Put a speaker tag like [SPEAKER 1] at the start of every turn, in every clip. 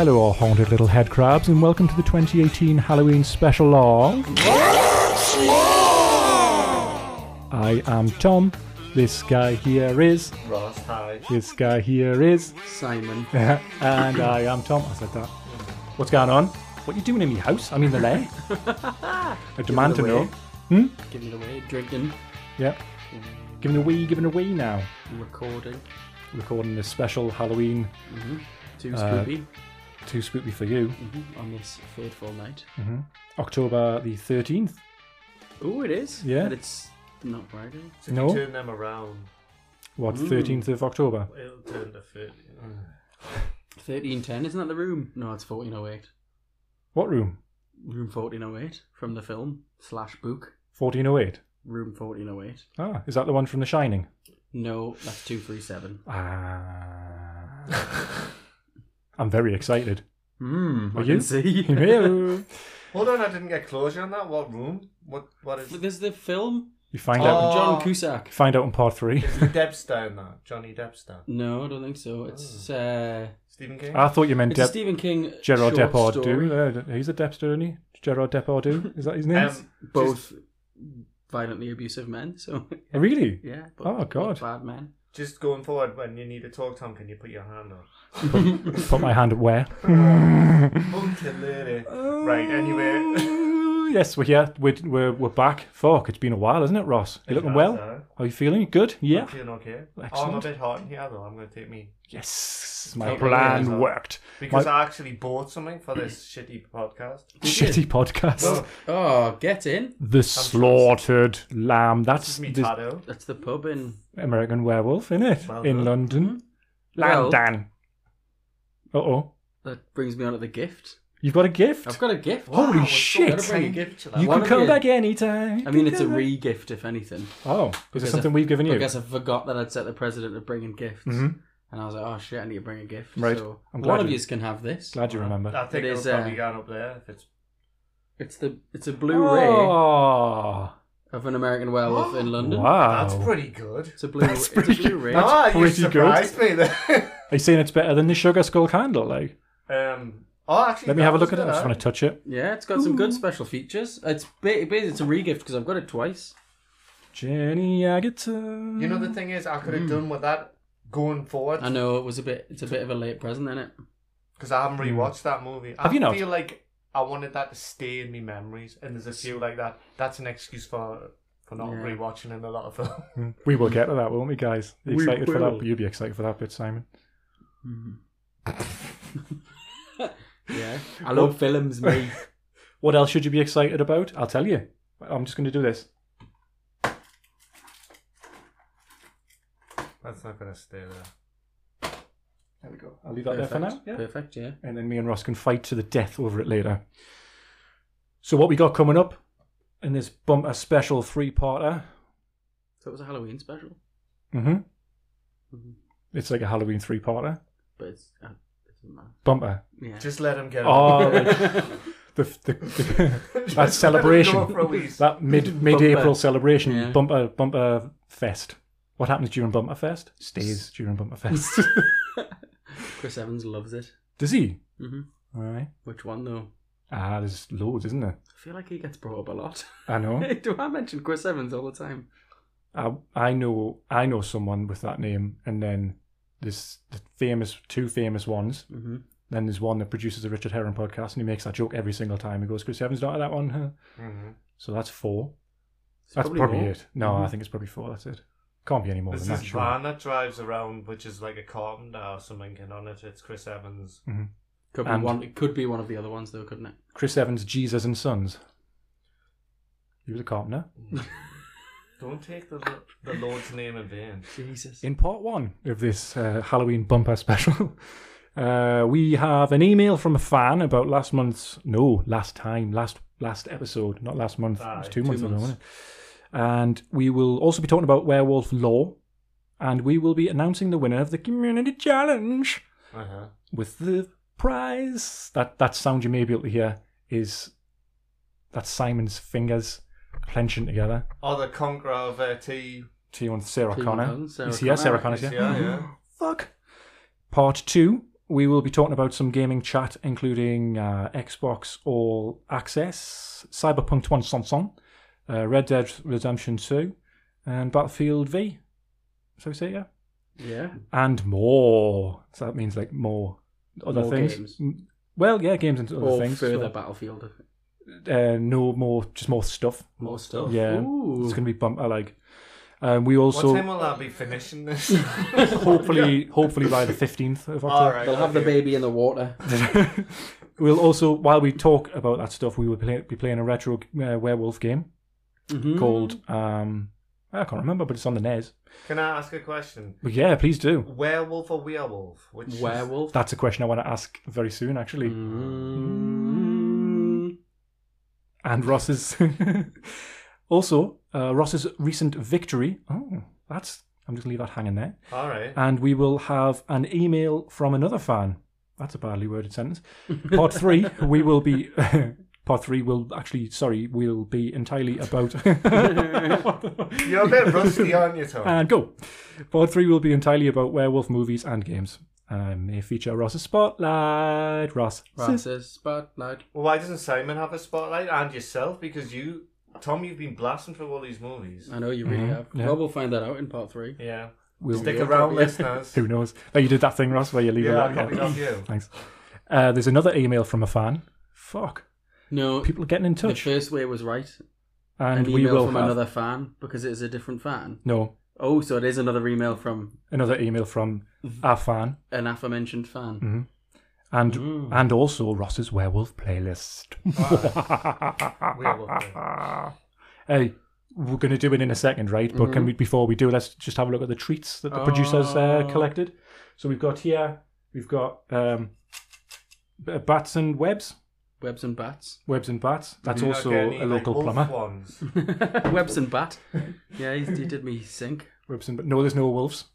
[SPEAKER 1] Hello, all haunted little head crabs, and welcome to the 2018 Halloween special log. I am Tom. This guy here is.
[SPEAKER 2] Ross, hi.
[SPEAKER 1] This guy here is.
[SPEAKER 3] Simon.
[SPEAKER 1] and I am Tom. I said that. What's going on? What you doing in my house? I mean, the lay. I demand to
[SPEAKER 3] Give it
[SPEAKER 1] know.
[SPEAKER 3] away. Giving it away, drinking,
[SPEAKER 1] Yeah. Giving a wee, giving a wee now.
[SPEAKER 3] recording.
[SPEAKER 1] Recording this special Halloween,
[SPEAKER 3] Too
[SPEAKER 1] Uh,
[SPEAKER 3] spooky
[SPEAKER 1] too spooky for you.
[SPEAKER 3] Mhm, on this fateful night.
[SPEAKER 1] October the 13th.
[SPEAKER 3] Oh, it is?
[SPEAKER 1] Yeah.
[SPEAKER 3] But it's not Friday.
[SPEAKER 2] So if
[SPEAKER 1] No.
[SPEAKER 2] you turn them around,
[SPEAKER 1] What,
[SPEAKER 2] Mm.
[SPEAKER 1] 13th of October?
[SPEAKER 2] it'll turn to 30.
[SPEAKER 3] 1310, isn't that the room? No, it's 1408.
[SPEAKER 1] What room?
[SPEAKER 3] Room 1408 from the film slash book.
[SPEAKER 1] 1408.
[SPEAKER 3] Room 1408.
[SPEAKER 1] Ah, is that the one from The Shining?
[SPEAKER 3] No, that's 237.
[SPEAKER 1] Ah. I'm very excited.
[SPEAKER 3] Hmm,
[SPEAKER 1] Are
[SPEAKER 3] I
[SPEAKER 1] you?
[SPEAKER 3] can see.
[SPEAKER 1] you
[SPEAKER 2] Hold on, I didn't get closure on that. What room? What? What is
[SPEAKER 3] But There's the film.
[SPEAKER 1] find
[SPEAKER 2] Oh.
[SPEAKER 1] out.
[SPEAKER 3] John Cusack.
[SPEAKER 1] Find out in part three.
[SPEAKER 2] is the Depp's down there? Johnny Depp's down.
[SPEAKER 3] No, I don't think so. It's uh,
[SPEAKER 2] Stephen King? Um,
[SPEAKER 1] I thought you meant
[SPEAKER 3] it's
[SPEAKER 1] Oh. Dep-
[SPEAKER 3] a Stephen King
[SPEAKER 1] Gerard
[SPEAKER 3] short story.
[SPEAKER 1] Depardieu. Uh, he's a Depster, isn't he? Gerard Depardieu. Is that his name?
[SPEAKER 2] Um,
[SPEAKER 3] Both violently abusive men. So
[SPEAKER 1] really?
[SPEAKER 3] yeah.
[SPEAKER 1] Oh, God.
[SPEAKER 3] Bad men.
[SPEAKER 2] Just going forward, when you need to talk, Tom, can you put your hand up?
[SPEAKER 1] Put my hand up where?
[SPEAKER 2] Monkey lady. Right, anyway.
[SPEAKER 1] yes, we're here. We're, we're, we're back. Fuck, it's been a while, isn't it, Ross? You looking
[SPEAKER 2] has,
[SPEAKER 1] well?
[SPEAKER 2] uh,
[SPEAKER 1] How you feeling? Good? Yeah?
[SPEAKER 2] I'm feeling okay. Oh, I'm a
[SPEAKER 1] Excellent.
[SPEAKER 2] bit hot in here, though. I'm going to take me.
[SPEAKER 1] Yes, my
[SPEAKER 3] Okay,
[SPEAKER 1] plan
[SPEAKER 2] yeah.
[SPEAKER 1] worked.
[SPEAKER 2] Because
[SPEAKER 1] My-
[SPEAKER 2] I actually bought something for this shitty podcast.
[SPEAKER 1] Shitty podcast.
[SPEAKER 2] Well,
[SPEAKER 3] Oh, get in.
[SPEAKER 1] the slaughtered lamb. That's
[SPEAKER 2] it's me,
[SPEAKER 1] the
[SPEAKER 2] Tado.
[SPEAKER 3] That's the pub in.
[SPEAKER 1] American Werewolf, isn't it?
[SPEAKER 2] Well
[SPEAKER 1] In
[SPEAKER 2] done.
[SPEAKER 1] London.
[SPEAKER 3] Hmm? Well-
[SPEAKER 1] London. Uh oh.
[SPEAKER 3] That brings me on to the gift.
[SPEAKER 1] You've got a gift?
[SPEAKER 3] I've got a gift.
[SPEAKER 1] Holy
[SPEAKER 2] Wow, we're so
[SPEAKER 1] shit.
[SPEAKER 3] gotta bring a gift to that.
[SPEAKER 1] You
[SPEAKER 3] One
[SPEAKER 1] can
[SPEAKER 3] of
[SPEAKER 1] come
[SPEAKER 3] you.
[SPEAKER 1] back anytime. You
[SPEAKER 3] I mean,
[SPEAKER 1] can
[SPEAKER 3] it's a
[SPEAKER 1] come back-
[SPEAKER 3] re gift, if anything.
[SPEAKER 1] Oh, is it
[SPEAKER 3] Because
[SPEAKER 1] something
[SPEAKER 3] I-
[SPEAKER 1] we've given you? Mm-hmm.
[SPEAKER 3] Because I forgot that I'd set the president of bringing gifts. And I was like, oh shit, I need to bring a gift.
[SPEAKER 1] Right.
[SPEAKER 3] So
[SPEAKER 1] I'm glad
[SPEAKER 3] one of
[SPEAKER 1] you-
[SPEAKER 3] you can have this.
[SPEAKER 1] Glad you remember.
[SPEAKER 2] I think
[SPEAKER 3] It
[SPEAKER 2] it will
[SPEAKER 3] is, uh,
[SPEAKER 2] probably gone up there if it's
[SPEAKER 3] It's the it's a Blu-ray
[SPEAKER 1] Oh,
[SPEAKER 3] of an American werewolf in London.
[SPEAKER 1] wow.
[SPEAKER 2] That's pretty good.
[SPEAKER 3] It's a blue.
[SPEAKER 1] That's
[SPEAKER 3] It's a
[SPEAKER 1] pretty-
[SPEAKER 3] Blu-ray.
[SPEAKER 1] That's
[SPEAKER 2] ah, you
[SPEAKER 1] pretty good.
[SPEAKER 2] surprised me there.
[SPEAKER 1] Are you saying it's better than the Sugar Skull Candle? Like,
[SPEAKER 2] um, oh, actually,
[SPEAKER 1] let me
[SPEAKER 2] that
[SPEAKER 1] have a
[SPEAKER 2] was
[SPEAKER 1] look at it.
[SPEAKER 2] good,
[SPEAKER 1] I just
[SPEAKER 2] huh?
[SPEAKER 1] want to touch it.
[SPEAKER 3] Yeah, it's got some good special features. It's ba- basically it's a regift because I've got it twice.
[SPEAKER 1] Jenny Agatha.
[SPEAKER 2] You know, the thing is, I could have done with that going forward
[SPEAKER 3] I know it was a bit. It's a bit of a late present, isn't it?
[SPEAKER 2] because I haven't rewatched that movie.
[SPEAKER 1] Have
[SPEAKER 2] I
[SPEAKER 1] you not?
[SPEAKER 2] feel like I wanted that to stay in my memories, and there's a few like that. That's an excuse for for not
[SPEAKER 3] Yeah.
[SPEAKER 2] rewatching in a lot of films.
[SPEAKER 1] We will get to that, won't we, guys? Are you
[SPEAKER 3] We
[SPEAKER 1] excited for that?
[SPEAKER 3] will.
[SPEAKER 1] You'll be excited for that bit, Simon.
[SPEAKER 3] Mm-hmm. Yeah, I love films, me.
[SPEAKER 1] What else should you be excited about? I'll tell you. I'm just going to do this.
[SPEAKER 2] That's not gonna stay there.
[SPEAKER 1] There we go. I'll leave that there for now. Yeah.
[SPEAKER 3] Perfect. Yeah.
[SPEAKER 1] And then me and Ross can fight to the death over it later. So what we got coming up in this bumper special three-parter?
[SPEAKER 3] So it was a Halloween special,
[SPEAKER 1] Mm-hmm.
[SPEAKER 3] Mm-hmm.
[SPEAKER 1] It's like a Halloween three-parter
[SPEAKER 3] but it's uh, it doesn't matter.
[SPEAKER 1] bumper.
[SPEAKER 3] Yeah.
[SPEAKER 2] Just let him get.
[SPEAKER 1] Oh,
[SPEAKER 2] it.
[SPEAKER 1] right. the, the, the
[SPEAKER 2] Just let
[SPEAKER 1] that
[SPEAKER 2] 'em go
[SPEAKER 1] celebration,
[SPEAKER 2] for a wee-
[SPEAKER 1] that mid mid April
[SPEAKER 3] Bumper.
[SPEAKER 1] celebration,
[SPEAKER 3] Yeah.
[SPEAKER 1] bumper bumper fest. What happens during bumper fest? Stays during bumper fest.
[SPEAKER 3] Chris Evans loves it.
[SPEAKER 1] Does he?
[SPEAKER 3] Mhm.
[SPEAKER 1] All right.
[SPEAKER 3] Which one though?
[SPEAKER 1] Ah, there's loads, isn't there?
[SPEAKER 3] I feel like he gets brought up a lot.
[SPEAKER 1] I know.
[SPEAKER 3] Do I mention Chris Evans all the time?
[SPEAKER 1] I, I know. I know someone with that name, and then there's the famous two famous ones.
[SPEAKER 3] Mm-hmm.
[SPEAKER 1] Then there's one that produces the Richard Herron podcast, and he makes that joke every single time. He goes, "Chris Evans not at that one." Huh?
[SPEAKER 2] Mhm.
[SPEAKER 1] So that's four. that's probably, it. No, I think it's probably four. That's it. Can't be any more
[SPEAKER 2] There's
[SPEAKER 1] than
[SPEAKER 2] this
[SPEAKER 1] that. Sure.
[SPEAKER 2] van that drives around, which is like a carpenter or something, and on it it's Chris Evans.
[SPEAKER 3] Could be
[SPEAKER 1] And-
[SPEAKER 3] one. It could be one of the other ones though, couldn't it?
[SPEAKER 1] Chris Evans, Jesus and Sons. He was a carpenter.
[SPEAKER 2] Don't take the the Lord's name in vain.
[SPEAKER 3] Jesus.
[SPEAKER 1] In part one of this uh, Halloween bumper special, uh, we have an email from a fan about last month's no, last time, last last episode, not last month. it was
[SPEAKER 2] Aye,
[SPEAKER 1] two,
[SPEAKER 3] two
[SPEAKER 1] months, ago,
[SPEAKER 3] months.
[SPEAKER 1] wasn't it? And we will also be talking about werewolf law, and we will be announcing the winner of the community challenge
[SPEAKER 2] Uh huh.
[SPEAKER 1] with the prize. That that sound you may be able to hear is that's Simon's fingers clenching together.
[SPEAKER 2] Oh, the conqueror of uh, T.
[SPEAKER 1] T on Sarah
[SPEAKER 3] T1
[SPEAKER 1] Connor.
[SPEAKER 3] Connor, Sarah
[SPEAKER 1] Is he here? Sarah
[SPEAKER 3] Connor.
[SPEAKER 1] Connor's
[SPEAKER 2] Is
[SPEAKER 1] here.
[SPEAKER 2] he here? Yeah.
[SPEAKER 1] Fuck. Part two we will be talking about some gaming chat, including uh, Xbox All Access, Cyberpunk 2077, uh, Red Dead Redemption 2, and Battlefield V. So we say yeah,
[SPEAKER 3] Yeah.
[SPEAKER 1] and more. So that means like more other
[SPEAKER 3] More
[SPEAKER 1] things.
[SPEAKER 3] games.
[SPEAKER 1] Mm, Well, yeah, games and other
[SPEAKER 3] or
[SPEAKER 1] things.
[SPEAKER 3] further Battlefield.
[SPEAKER 1] Uh, no more, just more stuff.
[SPEAKER 3] More stuff.
[SPEAKER 1] Yeah.
[SPEAKER 3] Ooh.
[SPEAKER 1] It's going to be bump. I like. Um, we
[SPEAKER 2] What
[SPEAKER 1] also
[SPEAKER 2] time will I be finishing this?
[SPEAKER 1] hopefully hopefully by the 15th of October.
[SPEAKER 2] All right.
[SPEAKER 3] They'll have the baby in the water.
[SPEAKER 1] we'll also, while we talk about that stuff, we will play, be playing a retro uh, werewolf game
[SPEAKER 3] Mhm.
[SPEAKER 1] called. Um, I can't remember, but it's on the NES.
[SPEAKER 2] Can I ask a question?
[SPEAKER 1] But yeah, please do.
[SPEAKER 2] Werewolf or werewolf? Which is-
[SPEAKER 3] Werewolf.
[SPEAKER 1] That's a question I want to ask very soon, actually.
[SPEAKER 3] Mm-hmm. Mm.
[SPEAKER 1] And Ross's. also, uh, Ross's recent victory. Oh, that's. I'm just going to leave that hanging there.
[SPEAKER 2] All right.
[SPEAKER 1] and we will have an email from another fan. That's a badly worded sentence. Part three, we will be. part three will actually, sorry, will be entirely about.
[SPEAKER 2] You're a bit rusty on your tongue.
[SPEAKER 1] and go. Part three will be entirely about werewolf movies and games. Um, may feature Ross's spotlight. Ross.
[SPEAKER 3] Francis Spotlight.
[SPEAKER 2] Well, why doesn't Simon have a spotlight and yourself? Because you, Tom, you've been blasting through all these movies.
[SPEAKER 3] I know you really
[SPEAKER 1] Mhm.
[SPEAKER 3] have.
[SPEAKER 1] Yeah.
[SPEAKER 3] Well, we'll find that out in part three.
[SPEAKER 2] Yeah.
[SPEAKER 1] Will,
[SPEAKER 2] Stick
[SPEAKER 3] Yeah.
[SPEAKER 2] around,
[SPEAKER 3] Yeah.
[SPEAKER 2] listeners.
[SPEAKER 1] who knows? Oh, you did that thing, Ross, where you leave
[SPEAKER 2] Yeah,
[SPEAKER 1] it
[SPEAKER 2] I
[SPEAKER 1] out.
[SPEAKER 2] copied off you.
[SPEAKER 1] Thanks. Uh, there's another email from a fan. Fuck.
[SPEAKER 3] No,
[SPEAKER 1] People are getting in
[SPEAKER 3] the
[SPEAKER 1] touch.
[SPEAKER 3] first way was right.
[SPEAKER 1] And
[SPEAKER 3] An
[SPEAKER 1] we
[SPEAKER 3] email
[SPEAKER 1] will
[SPEAKER 3] from
[SPEAKER 1] have.
[SPEAKER 3] another fan because it is a different fan.
[SPEAKER 1] No,
[SPEAKER 3] Oh, so it is another email from
[SPEAKER 1] another email from
[SPEAKER 2] Mm-hmm.
[SPEAKER 1] a fan.
[SPEAKER 3] an aforementioned fan.
[SPEAKER 1] Mm-hmm. and and also Ross's werewolf playlist.
[SPEAKER 2] Werewolf
[SPEAKER 1] hey, we're going to do it in a second, right? But
[SPEAKER 2] Mm-hmm.
[SPEAKER 1] can we before we do, let's just have a look at the treats that the producers
[SPEAKER 2] Oh.
[SPEAKER 1] uh, collected. So we've got here, we've got um, b- bats and webs,
[SPEAKER 3] Webs and bats.
[SPEAKER 1] webs and bats. That's
[SPEAKER 2] You don't
[SPEAKER 1] also
[SPEAKER 2] get any,
[SPEAKER 1] a
[SPEAKER 2] like,
[SPEAKER 1] local
[SPEAKER 2] wolf
[SPEAKER 1] plumber.
[SPEAKER 2] Ones.
[SPEAKER 3] Webs and bat. Yeah, he, he did me sink.
[SPEAKER 1] Webs and but no, there's no wolves.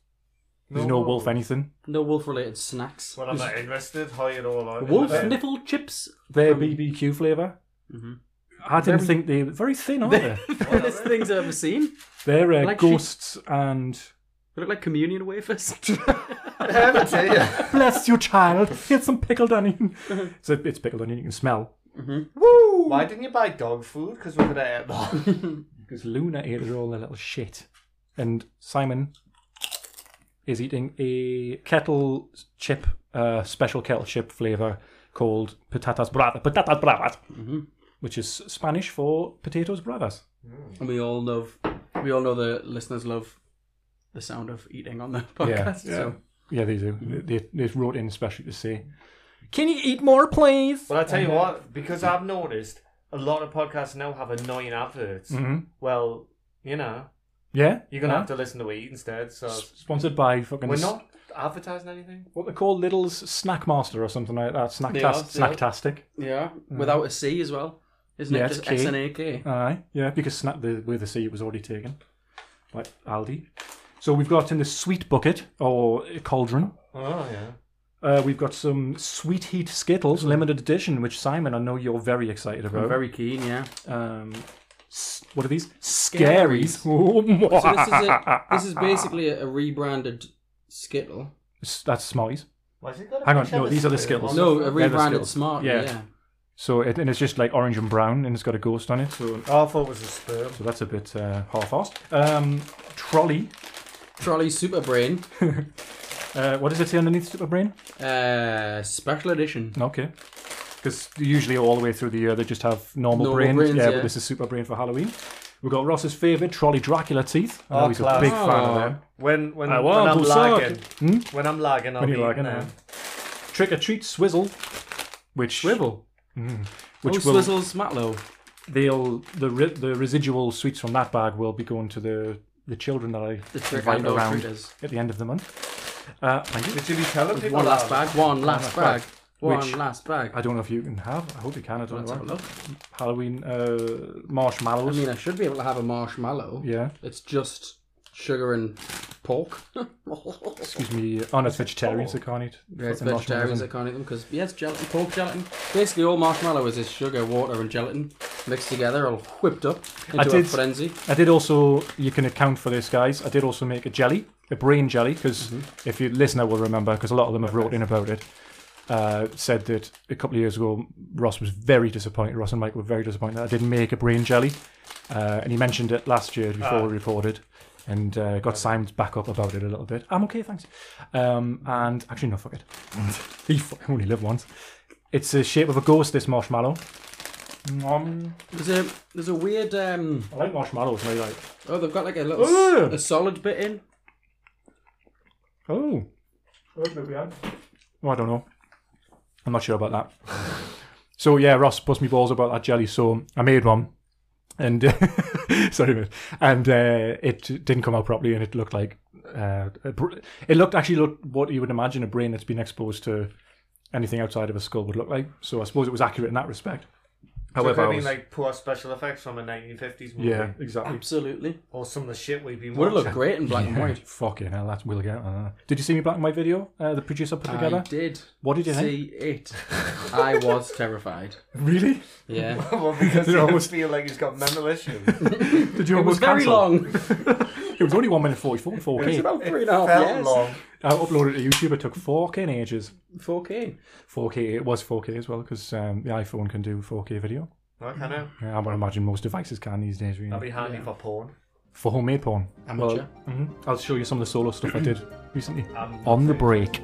[SPEAKER 1] There's no, wolf
[SPEAKER 2] wolves.
[SPEAKER 1] anything.
[SPEAKER 3] No wolf related snacks.
[SPEAKER 2] Well, I'm not interested. How you all on?
[SPEAKER 3] Wolf sniffle chips.
[SPEAKER 1] They're BBQ flavour.
[SPEAKER 2] Mm-hmm.
[SPEAKER 3] Mhm.
[SPEAKER 1] I didn't think they were very thin, aren't they?
[SPEAKER 3] Thinnest things I've ever seen.
[SPEAKER 1] They're uh,
[SPEAKER 3] Like she-
[SPEAKER 1] ghosts and
[SPEAKER 3] They look like communion wafers.
[SPEAKER 2] Haven't you?
[SPEAKER 1] Bless you, child. Here's some pickled onion. so it's pickled onion. You can smell.
[SPEAKER 2] Why didn't you buy dog food? Because we're gonna eat that.
[SPEAKER 1] Because Luna ate it all a little shit, and Simon is eating a kettle chip, uh, special kettle chip flavor called patatas bravas, patatas bravas,
[SPEAKER 2] Mm-hmm.
[SPEAKER 1] which is Spanish for potatoes bravas.
[SPEAKER 3] and we all love, we all know the listeners love the sound of eating on the podcast. So
[SPEAKER 1] yeah, they do.
[SPEAKER 2] Mm-hmm.
[SPEAKER 1] They, they, they wrote in especially to say, "Can you eat more, please?"
[SPEAKER 2] Well, I tell you what, because I've noticed a lot of podcasts now have annoying adverts.
[SPEAKER 1] Mhm.
[SPEAKER 2] Well, you know,
[SPEAKER 1] Yeah,
[SPEAKER 2] you're gonna have to listen to Eat instead. So
[SPEAKER 1] sponsored by fucking
[SPEAKER 2] we're not advertising anything.
[SPEAKER 1] what they call Little's Snack Master or something like that. Snack
[SPEAKER 3] They are, they are.
[SPEAKER 1] Snacktastic.
[SPEAKER 3] yeah, without a C as well, isn't
[SPEAKER 1] Mm. Yeah,
[SPEAKER 3] it?
[SPEAKER 1] it's
[SPEAKER 3] Just
[SPEAKER 1] K.
[SPEAKER 3] S and A K.
[SPEAKER 1] Aye, yeah, because snap the where the sea was already taken, like Aldi. So we've got in the sweet bucket or cauldron.
[SPEAKER 2] Oh yeah.
[SPEAKER 1] Uh, we've got some sweet heat Skittles limited edition, which Simon, I know you're very excited
[SPEAKER 3] I'm
[SPEAKER 1] about.
[SPEAKER 3] very keen. Yeah.
[SPEAKER 1] um, s- what are these?
[SPEAKER 3] Scaries.
[SPEAKER 1] Scaries. Oh,
[SPEAKER 3] So this is a, this is basically a, a rebranded Skittle.
[SPEAKER 1] S- That's Smarties.
[SPEAKER 2] Why's it got a
[SPEAKER 1] Hang on,
[SPEAKER 2] picture
[SPEAKER 1] no,
[SPEAKER 2] of a
[SPEAKER 1] these are the
[SPEAKER 2] squid
[SPEAKER 1] Skittles.
[SPEAKER 2] on
[SPEAKER 3] No,
[SPEAKER 2] the
[SPEAKER 3] a
[SPEAKER 2] front?
[SPEAKER 1] They're the
[SPEAKER 3] rebranded
[SPEAKER 1] Skittles.
[SPEAKER 3] Smart.
[SPEAKER 1] Yeah.
[SPEAKER 3] Yeah.
[SPEAKER 1] So it, and it's just like orange and brown, and it's got a ghost on it. So
[SPEAKER 2] Oh, I thought it was a sperm.
[SPEAKER 1] so that's a bit uh, half-assed. Um, trolley.
[SPEAKER 3] Trolley Super Brain,
[SPEAKER 1] Uh, what does it say underneath Super Brain?
[SPEAKER 3] uh, special edition.
[SPEAKER 1] Okay. Because usually all the way through the year they just have normal,
[SPEAKER 3] Normal
[SPEAKER 1] brains.
[SPEAKER 3] brains,
[SPEAKER 1] yeah,
[SPEAKER 3] yeah.
[SPEAKER 1] but this is super brain for Halloween. We've got Ross's favourite, Trolley Dracula teeth. I know
[SPEAKER 2] Oh,
[SPEAKER 1] he's
[SPEAKER 2] class.
[SPEAKER 1] a big fan of them.
[SPEAKER 2] When when, when
[SPEAKER 1] I want
[SPEAKER 2] I'm
[SPEAKER 1] to
[SPEAKER 2] lagging,
[SPEAKER 1] suck. Hmm?
[SPEAKER 2] when I'm lagging, I'll
[SPEAKER 1] When
[SPEAKER 2] be
[SPEAKER 1] you're lagging,
[SPEAKER 2] eating them.
[SPEAKER 3] Oh.
[SPEAKER 1] Trick or treat swizzle, which
[SPEAKER 3] Swivel.
[SPEAKER 1] which
[SPEAKER 3] oh,
[SPEAKER 1] will
[SPEAKER 3] Swizzles Matlow.
[SPEAKER 1] they'll the re, the residual sweets from that bag will be going to the the children that I
[SPEAKER 3] The trick
[SPEAKER 1] invite
[SPEAKER 3] and or
[SPEAKER 1] around
[SPEAKER 3] treaters.
[SPEAKER 1] at the end of the month. Uh, thank you.
[SPEAKER 2] Did you be telling people
[SPEAKER 3] One last
[SPEAKER 2] that?
[SPEAKER 3] bag. One last bag. One
[SPEAKER 1] Which-
[SPEAKER 3] last bag.
[SPEAKER 1] I don't know if you can have. I hope you can. I don't
[SPEAKER 3] Let's
[SPEAKER 1] know.
[SPEAKER 3] have a look.
[SPEAKER 1] Halloween uh,
[SPEAKER 3] I
[SPEAKER 1] marshmallows.
[SPEAKER 3] mean, I should be able to have a marshmallow.
[SPEAKER 1] yeah.
[SPEAKER 3] It's just sugar and pork.
[SPEAKER 1] Excuse me. Oh, no, it's vegetarians. I can't eat.
[SPEAKER 3] Yeah, it's
[SPEAKER 1] fucking marshmallows
[SPEAKER 3] vegetarians
[SPEAKER 1] and-
[SPEAKER 3] that can't eat them because yes, gelatin, pork gelatin. Basically, all marshmallow is is sugar, water, and gelatin mixed together, all whipped up into a
[SPEAKER 1] did-
[SPEAKER 3] frenzy.
[SPEAKER 1] I did also, you can account for this, guys. I did also make a jelly a brain jelly because if you listener will remember because a lot of them have wrote in about it. Uh, said that a couple of years ago, Ross was very disappointed. Ross and Mike were very disappointed that I didn't make a brain jelly, uh, and he mentioned it last year before we recorded, and uh, got signed back up about it a little bit. I'm okay, thanks. Um, and actually, no, fuck it. he fu- only lived once. It's the shape of a ghost. This marshmallow. Mm,
[SPEAKER 3] There's a there's a weird um
[SPEAKER 1] I like marshmallows. and I like
[SPEAKER 3] oh they've got like a little
[SPEAKER 1] Ooh.
[SPEAKER 3] s- a solid bit in.
[SPEAKER 1] Oh. Oh, I don't know. I'm not sure about that. so yeah, Ross bust me balls about that jelly, so I made one, and sorry, mate. and uh, it didn't come out properly, and it looked like uh, a br- it looked actually looked what you would imagine a brain that's been exposed to anything outside of a skull would look like. So I suppose it was accurate in that respect.
[SPEAKER 2] So it could
[SPEAKER 1] I
[SPEAKER 2] have been
[SPEAKER 1] was-
[SPEAKER 2] like poor special effects from a 1950s movie.
[SPEAKER 1] yeah, exactly.
[SPEAKER 3] Absolutely.
[SPEAKER 2] Or some of the shit we've been
[SPEAKER 3] Would
[SPEAKER 2] watching.
[SPEAKER 3] look great in black and white.
[SPEAKER 1] Fucking hell, that's we'll get. Uh, did you see me black and white video? Uh, the producer put
[SPEAKER 3] I
[SPEAKER 1] together.
[SPEAKER 3] did
[SPEAKER 1] What did you think?
[SPEAKER 3] see it. I was terrified.
[SPEAKER 1] Really?
[SPEAKER 3] Yeah.
[SPEAKER 2] well, because you
[SPEAKER 1] almost-
[SPEAKER 2] almost feel like he's got mental issues.
[SPEAKER 1] Did you
[SPEAKER 3] It
[SPEAKER 1] almost
[SPEAKER 3] was very
[SPEAKER 1] cancel?
[SPEAKER 3] long.
[SPEAKER 1] It was only one minute forty four, four
[SPEAKER 3] It's
[SPEAKER 1] K.
[SPEAKER 3] about three and a half
[SPEAKER 2] Felt
[SPEAKER 3] years.
[SPEAKER 2] long.
[SPEAKER 1] I uploaded it to YouTube. It took four K ages.
[SPEAKER 3] 4K.
[SPEAKER 1] Four K. It was four K as well because um, the iPhone can do four K video.
[SPEAKER 2] I kind of.
[SPEAKER 1] Yeah, I would imagine most devices can these days. Really.
[SPEAKER 2] That'd be handy for porn.
[SPEAKER 1] For homemade porn.
[SPEAKER 3] Amateur.
[SPEAKER 1] hmm I'll show you some of the solo stuff I did recently
[SPEAKER 2] Um,
[SPEAKER 1] on the break.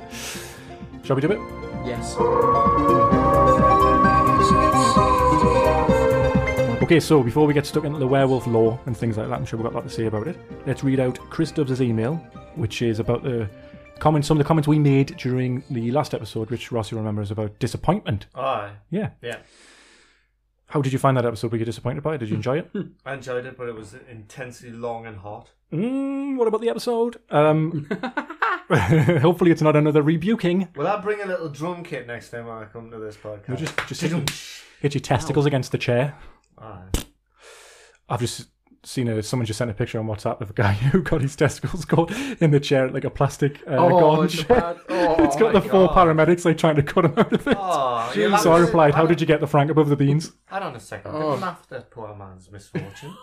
[SPEAKER 1] Shall we do it?
[SPEAKER 3] Yes.
[SPEAKER 1] Oh, Okay, so before we get stuck into the werewolf lore and things like that, I'm sure we've got a lot to say about it. Let's read out Chris Dobbs' email, which is about the comments, some of the comments we made during the last episode, which Ross, you remember, is about disappointment.
[SPEAKER 2] Aye.
[SPEAKER 1] Yeah.
[SPEAKER 2] Yeah.
[SPEAKER 1] How did you find that episode? Were you disappointed by it? Did you enjoy it?
[SPEAKER 2] I enjoyed it, but it was intensely long and hot.
[SPEAKER 1] mm, what about the episode? Um, hopefully, it's not another rebuking.
[SPEAKER 2] Will I bring a little drum kit next time when I come to this podcast?
[SPEAKER 1] No, just just hit, hit your testicles against the chair.
[SPEAKER 2] Aye.
[SPEAKER 1] I've just seen a someone just sent a picture on WhatsApp of a guy who got his testicles caught in the chair at like a plastic uh, garden
[SPEAKER 3] Oh, it's a
[SPEAKER 1] chair.
[SPEAKER 3] bad- oh,
[SPEAKER 1] it's got
[SPEAKER 3] my
[SPEAKER 1] the four
[SPEAKER 2] God.
[SPEAKER 1] paramedics like trying to cut him out of it.
[SPEAKER 2] Oh,
[SPEAKER 3] Jeez.
[SPEAKER 1] so I replied, "How did you get the frank above the beans?"
[SPEAKER 2] Hang on a second.
[SPEAKER 3] Oh.
[SPEAKER 2] Didn't laugh at that poor man's misfortune.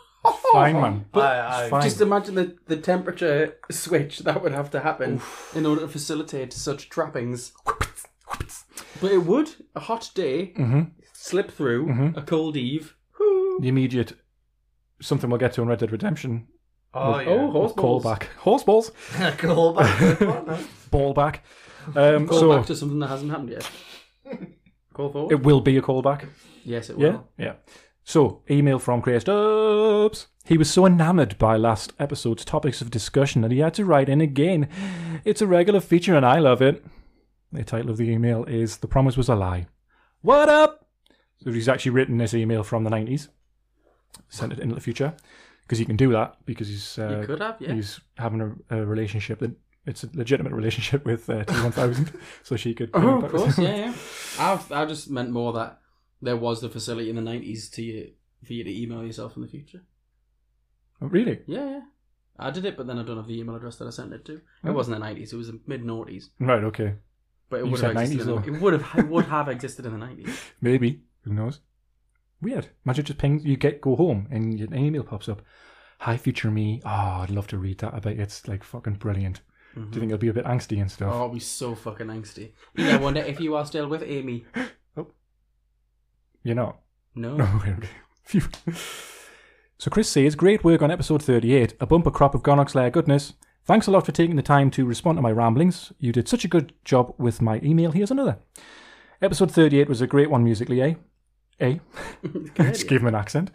[SPEAKER 1] Fine, man.
[SPEAKER 2] Aye, aye.
[SPEAKER 1] fine.
[SPEAKER 3] Just imagine the, the temperature switch that would have to happen in order to facilitate such trappings. But it would. A hot day,
[SPEAKER 1] Mm-hmm.
[SPEAKER 3] slip through, a cold eve. Whoo.
[SPEAKER 1] The immediate something we'll get to in Red Dead Redemption.
[SPEAKER 2] Oh,
[SPEAKER 3] Oh,
[SPEAKER 2] yeah.
[SPEAKER 3] horse balls.
[SPEAKER 1] Callback, horse balls,
[SPEAKER 2] Call back. Good one, huh?
[SPEAKER 1] ball back. Um,
[SPEAKER 3] Call
[SPEAKER 1] so
[SPEAKER 3] back to something that hasn't happened yet. Call forward.
[SPEAKER 1] it will be a callback.
[SPEAKER 3] yes, it will.
[SPEAKER 1] Yeah, yeah. So, email from Chris Stubbs. He was so enamoured by last episode's topics of discussion that he had to write in again. It's a regular feature and I love it. The title of the email is The Promise Was a Lie. What up? So he's actually written this email from the 90s, sent it into the future, because he can do that, because he's, uh,
[SPEAKER 3] You could have, yeah.
[SPEAKER 1] he's having a, a relationship that it's a legitimate relationship with uh, T1000, so she could.
[SPEAKER 3] Oh, of course, yeah, yeah. I've, I just meant more that there was the facility in the 90s to you, for you to email yourself in the future.
[SPEAKER 1] Oh, Really?
[SPEAKER 3] Yeah, yeah. I did it, but then I don't have the email address that I sent it to.
[SPEAKER 1] Oh.
[SPEAKER 3] It wasn't the 90s, it was mid noughties.
[SPEAKER 1] Right, okay.
[SPEAKER 3] But it
[SPEAKER 1] You
[SPEAKER 3] would
[SPEAKER 1] said
[SPEAKER 3] have existed.
[SPEAKER 1] 90s,
[SPEAKER 3] in the, it would have it would have existed in the nineties.
[SPEAKER 1] Maybe. Who knows? Weird. Imagine just pings. You get go home and an email pops up. Hi, future me. Oh, I'd love to read that. I bet it's like fucking brilliant. Do you think it'll be a bit angsty and stuff?
[SPEAKER 3] Oh, it'd be so fucking angsty. Yeah, I wonder if you are still with Amy.
[SPEAKER 1] You're not.
[SPEAKER 3] No.
[SPEAKER 1] No. okay. Phew. so Chris says, great work on episode 38. A bumper crop of Gonox Lair goodness. Thanks a lot for taking the time to respond to my ramblings. You did such a good job with my email. Here's another. Episode 38 was a great one musically, eh? Eh? Just give him an accent.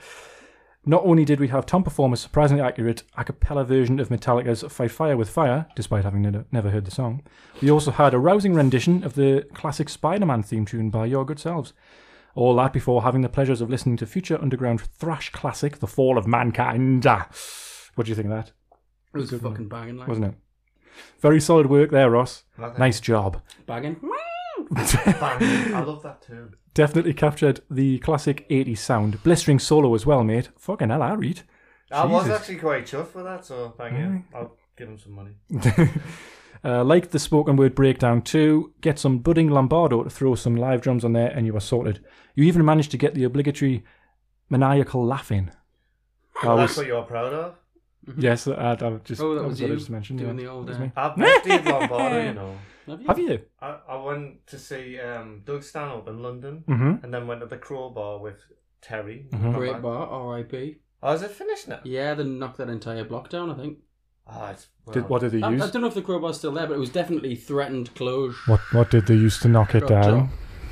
[SPEAKER 1] Not only did we have Tom perform a surprisingly accurate a cappella version of Metallica's Fight Fire with Fire, despite having ne- never heard the song, we also had a rousing rendition of the classic Spider Man theme tune by Your Good Selves. All that before having the pleasures of listening to future underground thrash classic The Fall of Mankind. Ah. What do you think of that?
[SPEAKER 3] It was a fucking banging like
[SPEAKER 1] Wasn't it? Very solid work there, Ross.
[SPEAKER 2] Nothing.
[SPEAKER 1] Nice job.
[SPEAKER 3] banging.
[SPEAKER 2] Bang. I love that too.
[SPEAKER 1] Definitely captured the classic 80s sound. Blistering solo as well, mate. Fucking hell, I read.
[SPEAKER 2] I was
[SPEAKER 1] Jesus.
[SPEAKER 2] actually quite chuffed with that, so thank you. I'll give him some money.
[SPEAKER 1] Uh, like the spoken word breakdown too. Get some budding Lombardo to throw some live drums on there, and you are sorted. You even managed to get the obligatory maniacal laugh in. I
[SPEAKER 2] Well, that's
[SPEAKER 1] was,
[SPEAKER 2] what you're proud of.
[SPEAKER 1] Yes, I, I just
[SPEAKER 3] Oh, that
[SPEAKER 1] I
[SPEAKER 3] was
[SPEAKER 1] what I
[SPEAKER 3] you
[SPEAKER 1] just mentioned.
[SPEAKER 3] doing
[SPEAKER 1] yeah.
[SPEAKER 3] the old,
[SPEAKER 1] That was
[SPEAKER 3] uh,
[SPEAKER 1] me.
[SPEAKER 2] I've met Dave Lombardo, you know.
[SPEAKER 3] Have you?
[SPEAKER 1] Have you?
[SPEAKER 2] I, I went to see um, Doug Stanhope in London
[SPEAKER 1] Mm-hmm.
[SPEAKER 2] and then went to the Crowbar with Terry.
[SPEAKER 1] Mhm.
[SPEAKER 3] Great bar, R.I.P.
[SPEAKER 2] Oh, is it finished now?
[SPEAKER 3] Yeah, they knocked that entire block down. I think.
[SPEAKER 2] Oh, it's, well,
[SPEAKER 1] Did, what did they
[SPEAKER 3] I, I
[SPEAKER 1] use?
[SPEAKER 3] don't know if the crowbar's still there, but it was definitely threatened closure.
[SPEAKER 1] What What did they use to knock it
[SPEAKER 3] Drop, drop.
[SPEAKER 1] down?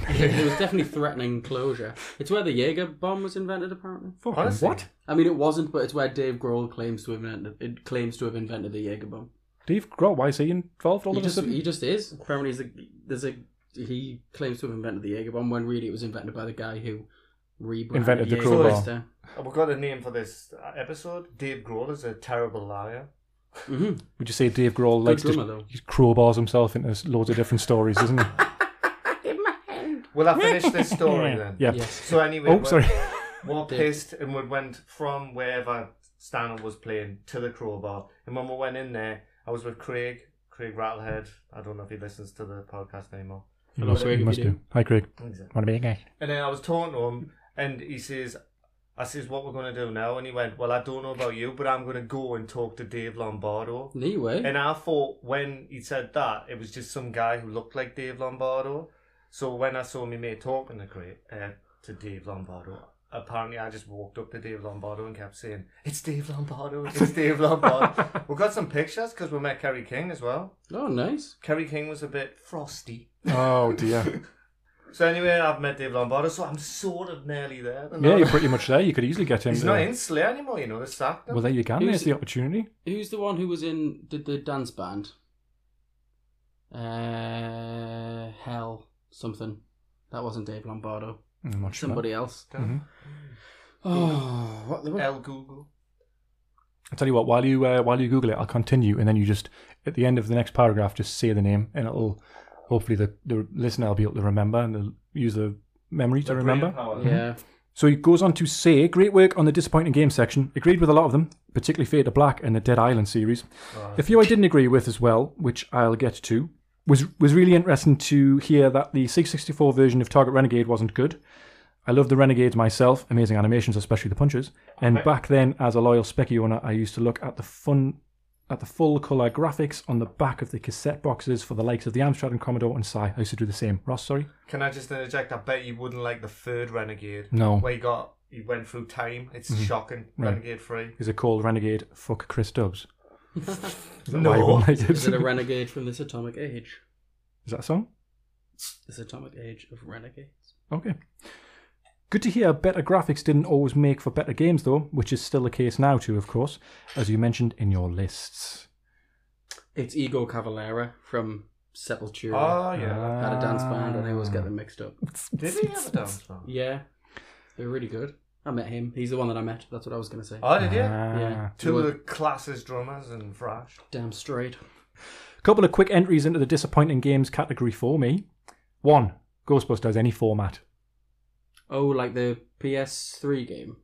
[SPEAKER 3] it was definitely threatening closure. It's where the Jaeger bomb was invented, apparently.
[SPEAKER 1] Fucking
[SPEAKER 2] Honestly,
[SPEAKER 1] what?
[SPEAKER 3] I mean, it wasn't, but it's where Dave Grohl claims to have invented. It claims to have invented the Jaeger bomb.
[SPEAKER 1] Dave Grohl, why is he involved all
[SPEAKER 3] He
[SPEAKER 1] of a
[SPEAKER 3] just,
[SPEAKER 1] sudden?
[SPEAKER 3] he just is. Apparently, he's a, there's a he claims to have invented the Jaeger bomb when really it was invented by the guy who rebranded
[SPEAKER 1] Invented the
[SPEAKER 3] Jaeger
[SPEAKER 1] crowbar.
[SPEAKER 3] as the-
[SPEAKER 2] We've got a name for this uh, episode. Dave Grohl is a terrible liar.
[SPEAKER 3] Mhm.
[SPEAKER 1] Would you say Dave Grohl
[SPEAKER 3] Good
[SPEAKER 1] likes to
[SPEAKER 3] drummer though.
[SPEAKER 1] he crowbars himself into loads of different stories, isn't he?
[SPEAKER 2] Will I finish this story then?
[SPEAKER 1] Yeah.
[SPEAKER 3] Yes.
[SPEAKER 2] So anyway,
[SPEAKER 1] Oh,
[SPEAKER 2] we're-
[SPEAKER 1] sorry.
[SPEAKER 2] We're
[SPEAKER 3] Did.
[SPEAKER 2] pissed and we went from wherever Stanley was playing to the crowbar. And when we went in there, I was with Craig, Craig Rattlehead. I don't know if he listens to the podcast anymore.
[SPEAKER 1] You
[SPEAKER 3] Hello,
[SPEAKER 1] must,
[SPEAKER 3] Craig,
[SPEAKER 1] you
[SPEAKER 3] if
[SPEAKER 1] must
[SPEAKER 3] you
[SPEAKER 1] do.
[SPEAKER 3] do.
[SPEAKER 1] Hi, Craig.
[SPEAKER 2] And
[SPEAKER 1] Want to be a guy?
[SPEAKER 2] then I was talking to him and he says, I says, what we're going to do now? And he went, well, I don't know about you, but I'm going to go and talk to Dave Lombardo.
[SPEAKER 3] Anyway,
[SPEAKER 2] And I thought when he said that, it was just some guy who looked like Dave Lombardo. So when I saw my mate talking to, Craig, uh, to Dave Lombardo, apparently I just walked up to Dave Lombardo and kept saying, It's Dave Lombardo, it's Dave Lombardo. we got some pictures because we met Kerry King as well.
[SPEAKER 3] oh nice.
[SPEAKER 2] Kerry King was a bit frosty.
[SPEAKER 1] Oh dear.
[SPEAKER 2] So anyway, I've met Dave Lombardo, so I'm sort of nearly there.
[SPEAKER 1] yeah, you're pretty much there. You could easily get him.
[SPEAKER 2] He's
[SPEAKER 1] to-
[SPEAKER 2] not in Slayer anymore, you know, they sacked him.
[SPEAKER 1] uh, Well, there you can. There's
[SPEAKER 3] Who's-
[SPEAKER 1] the opportunity.
[SPEAKER 3] Who's the one who was in did the dance band? Uh, hell, something. That wasn't Dave Lombardo.
[SPEAKER 1] I'm not sure.
[SPEAKER 3] Somebody else.
[SPEAKER 1] Mhm.
[SPEAKER 3] Oh, what the
[SPEAKER 2] El Google.
[SPEAKER 1] I'll tell you what. While you uh, while you Google it, I'll continue, and then you just at the end of the next paragraph, just say the name, and it'll hopefully the the listener will be able to remember and they'll use the memory to remember.
[SPEAKER 3] Yeah.
[SPEAKER 1] So he goes on to say, great work on the disappointing game section. Agreed with a lot of them, particularly Fade to Black and the Dead Island series. A few I didn't agree with as well, which I'll get to. Was was really interesting to hear that the 664 version of Target Renegade wasn't good. I love the Renegades myself, amazing animations, especially the punches. And back then, as a loyal Specky owner, I used to look at the fun at the full colour graphics on the back of the cassette boxes for the likes of the Amstrad and Commodore and Psy. I used to do the same. Ross, sorry?
[SPEAKER 2] Can I just interject? I bet you wouldn't like the third Renegade.
[SPEAKER 1] No. Mm-hmm.
[SPEAKER 2] Where he got he went through time. It's shocking. Renegade free.
[SPEAKER 1] Is it called Renegade Fuck Chris Dubs? Is that
[SPEAKER 2] No.
[SPEAKER 1] why you won't like it?
[SPEAKER 3] Is it a renegade from this atomic age?
[SPEAKER 1] Is that a song?
[SPEAKER 3] This atomic age of renegades.
[SPEAKER 1] Okay. Good to hear better graphics didn't always make for better games, though, which is still the case now, too, of course, as you mentioned in your lists.
[SPEAKER 3] It's Ego Cavalera from Sepultura.
[SPEAKER 1] Ah,
[SPEAKER 2] Oh yeah.
[SPEAKER 1] Uh,
[SPEAKER 3] Had a dance band, and they always
[SPEAKER 2] Ah.
[SPEAKER 3] get them mixed up.
[SPEAKER 2] Did he have a dance song?
[SPEAKER 3] Yeah, they're really good. I met him. He's the one that I met. That's what I was gonna say.
[SPEAKER 2] Oh did he?
[SPEAKER 1] Ah.
[SPEAKER 3] yeah,
[SPEAKER 2] Two of the class's drummers and thrash.
[SPEAKER 3] damn straight.
[SPEAKER 1] Couple of quick entries into the disappointing games category for me. One, Ghostbusters, any format.
[SPEAKER 3] Oh, like the PS3 game.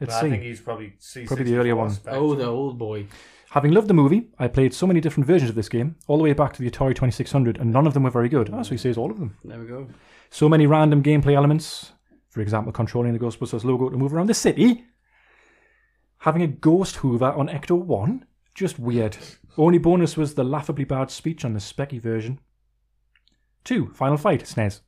[SPEAKER 1] Let's
[SPEAKER 2] But I think
[SPEAKER 1] see.
[SPEAKER 2] he's probably C64
[SPEAKER 1] Probably the earlier one.
[SPEAKER 2] spec.
[SPEAKER 3] Oh, the old boy.
[SPEAKER 1] Having loved the movie, I played so many different versions of this game, all the way back to the Atari 2600, and none of them were very good. Ah, so he says all of them.
[SPEAKER 3] There we go.
[SPEAKER 1] So many random gameplay elements. For example, controlling the Ghostbusters logo to move around the city. Having a ghost hoover on Ecto 1. Just weird. Only bonus was the laughably bad speech on the specky version. 2. Final Fight, SNES.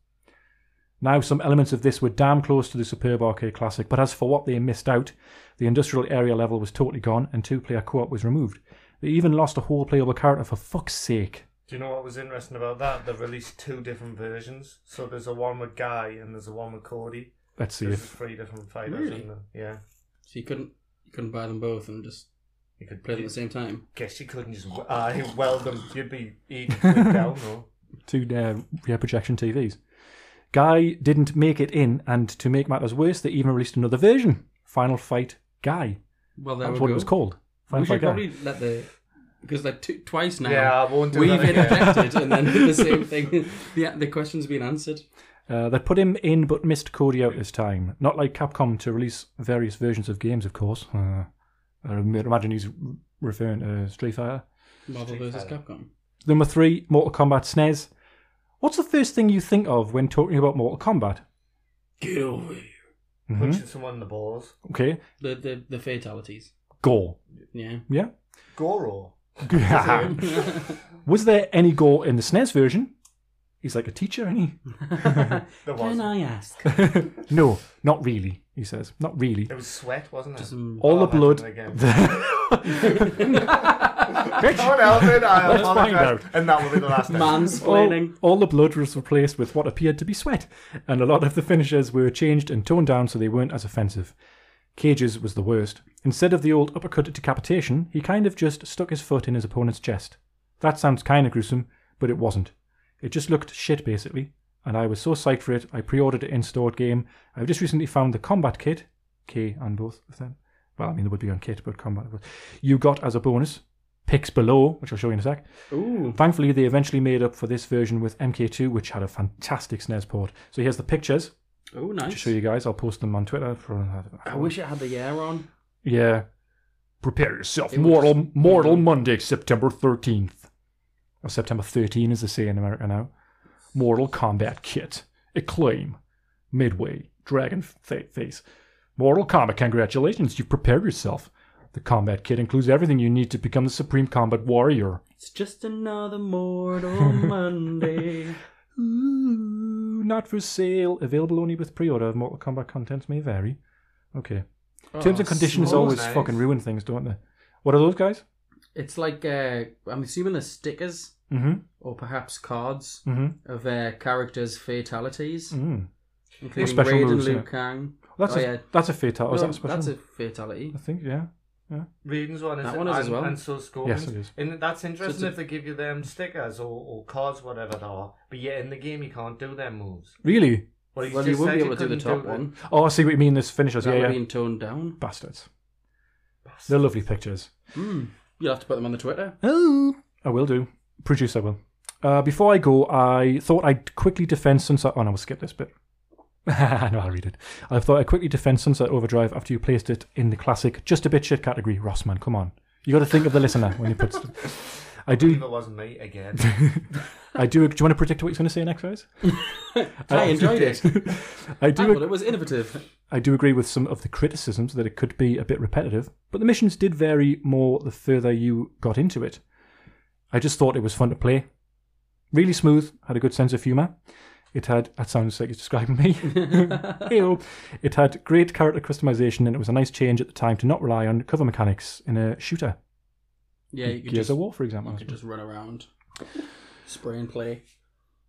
[SPEAKER 1] Now, some elements of this were damn close to the superb arcade classic, but as for what they missed out, the industrial area level was totally gone and two player co op was removed. They even lost a whole playable character for fuck's sake.
[SPEAKER 2] Do you know what was interesting about that? They released two different versions. So there's a one with Guy and there's a one with Cody.
[SPEAKER 1] Let's see
[SPEAKER 2] There's
[SPEAKER 1] if.
[SPEAKER 2] three different fighters
[SPEAKER 3] Really?
[SPEAKER 2] in them. Yeah.
[SPEAKER 3] So you couldn't you couldn't buy them both and just
[SPEAKER 2] You could
[SPEAKER 3] play them
[SPEAKER 2] you-
[SPEAKER 3] at the same time.
[SPEAKER 2] Guess you couldn't just I weld them. You'd be eating down though.
[SPEAKER 1] to their yeah, projection TVs. Guy didn't make it in, and to make matters worse, they even released another version, Final Fight Guy.
[SPEAKER 3] Well, there
[SPEAKER 1] That
[SPEAKER 3] we
[SPEAKER 1] was
[SPEAKER 3] go.
[SPEAKER 1] what it was called. Final
[SPEAKER 3] we
[SPEAKER 1] Fight
[SPEAKER 3] should
[SPEAKER 1] Guy.
[SPEAKER 3] probably let the because like two, twice now.
[SPEAKER 2] Yeah, I won't do
[SPEAKER 3] We've
[SPEAKER 2] that again.
[SPEAKER 3] interjected and then the same thing. The the question's been answered.
[SPEAKER 1] Uh, they put him in, but missed Cody out this time. Not like Capcom to release various versions of games, of course. Uh, I imagine he's referring to uh, Street Fighter.
[SPEAKER 3] Marvel
[SPEAKER 2] Street
[SPEAKER 3] versus
[SPEAKER 2] Fighter.
[SPEAKER 3] Capcom.
[SPEAKER 1] Number three, Mortal Kombat SNES. What's the first thing you think of when talking about Mortal Kombat?
[SPEAKER 3] Get over here.
[SPEAKER 1] Mhm.
[SPEAKER 2] Punching someone in the balls.
[SPEAKER 1] Okay,
[SPEAKER 3] The the the fatalities.
[SPEAKER 1] gore.
[SPEAKER 3] Yeah.
[SPEAKER 1] Yeah.
[SPEAKER 2] Goro.
[SPEAKER 1] Was there any gore in the SNES version? He's like a teacher, and he
[SPEAKER 2] There was.
[SPEAKER 3] Can I ask?
[SPEAKER 1] no, not really. He says, not really.
[SPEAKER 2] It was sweat, wasn't it?
[SPEAKER 1] All the
[SPEAKER 2] I'll
[SPEAKER 1] blood.
[SPEAKER 2] imagine again.
[SPEAKER 1] Bitch.
[SPEAKER 2] Can't help it. I
[SPEAKER 1] Let's
[SPEAKER 2] apologize.
[SPEAKER 1] find out.
[SPEAKER 2] And that will be the last time.
[SPEAKER 3] Oh.
[SPEAKER 1] All,
[SPEAKER 3] Mansplaining.
[SPEAKER 1] all the blood was replaced with what appeared to be sweat, and a lot of the finishes were changed and toned down so they weren't as offensive. Cages was the worst. Instead of the old uppercut decapitation, he kind of just stuck his foot in his opponent's chest. That sounds kind of gruesome, but it wasn't. It just looked shit, basically, and I was so psyched for it, I pre ordered it in stored game. I've just recently found the combat kit, K and both of them. Well, I mean, they would be on kit, but combat. You got as a bonus, pics below, which I'll show you in a sec.
[SPEAKER 3] Ooh.
[SPEAKER 1] Thankfully, they eventually made up for this version with MK2, which had a fantastic SNES port. So here's the pictures
[SPEAKER 3] Oh,
[SPEAKER 1] to
[SPEAKER 3] nice.
[SPEAKER 1] show you guys. I'll post them on Twitter. For,
[SPEAKER 3] I wish it had the air on.
[SPEAKER 1] Yeah. Prepare yourself.
[SPEAKER 3] It was-
[SPEAKER 1] Mortal, Mortal Monday, September 13th. Or September 13, as they say in America now. Mortal Kombat Kit. Acclaim. Midway. Dragon fa- Face. Mortal Kombat, congratulations. You've prepared yourself. The Combat Kit includes everything you need to become the Supreme Combat Warrior.
[SPEAKER 3] It's just another mortal Monday.
[SPEAKER 1] Ooh, not for sale. Available only with pre-order. Mortal Kombat contents may vary. Okay.
[SPEAKER 3] Oh,
[SPEAKER 1] Terms and conditions
[SPEAKER 2] small.
[SPEAKER 1] always
[SPEAKER 2] Nice.
[SPEAKER 1] fucking ruin things, don't they? What are those guys?
[SPEAKER 3] It's like uh, I'm assuming they're stickers
[SPEAKER 1] Mm-hmm.
[SPEAKER 3] or perhaps cards
[SPEAKER 1] Mm-hmm.
[SPEAKER 3] of uh, characters' fatalities,
[SPEAKER 1] Mm.
[SPEAKER 3] including
[SPEAKER 1] special
[SPEAKER 3] Raiden,
[SPEAKER 1] moves,
[SPEAKER 3] Liu
[SPEAKER 1] yeah.
[SPEAKER 3] Kang.
[SPEAKER 1] That's
[SPEAKER 3] Oh,
[SPEAKER 1] a
[SPEAKER 3] yeah.
[SPEAKER 1] that's a fatal. Oh, is
[SPEAKER 3] No,
[SPEAKER 1] that a special?
[SPEAKER 3] That's a fatality.
[SPEAKER 1] I think yeah.
[SPEAKER 2] Readings one is
[SPEAKER 3] That
[SPEAKER 2] it?
[SPEAKER 3] one is
[SPEAKER 2] and,
[SPEAKER 3] as well.
[SPEAKER 2] And so Scorpions.
[SPEAKER 1] Yes, it is.
[SPEAKER 2] And that's
[SPEAKER 3] So
[SPEAKER 2] interesting
[SPEAKER 3] it's a-
[SPEAKER 2] if they give you them stickers or, or cards, whatever they are. But yet in the game, you can't do them moves.
[SPEAKER 1] Really?
[SPEAKER 2] Well,
[SPEAKER 3] Well, you
[SPEAKER 2] just
[SPEAKER 3] won't be
[SPEAKER 2] said
[SPEAKER 3] able to do the
[SPEAKER 2] couldn't
[SPEAKER 3] top
[SPEAKER 2] it.
[SPEAKER 3] one.
[SPEAKER 1] Oh, I see what you mean. This
[SPEAKER 3] Is
[SPEAKER 1] finishers,
[SPEAKER 3] that
[SPEAKER 1] yeah, yeah.
[SPEAKER 3] being toned down?
[SPEAKER 1] Bastards. They're lovely pictures.
[SPEAKER 3] Hmm. You'll have to put them on the Twitter.
[SPEAKER 1] Oh, I will do. Produce, I will. Uh, before I go, I thought I'd quickly defend Sunset. Oh, no, we'll skip this bit. no, I'll read it. I thought I'd quickly defend Sunset Overdrive after you placed it in the classic just a bit shit category. Ross, man, come on. You got to think of the listener when you put. st- I
[SPEAKER 2] If
[SPEAKER 1] do.
[SPEAKER 2] it wasn't me again.
[SPEAKER 1] I do. Do you want to predict what he's going to say next, guys?
[SPEAKER 3] I enjoyed it.
[SPEAKER 1] I
[SPEAKER 3] I
[SPEAKER 1] do.
[SPEAKER 3] thought Ah, it was innovative.
[SPEAKER 1] I do agree with some of the criticisms that it could be a bit repetitive, but the missions did vary more the further you got into it. I just thought it was fun to play. Really smooth, had a good sense of humour. It had, that sounds like it's describing me. Ew. It had great character customization, and it was a nice change at the time to not rely on cover mechanics in a shooter.
[SPEAKER 3] Yeah, you could
[SPEAKER 1] Gears
[SPEAKER 3] just,
[SPEAKER 1] of War, for example.
[SPEAKER 3] you
[SPEAKER 1] I
[SPEAKER 3] could
[SPEAKER 1] suppose.
[SPEAKER 3] just run around, spray and play.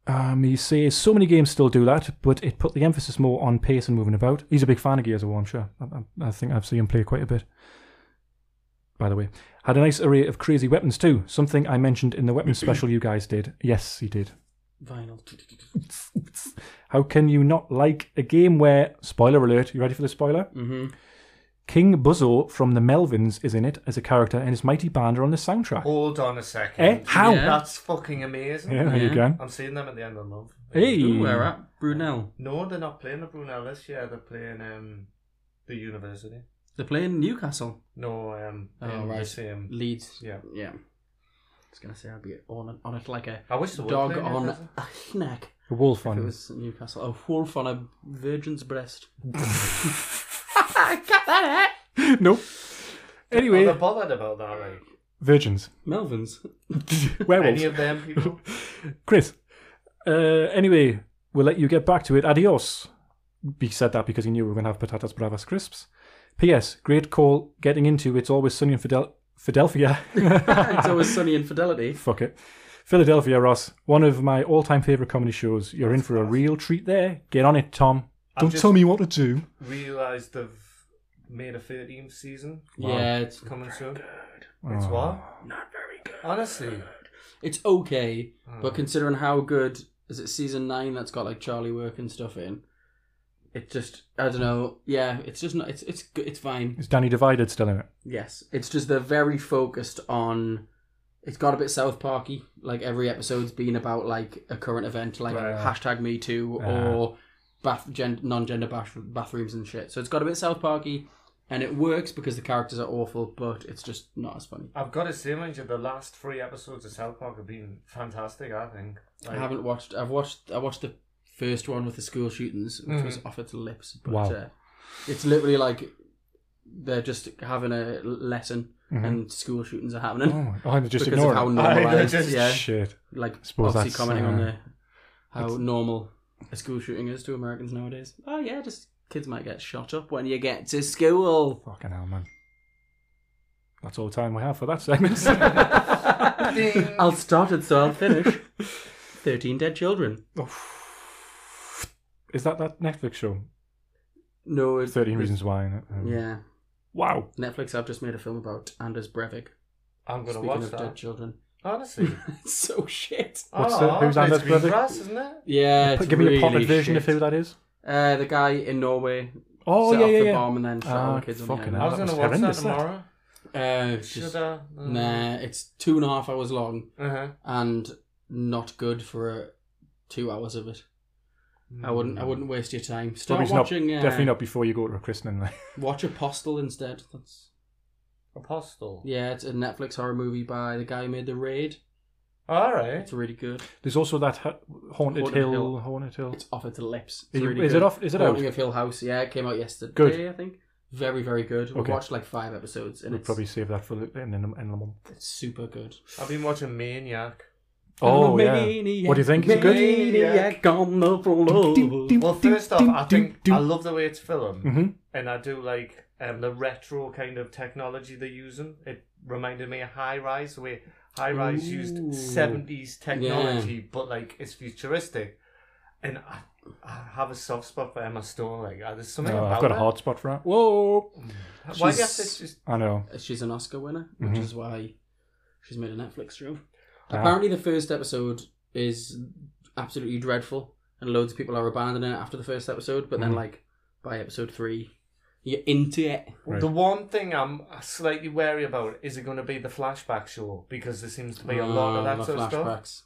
[SPEAKER 1] Um, he says so many games still do that, but it put the emphasis more on pace and moving about. He's a big fan of Gears of War, I'm sure. I, I, I think I've seen him play quite a bit. By the way, had a nice array of crazy weapons too. Something I mentioned in the weapons special you guys did. Yes, he did.
[SPEAKER 3] Vinyl.
[SPEAKER 1] How can you not like a game where spoiler alert? You ready for the spoiler?
[SPEAKER 3] Mm-hmm.
[SPEAKER 1] King Buzzo from the Melvins is in it as a character, and his mighty band are on the soundtrack.
[SPEAKER 2] Hold on a second.
[SPEAKER 1] Eh? How?
[SPEAKER 3] Yeah.
[SPEAKER 2] That's fucking amazing.
[SPEAKER 1] Yeah, there you
[SPEAKER 3] Yeah.
[SPEAKER 1] go.
[SPEAKER 2] I'm seeing them at the end of the month.
[SPEAKER 1] Hey,
[SPEAKER 3] Ooh, where
[SPEAKER 2] Mm.
[SPEAKER 3] at? Brunel.
[SPEAKER 2] No, they're not playing the Brunel this year. They're playing um, the University.
[SPEAKER 3] They're playing Newcastle.
[SPEAKER 2] No, um,
[SPEAKER 3] Oh,
[SPEAKER 2] in the
[SPEAKER 3] right.
[SPEAKER 2] same.
[SPEAKER 3] Leeds.
[SPEAKER 2] Yeah.
[SPEAKER 3] Yeah. I was gonna say I'd be on it, on it like a
[SPEAKER 2] I wish they were
[SPEAKER 3] dog
[SPEAKER 2] playing
[SPEAKER 3] on
[SPEAKER 2] Newcastle.
[SPEAKER 3] a neck.
[SPEAKER 1] a wolf
[SPEAKER 3] If it
[SPEAKER 1] on.
[SPEAKER 3] was Newcastle, a wolf on a virgin's breast. Got that out.
[SPEAKER 1] nope.
[SPEAKER 2] Are
[SPEAKER 1] Anyway,
[SPEAKER 2] they bothered about that? Like,
[SPEAKER 1] virgins,
[SPEAKER 3] Melvin's.
[SPEAKER 1] werewolves.
[SPEAKER 2] any of them people?
[SPEAKER 1] Chris. Uh, anyway, we'll let you get back to it. Adios. He said that because he knew we were going to have patatas bravas crisps. P.S. Great call. Getting into it's always sunny in Fidel- Philadelphia.
[SPEAKER 3] it's always sunny infidelity.
[SPEAKER 1] Fuck it. Philadelphia, Ross. One of my all-time favorite comedy shows. You're in for a real treat there. Get on it, Tom. Don't
[SPEAKER 2] just-
[SPEAKER 1] tell me what to do.
[SPEAKER 2] Realised they've made a 13th season
[SPEAKER 3] Yeah, it's
[SPEAKER 2] coming soon. It's what?
[SPEAKER 3] not very good.
[SPEAKER 2] Honestly,
[SPEAKER 3] It's okay, but
[SPEAKER 2] Hmm.
[SPEAKER 3] considering how good is it season nine that's got like Charlie work and stuff in, it just I don't know. Yeah, it's just not. It's it's good- it's fine.
[SPEAKER 1] Is Danny Divided still in it?
[SPEAKER 3] Yes, it's just they're very focused on. It's got a bit South Parky. Like every episode's been about like a current event, like
[SPEAKER 2] Right.
[SPEAKER 3] hashtag Me Too or bath gen- non-gender bath- bathrooms and shit. So it's got a bit South Parky, and it works because the characters are awful, but it's just not as funny.
[SPEAKER 2] I've got to say, mind you, the last three episodes of South Park have been fantastic. I think. Like,
[SPEAKER 3] I haven't watched. I've watched. I watched the first one with the school shootings, which was off its lips. But,
[SPEAKER 1] Mm-hmm. Wow.
[SPEAKER 3] Uh, it's literally like they're just having a lesson and school shootings are happening.
[SPEAKER 1] Oh, oh, and Mm-hmm. just
[SPEAKER 3] because
[SPEAKER 1] ignore
[SPEAKER 3] of how
[SPEAKER 1] it.
[SPEAKER 2] they're
[SPEAKER 3] normalized,
[SPEAKER 2] just-
[SPEAKER 3] yeah,
[SPEAKER 1] Shit.
[SPEAKER 3] like
[SPEAKER 1] Suppose
[SPEAKER 3] obviously
[SPEAKER 1] that's,
[SPEAKER 3] commenting on
[SPEAKER 1] uh,
[SPEAKER 3] the how normal a school shooting is to Americans nowadays. Oh yeah, just kids might get shot up when you get to school.
[SPEAKER 1] Fucking hell, man. That's all the time we have for that segment.
[SPEAKER 3] I'll start it, so I'll finish. Thirteen dead children.
[SPEAKER 1] Oof. Is that that Netflix show?
[SPEAKER 3] No, it's
[SPEAKER 1] 13 Reasons Why. innit? Um,
[SPEAKER 3] Yeah,
[SPEAKER 1] Wow.
[SPEAKER 3] Netflix. I've just made a film about Anders Breivik.
[SPEAKER 2] I'm gonna
[SPEAKER 3] Speaking
[SPEAKER 2] watch
[SPEAKER 3] of dead
[SPEAKER 2] that.
[SPEAKER 3] children,
[SPEAKER 2] Honestly,
[SPEAKER 3] it's so shit.
[SPEAKER 1] What's
[SPEAKER 2] oh,
[SPEAKER 1] that? Who's Anders
[SPEAKER 2] it's green
[SPEAKER 1] Breivik?
[SPEAKER 2] grass, isn't it?
[SPEAKER 3] Yeah, Uh, it's
[SPEAKER 1] Put- Give me a potted
[SPEAKER 3] really
[SPEAKER 1] version of
[SPEAKER 3] shit.
[SPEAKER 1] who that is.
[SPEAKER 3] Uh, the guy in Norway
[SPEAKER 1] Oh,
[SPEAKER 3] set
[SPEAKER 1] yeah,
[SPEAKER 3] off
[SPEAKER 1] yeah,
[SPEAKER 3] the
[SPEAKER 1] yeah.
[SPEAKER 3] bomb and then shot all
[SPEAKER 1] Ah,
[SPEAKER 3] the kids on the
[SPEAKER 1] fucking
[SPEAKER 3] island.
[SPEAKER 2] I
[SPEAKER 1] hell,
[SPEAKER 2] was
[SPEAKER 1] that
[SPEAKER 2] gonna
[SPEAKER 1] was
[SPEAKER 2] watch that
[SPEAKER 1] horrendous, that.
[SPEAKER 2] tomorrow.
[SPEAKER 3] Uh, just-
[SPEAKER 2] Should I?
[SPEAKER 3] nah, it's two and a half hours long
[SPEAKER 2] Uh-huh.
[SPEAKER 3] and not good for uh, two hours of it. I wouldn't. I wouldn't waste your time. Start
[SPEAKER 1] Hmm. Probably not-
[SPEAKER 3] watching. uh,
[SPEAKER 1] Definitely not before you go to a christening. like.
[SPEAKER 3] Watch Apostle instead. That's
[SPEAKER 2] Apostle.
[SPEAKER 3] yeah. It's a Netflix horror movie by the guy who made The Raid.
[SPEAKER 2] All right.
[SPEAKER 3] It's really good.
[SPEAKER 1] There's also that ha- Haunted,
[SPEAKER 3] Haunted
[SPEAKER 1] Hill,
[SPEAKER 3] Hill.
[SPEAKER 1] Haunted Hill.
[SPEAKER 3] It's off its lips.
[SPEAKER 1] Is
[SPEAKER 3] It's
[SPEAKER 1] it-
[SPEAKER 3] really
[SPEAKER 1] is
[SPEAKER 3] good.
[SPEAKER 1] it off- is it
[SPEAKER 3] Haunting
[SPEAKER 1] out?
[SPEAKER 3] of Hill House. Yeah, it came out yesterday.
[SPEAKER 1] Good.
[SPEAKER 3] I think. Very very good. We
[SPEAKER 1] Okay.
[SPEAKER 3] watched like five episodes and
[SPEAKER 1] We'll
[SPEAKER 3] it's,
[SPEAKER 1] probably save that for the in, in, in the month.
[SPEAKER 3] it's super good.
[SPEAKER 2] I've been watching Maniac.
[SPEAKER 1] Oh, yeah.
[SPEAKER 3] Maniac,
[SPEAKER 1] What do you think? Is it good?
[SPEAKER 3] maniac on the floor.
[SPEAKER 1] Ding,
[SPEAKER 2] Well,
[SPEAKER 1] ding,
[SPEAKER 2] first off,
[SPEAKER 1] ding,
[SPEAKER 2] I
[SPEAKER 1] ding,
[SPEAKER 2] think
[SPEAKER 1] ding.
[SPEAKER 2] I love the way it's filmed,
[SPEAKER 1] Mhm.
[SPEAKER 2] and I do like um, the retro kind of technology they're using. It reminded me of High Rise, the way High Rise
[SPEAKER 3] Ooh.
[SPEAKER 2] used seventies technology, but like it's futuristic. And I, I have a soft spot for Emma Stone. Like, uh, there's something
[SPEAKER 1] No,
[SPEAKER 2] about
[SPEAKER 1] Oh, I've got a
[SPEAKER 2] her.
[SPEAKER 1] hard spot for that.
[SPEAKER 3] Whoa!
[SPEAKER 2] Why do you have to
[SPEAKER 3] She's-
[SPEAKER 2] just?
[SPEAKER 1] I know.
[SPEAKER 3] She's an Oscar winner, which
[SPEAKER 1] Mhm.
[SPEAKER 3] is why she's made a Netflix show.
[SPEAKER 1] Ah.
[SPEAKER 3] Apparently, the first episode is absolutely dreadful, and loads of people are abandoning it after the first episode. But then,
[SPEAKER 1] Mhm.
[SPEAKER 3] like by episode three, you're into it.
[SPEAKER 1] Right.
[SPEAKER 2] The one thing I'm slightly wary about is it going to be the flashback show because there seems to be a lot
[SPEAKER 3] Oh,
[SPEAKER 2] of
[SPEAKER 3] the
[SPEAKER 2] that sort of stuff.
[SPEAKER 3] flashbacks.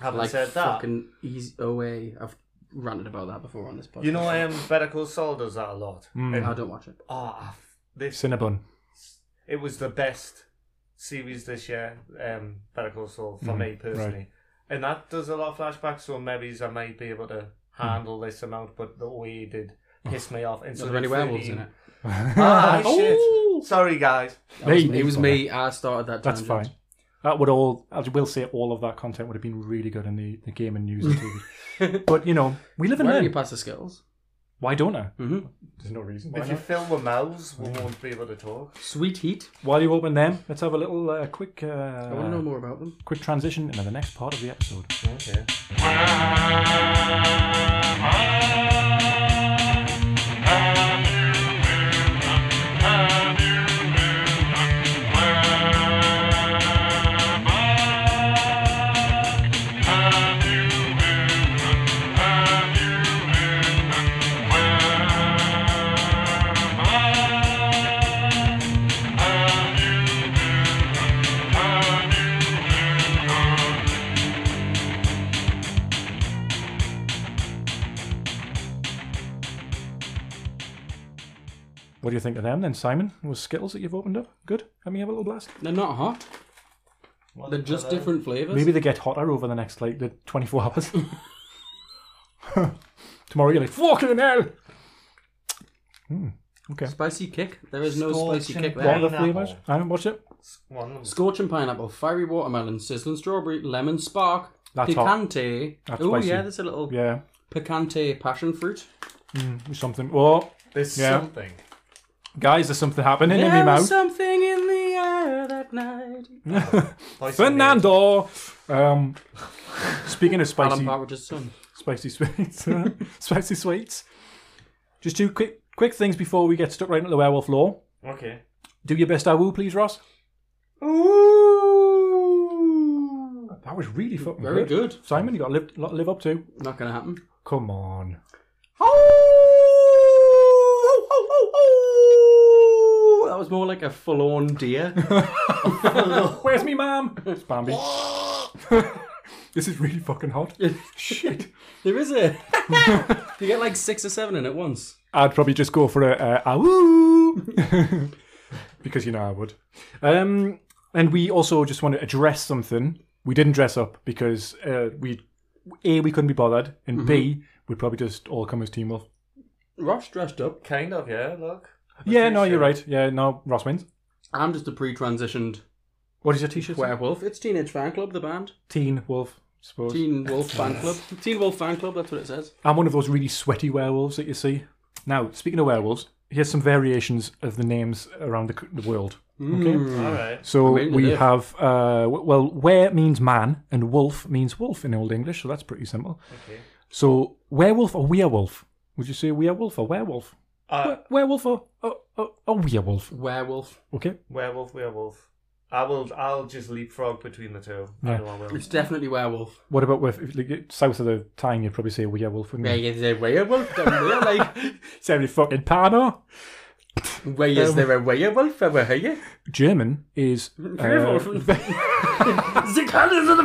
[SPEAKER 2] Having
[SPEAKER 3] Like
[SPEAKER 2] said that,
[SPEAKER 3] fucking easy away. I've ranted about that before on this podcast.
[SPEAKER 2] you know, um, Better Call Saul does that a lot.
[SPEAKER 1] Mm.
[SPEAKER 2] And
[SPEAKER 3] I don't watch it.
[SPEAKER 2] Oh, I f- this
[SPEAKER 1] Cinnabon.
[SPEAKER 2] it was the best series this year, um, Better Call Saul for
[SPEAKER 1] Mhm,
[SPEAKER 2] me personally, and that does a lot of flashbacks. So maybe I might be able to handle this amount, but the way he did pissed me off. And
[SPEAKER 3] Are there any werewolves in it?
[SPEAKER 2] Ah,
[SPEAKER 3] Oh!
[SPEAKER 2] shit! Sorry, guys.
[SPEAKER 3] That was
[SPEAKER 1] Me,
[SPEAKER 3] me- it was
[SPEAKER 1] fuck
[SPEAKER 3] me. I started that.
[SPEAKER 1] That's
[SPEAKER 3] tangent.
[SPEAKER 1] fine. That would all, I will say, all of that content would have been really good in the, the game and news and TV. but, you know, we live and
[SPEAKER 3] Where are you
[SPEAKER 1] learn.
[SPEAKER 3] past the skills?
[SPEAKER 1] Why don't I?
[SPEAKER 3] Mm-hmm.
[SPEAKER 1] There's no reason.
[SPEAKER 2] if you fill the mouths, we won't be able to talk.
[SPEAKER 3] Sweet heat.
[SPEAKER 1] While you open them, let's have a little uh, quick
[SPEAKER 3] I want to know
[SPEAKER 1] uh,
[SPEAKER 3] more about them.
[SPEAKER 1] quick transition into the next part of the episode.
[SPEAKER 2] Okay.
[SPEAKER 1] What do you think of them then, Simon? Those Skittles that you've opened up? Good? Let me have a little blast.
[SPEAKER 3] They're not hot. They're just different flavors.
[SPEAKER 1] Maybe they get hotter over the next, like, the 24 hours. Tomorrow you're like, fucking hell!
[SPEAKER 3] Spicy kick. There is no
[SPEAKER 2] Scorching
[SPEAKER 3] spicy kick
[SPEAKER 1] What
[SPEAKER 3] there.
[SPEAKER 1] are the
[SPEAKER 2] Pineapple.
[SPEAKER 1] flavours? I haven't watched it.
[SPEAKER 2] One of them.
[SPEAKER 3] Scorching pineapple, fiery watermelon, sizzling strawberry, lemon spark,
[SPEAKER 1] That's hot.
[SPEAKER 3] picante.
[SPEAKER 1] That's
[SPEAKER 3] Oh
[SPEAKER 1] spicy.
[SPEAKER 3] yeah, there's a little
[SPEAKER 1] Yeah.
[SPEAKER 3] picante passion fruit.
[SPEAKER 1] Something. Oh,
[SPEAKER 2] There's
[SPEAKER 1] Yeah.
[SPEAKER 2] something.
[SPEAKER 1] guys, there's something happening in my
[SPEAKER 3] There was
[SPEAKER 1] mouth.
[SPEAKER 3] something in the air that night.
[SPEAKER 2] Voice of the
[SPEAKER 1] Fernando. Um, speaking of
[SPEAKER 3] Alan
[SPEAKER 1] spicy,
[SPEAKER 3] Partridge's son.
[SPEAKER 1] spicy sweets, uh, spicy sweets. Just two quick, quick things before we get stuck right into the werewolf lore.
[SPEAKER 2] age. Okay.
[SPEAKER 1] Do your best, Awu, please, Ross.
[SPEAKER 2] Ooh.
[SPEAKER 1] That was really fucking
[SPEAKER 3] Very
[SPEAKER 1] good.
[SPEAKER 3] good.
[SPEAKER 1] Simon, you got a live- lot to live up to.
[SPEAKER 3] Not gonna happen.
[SPEAKER 1] Come on.
[SPEAKER 3] That was more like a full-on deer.
[SPEAKER 1] Where's me, ma'am? It's Bambi. this is really fucking hot. Shit.
[SPEAKER 3] there is a. you get like six or seven in at once.
[SPEAKER 1] I'd probably just go for a, a, a woo because you know I would. Um, and we also just want to address something. We didn't dress up because uh, we a we couldn't be bothered, Mm-hmm. and b we'd probably just all come as Team Wolf.
[SPEAKER 3] Ross dressed up.
[SPEAKER 2] Kind of, yeah. Look.
[SPEAKER 1] yeah,
[SPEAKER 2] pretty
[SPEAKER 1] no, you're
[SPEAKER 2] sure.
[SPEAKER 1] right. Yeah, no, Ross wins.
[SPEAKER 3] I'm just a pre-transitioned
[SPEAKER 1] What is your t-shirt? say?
[SPEAKER 3] werewolf. It's Teenage Fan Club, the band.
[SPEAKER 1] Teen Wolf, I suppose.
[SPEAKER 3] Teen Wolf Fan Club. Teen Wolf Fan Club. That's what it says.
[SPEAKER 1] I'm one of those really sweaty werewolves that you see. Now, speaking of werewolves, here's some variations of the names around the, c- the world. Hmm.
[SPEAKER 2] All right.
[SPEAKER 1] So
[SPEAKER 3] I'm into
[SPEAKER 1] we
[SPEAKER 3] this.
[SPEAKER 1] have, uh, w- well, were means man and wolf means wolf in Old English, so that's pretty simple.
[SPEAKER 2] Okay.
[SPEAKER 1] So werewolf or werewolf? Would you say werewolf or werewolf?
[SPEAKER 2] Uh,
[SPEAKER 1] Were- werewolf or, or, or, or werewolf?
[SPEAKER 3] Werewolf.
[SPEAKER 1] Okay.
[SPEAKER 2] werewolf, werewolf. I will. I'll just leapfrog between the two. I
[SPEAKER 1] Yeah.
[SPEAKER 2] know I will.
[SPEAKER 3] It's definitely werewolf.
[SPEAKER 1] What about with, if, like, south of the Tyne? You'd probably say werewolf, wouldn't
[SPEAKER 3] Where
[SPEAKER 1] you?
[SPEAKER 3] is a werewolf? down there? Like,
[SPEAKER 1] It's every fucking pano.
[SPEAKER 3] where is there a werewolf over here? Um,
[SPEAKER 1] German is
[SPEAKER 3] Werewolf.
[SPEAKER 1] uh,
[SPEAKER 3] the colours of the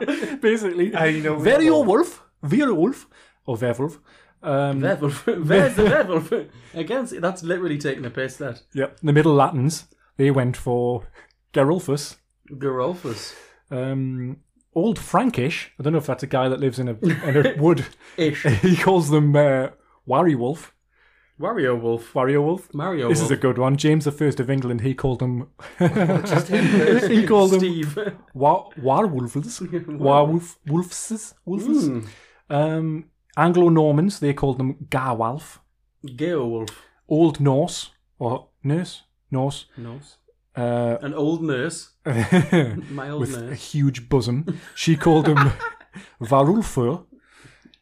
[SPEAKER 3] werewolf.
[SPEAKER 1] basically
[SPEAKER 2] I know
[SPEAKER 1] werewolf, werewolf, or werewolf. Um,
[SPEAKER 3] werewolf. Where's the werewolf? Again, see, that's literally taking a piss. That
[SPEAKER 1] Yep. The Middle Latins, they went for Gerulfus.
[SPEAKER 3] Gerolfus.
[SPEAKER 1] Um, Old Frankish, I don't know if that's a guy that lives in a, in a wood.
[SPEAKER 3] Ish.
[SPEAKER 1] he calls them uh, Wary Wolf,
[SPEAKER 3] Wario Wolf.
[SPEAKER 1] Wario Wolf.
[SPEAKER 3] Mario
[SPEAKER 1] This
[SPEAKER 3] Wolf.
[SPEAKER 1] is a good one. James I of England, he called them. he
[SPEAKER 3] Steve.
[SPEAKER 1] called them
[SPEAKER 3] Steve.
[SPEAKER 1] wa- Warwolfs. Warwolf, wolfses, wolfses.
[SPEAKER 3] Mm.
[SPEAKER 1] Um, Anglo Normans, they called them Garwalf.
[SPEAKER 3] Gale Wolf.
[SPEAKER 1] Old Norse, or Nurse, Norse,
[SPEAKER 3] Nurse.
[SPEAKER 1] uh,
[SPEAKER 3] An old nurse. My old
[SPEAKER 1] with a
[SPEAKER 3] nurse.
[SPEAKER 1] huge bosom. She called him Varulfur.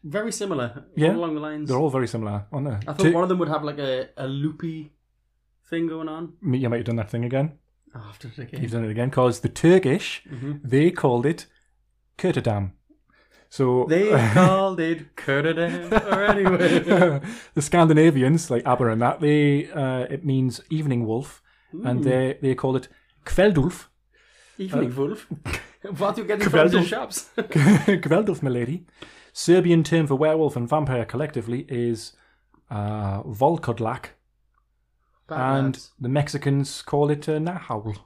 [SPEAKER 3] Very similar.
[SPEAKER 1] Yeah.
[SPEAKER 3] All along the lines.
[SPEAKER 1] They're all very similar, aren't they?
[SPEAKER 3] I thought
[SPEAKER 1] Ti-
[SPEAKER 3] one of them would have like a, a loopy thing going on.
[SPEAKER 1] Me- you might have done that thing again.
[SPEAKER 3] Oh, I've done it again.
[SPEAKER 1] You've done it again. Because the Turkish,
[SPEAKER 3] Mm-hmm.
[SPEAKER 1] they called it Kurtadam. So
[SPEAKER 3] They called it Curtain or anyway.
[SPEAKER 1] the Scandinavians, like Aber and that, they uh, it means evening wolf, and they they call it Kveldulf.
[SPEAKER 3] Evening Wolf. What are you getting from
[SPEAKER 1] Geweldig.
[SPEAKER 3] the shops?
[SPEAKER 1] Kveldulf, milady. Serbian term for werewolf and vampire collectively is uh, Volkodlak. and
[SPEAKER 3] Badlands.
[SPEAKER 1] the Mexicans call it uh, Nahaul.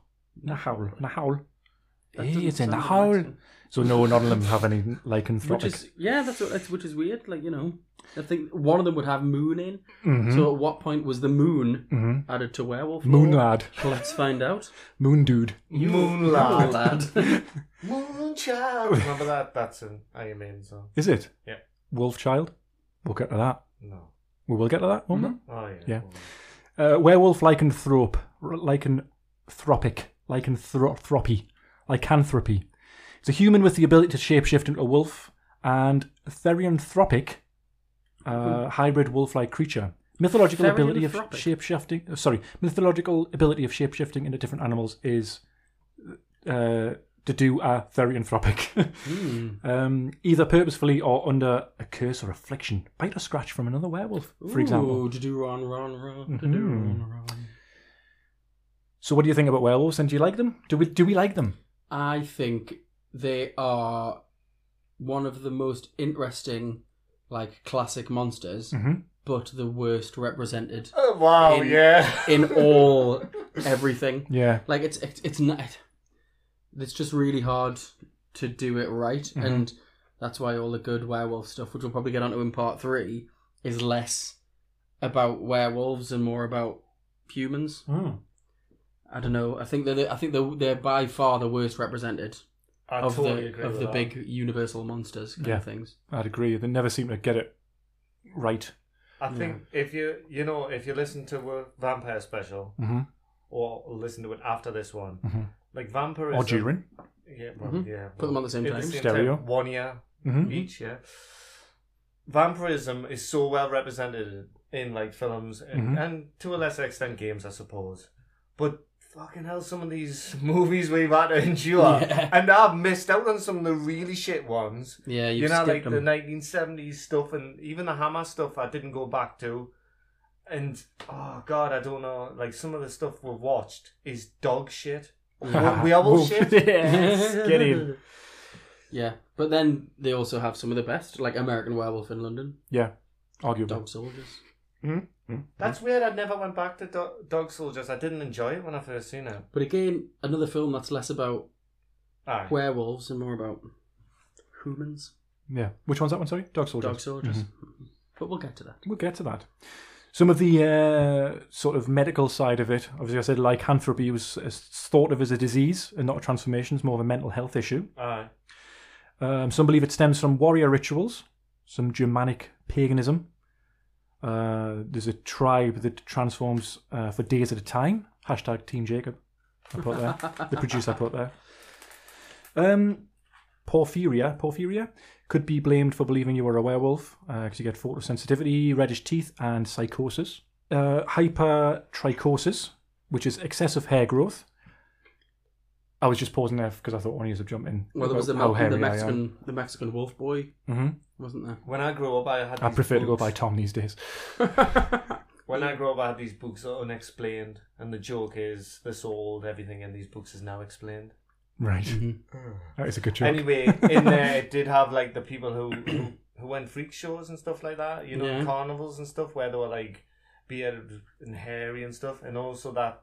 [SPEAKER 1] Nahaul. Nahaul.
[SPEAKER 3] That
[SPEAKER 1] Hey,
[SPEAKER 3] doesn't
[SPEAKER 1] it's a
[SPEAKER 3] sound like
[SPEAKER 1] Nahaul.
[SPEAKER 3] Mexican.
[SPEAKER 1] So no, none of them have any lycanthropic.
[SPEAKER 3] Which is yeah, that's, what, that's which is weird. Like you know, I think one of them would have moon in. So at what point was the moon added to werewolf? lore?
[SPEAKER 1] Mm-hmm. Hmm. Moon lad.
[SPEAKER 3] Let's find out.
[SPEAKER 1] Moon dude.
[SPEAKER 3] Oh,
[SPEAKER 2] Moonlight.
[SPEAKER 3] lad.
[SPEAKER 2] Moonchild. Remember that? That's an Iron Man song.
[SPEAKER 1] Is it?
[SPEAKER 2] Yeah.
[SPEAKER 1] Wolf child. We'll get to that.
[SPEAKER 2] No.
[SPEAKER 1] We will get to that, won't
[SPEAKER 2] Oh yeah.
[SPEAKER 1] Yeah.
[SPEAKER 2] well,
[SPEAKER 1] we? Uh, werewolf lycanthrope. R- lycanthropic. Lycanthropy. Lycanthropy. It's a human with the ability to shapeshift into a wolf and therianthropic, uh, hybrid wolf-like creature. Mythological ability of
[SPEAKER 3] Therianthropic?
[SPEAKER 1] shapeshifting. oh, Sorry, mythological ability of shapeshifting into different animals is uh, to do a therianthropic,
[SPEAKER 3] Hmm.
[SPEAKER 1] um, either purposefully or under a curse or affliction, bite or scratch from another werewolf, for example. Mm-hmm.
[SPEAKER 3] Ooh, to do run, run, run, to do run, run.
[SPEAKER 1] So, what do you think about werewolves? And do you like them? Do we do we like them?
[SPEAKER 3] I think they are one of the most interesting, like classic monsters,
[SPEAKER 1] Mm-hmm.
[SPEAKER 3] but the worst represented
[SPEAKER 2] Oh, wow.
[SPEAKER 3] In-
[SPEAKER 2] yeah.
[SPEAKER 3] in all everything.
[SPEAKER 1] Yeah.
[SPEAKER 3] Like it's it's it's not. It's just really hard to do it right,
[SPEAKER 2] Mm-hmm.
[SPEAKER 3] and that's why all the good werewolf stuff, which we'll probably get onto in part three, is less about werewolves and more about humans.
[SPEAKER 1] Hmm.
[SPEAKER 3] I don't know. I think they're I think they're, they're by far the worst represented
[SPEAKER 2] I
[SPEAKER 3] of
[SPEAKER 2] totally
[SPEAKER 3] the
[SPEAKER 2] agree
[SPEAKER 3] of
[SPEAKER 2] with
[SPEAKER 3] the
[SPEAKER 2] that.
[SPEAKER 3] big universal monsters kind
[SPEAKER 1] Yeah.
[SPEAKER 3] of things.
[SPEAKER 1] I'd agree. They never seem to get it right.
[SPEAKER 2] I think if you you know if you listen to a vampire special
[SPEAKER 1] Mhm.
[SPEAKER 2] or listen to it after this one,
[SPEAKER 1] Mhm.
[SPEAKER 2] like vampires
[SPEAKER 1] Or during.
[SPEAKER 2] yeah, well,
[SPEAKER 3] Mhm.
[SPEAKER 2] yeah,
[SPEAKER 3] Put them on the same
[SPEAKER 2] at
[SPEAKER 3] time.
[SPEAKER 1] Stereo.
[SPEAKER 2] one year
[SPEAKER 3] Hmm?
[SPEAKER 1] Mhm.
[SPEAKER 2] each, yeah. Vampirism is so well represented in like films and,
[SPEAKER 3] Mm-hmm.
[SPEAKER 2] and to a lesser extent games, I suppose, but. Fucking hell! Some of these movies we've had to endure,
[SPEAKER 3] Yeah.
[SPEAKER 2] and I've missed out on some of the really shit ones
[SPEAKER 3] Yeah, you've
[SPEAKER 2] you know, like
[SPEAKER 3] skipped
[SPEAKER 2] the
[SPEAKER 3] them.
[SPEAKER 2] nineteen seventies stuff and even the Hammer stuff. I didn't go back to, and oh god, I don't know. Like some of the stuff we've watched is dog shit. Well, we are all
[SPEAKER 1] Wolf.
[SPEAKER 2] shit.
[SPEAKER 1] yes. Get in.
[SPEAKER 3] yeah, but then they also have some of the best, like American Werewolf in London,
[SPEAKER 1] Yeah. Arguably.
[SPEAKER 3] Dog Soldiers.
[SPEAKER 2] That's weird. I never went back to do- Dog Soldiers. I didn't enjoy it when I first seen it.
[SPEAKER 3] But again, another film that's less about
[SPEAKER 2] Aye.
[SPEAKER 3] werewolves and more about humans,
[SPEAKER 1] Yeah. Which one's that one? Sorry, Dog Soldier. Mm-hmm.
[SPEAKER 3] dog soldiers. But we'll get to that.
[SPEAKER 1] We'll get to that. Some of the uh, sort of medical side of it, obviously, I said lycanthropy was is thought of as a disease and not a transformation. It's more of a mental health issue.
[SPEAKER 2] Aye.
[SPEAKER 1] Um, some believe it stems from warrior rituals, some Germanic paganism. Uh, there's a tribe that transforms uh, for days at a time. Hashtag Team Jacob. I put there. the producer put there. Um, porphyria. Porphyria could be blamed for believing you were a werewolf because you get photosensitivity, reddish teeth, and psychosis. Uh, hypertrichosis, which is excessive hair growth. I was just pausing there because I thought one of you would jump in.
[SPEAKER 3] Well, there was the,
[SPEAKER 1] about how hairy I
[SPEAKER 3] the
[SPEAKER 1] am.
[SPEAKER 3] Mexican, the Mexican wolf boy,
[SPEAKER 1] Mhm.
[SPEAKER 3] wasn't there?
[SPEAKER 2] When I grew up, I had.
[SPEAKER 1] I
[SPEAKER 2] these
[SPEAKER 1] prefer to go
[SPEAKER 2] bugs-
[SPEAKER 1] by Tom these days.
[SPEAKER 2] When I grew up, I had these books that are unexplained, and the joke is this old everything in these books is now explained.
[SPEAKER 1] Right.
[SPEAKER 3] Mm-hmm.
[SPEAKER 1] That is a good joke.
[SPEAKER 2] Anyway, in there it did have like the people who who, who went freak shows and stuff like that. You know,
[SPEAKER 3] Yeah.
[SPEAKER 2] carnivals and stuff where they were like bearded and hairy and stuff, and also that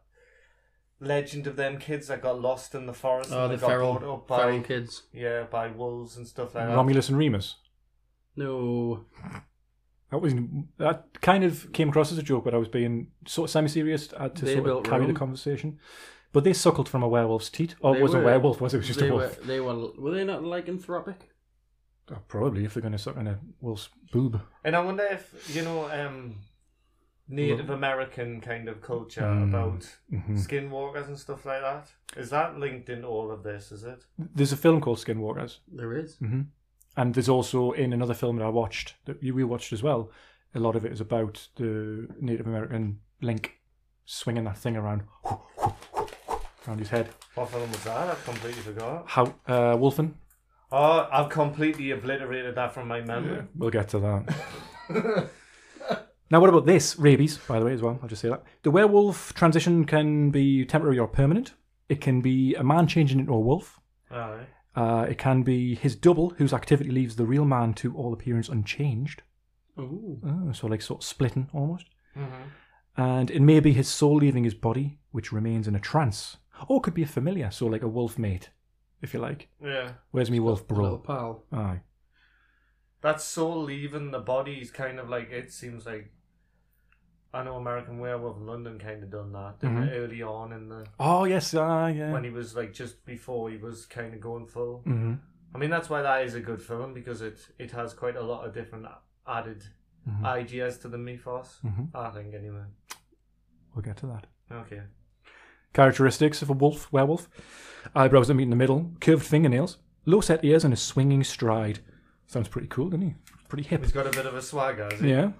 [SPEAKER 2] legend of them kids that got lost in the forest
[SPEAKER 3] Oh,
[SPEAKER 2] and
[SPEAKER 3] the
[SPEAKER 2] they got brought
[SPEAKER 3] feral,
[SPEAKER 2] up by
[SPEAKER 3] feral kids.
[SPEAKER 2] yeah by wolves and stuff
[SPEAKER 3] uh,
[SPEAKER 2] like that.
[SPEAKER 1] Romulus and Remus.
[SPEAKER 3] No,
[SPEAKER 1] That was that kind of came across as a joke, but I was being sort of semi-serious uh, to
[SPEAKER 3] They
[SPEAKER 1] sort of
[SPEAKER 3] built
[SPEAKER 1] carry the
[SPEAKER 3] Rome.
[SPEAKER 1] conversation. But they suckled from a werewolf's teat, or Oh, it
[SPEAKER 3] They
[SPEAKER 1] wasn't a
[SPEAKER 3] were-
[SPEAKER 1] werewolf, was it? It was just
[SPEAKER 3] they
[SPEAKER 1] a
[SPEAKER 3] were
[SPEAKER 1] wolf.
[SPEAKER 3] they were were they not lycanthropic?
[SPEAKER 1] Oh, probably, if they're going to suck on a wolf's boob.
[SPEAKER 2] And I wonder if you know um, Native American kind of culture
[SPEAKER 1] Mm.
[SPEAKER 2] about
[SPEAKER 1] Mhm.
[SPEAKER 2] skinwalkers and stuff like that. Is that linked in all of this? Is it?
[SPEAKER 1] There's a film called Skinwalkers,
[SPEAKER 3] There is.
[SPEAKER 1] and there's also in another film that I watched that you we watched as well. A lot of it is about the Native American link swinging that thing around, around his head.
[SPEAKER 2] What film was that? I completely forgot.
[SPEAKER 1] How uh, Wolfen?
[SPEAKER 2] Oh, I've completely obliterated that from my memory.
[SPEAKER 1] We'll get to that. now, what about this? Rabies, by the way, as well. I'll just say that. The werewolf transition can be temporary or permanent. It can be a man changing into a wolf.
[SPEAKER 2] Aye.
[SPEAKER 1] Uh, it can be his double, whose activity leaves the real man to all appearance unchanged.
[SPEAKER 3] Ooh.
[SPEAKER 1] Oh, so, like, sort of splitting almost.
[SPEAKER 2] Mhm.
[SPEAKER 1] And it may be his soul leaving his body, which remains in a trance. Or it could be a familiar, so like a wolf mate, if you like.
[SPEAKER 2] Yeah.
[SPEAKER 1] Where's me wolf
[SPEAKER 3] Little
[SPEAKER 1] bro?
[SPEAKER 3] pal.
[SPEAKER 1] Aye.
[SPEAKER 2] That soul leaving the body is kind of like it seems like. I know American Werewolf in London kind of done that didn't it, early on in the
[SPEAKER 1] Oh, yes, ah, Mm-hmm. yeah.
[SPEAKER 2] when he was like just before he was kind of going full.
[SPEAKER 1] hmm
[SPEAKER 2] I mean, that's why that is a good film because it it has quite a lot of different added
[SPEAKER 1] Mm-hmm.
[SPEAKER 2] ideas to the mythos.
[SPEAKER 1] Mhm.
[SPEAKER 2] I think anyway.
[SPEAKER 1] We'll get to that.
[SPEAKER 2] Okay.
[SPEAKER 1] Characteristics of a wolf, werewolf. Eyebrows that meet in the middle, curved fingernails, low set ears, and a swinging stride. Sounds pretty cool, doesn't he? Pretty hip.
[SPEAKER 2] He's got a bit of a swagger. Has he?
[SPEAKER 1] Yeah.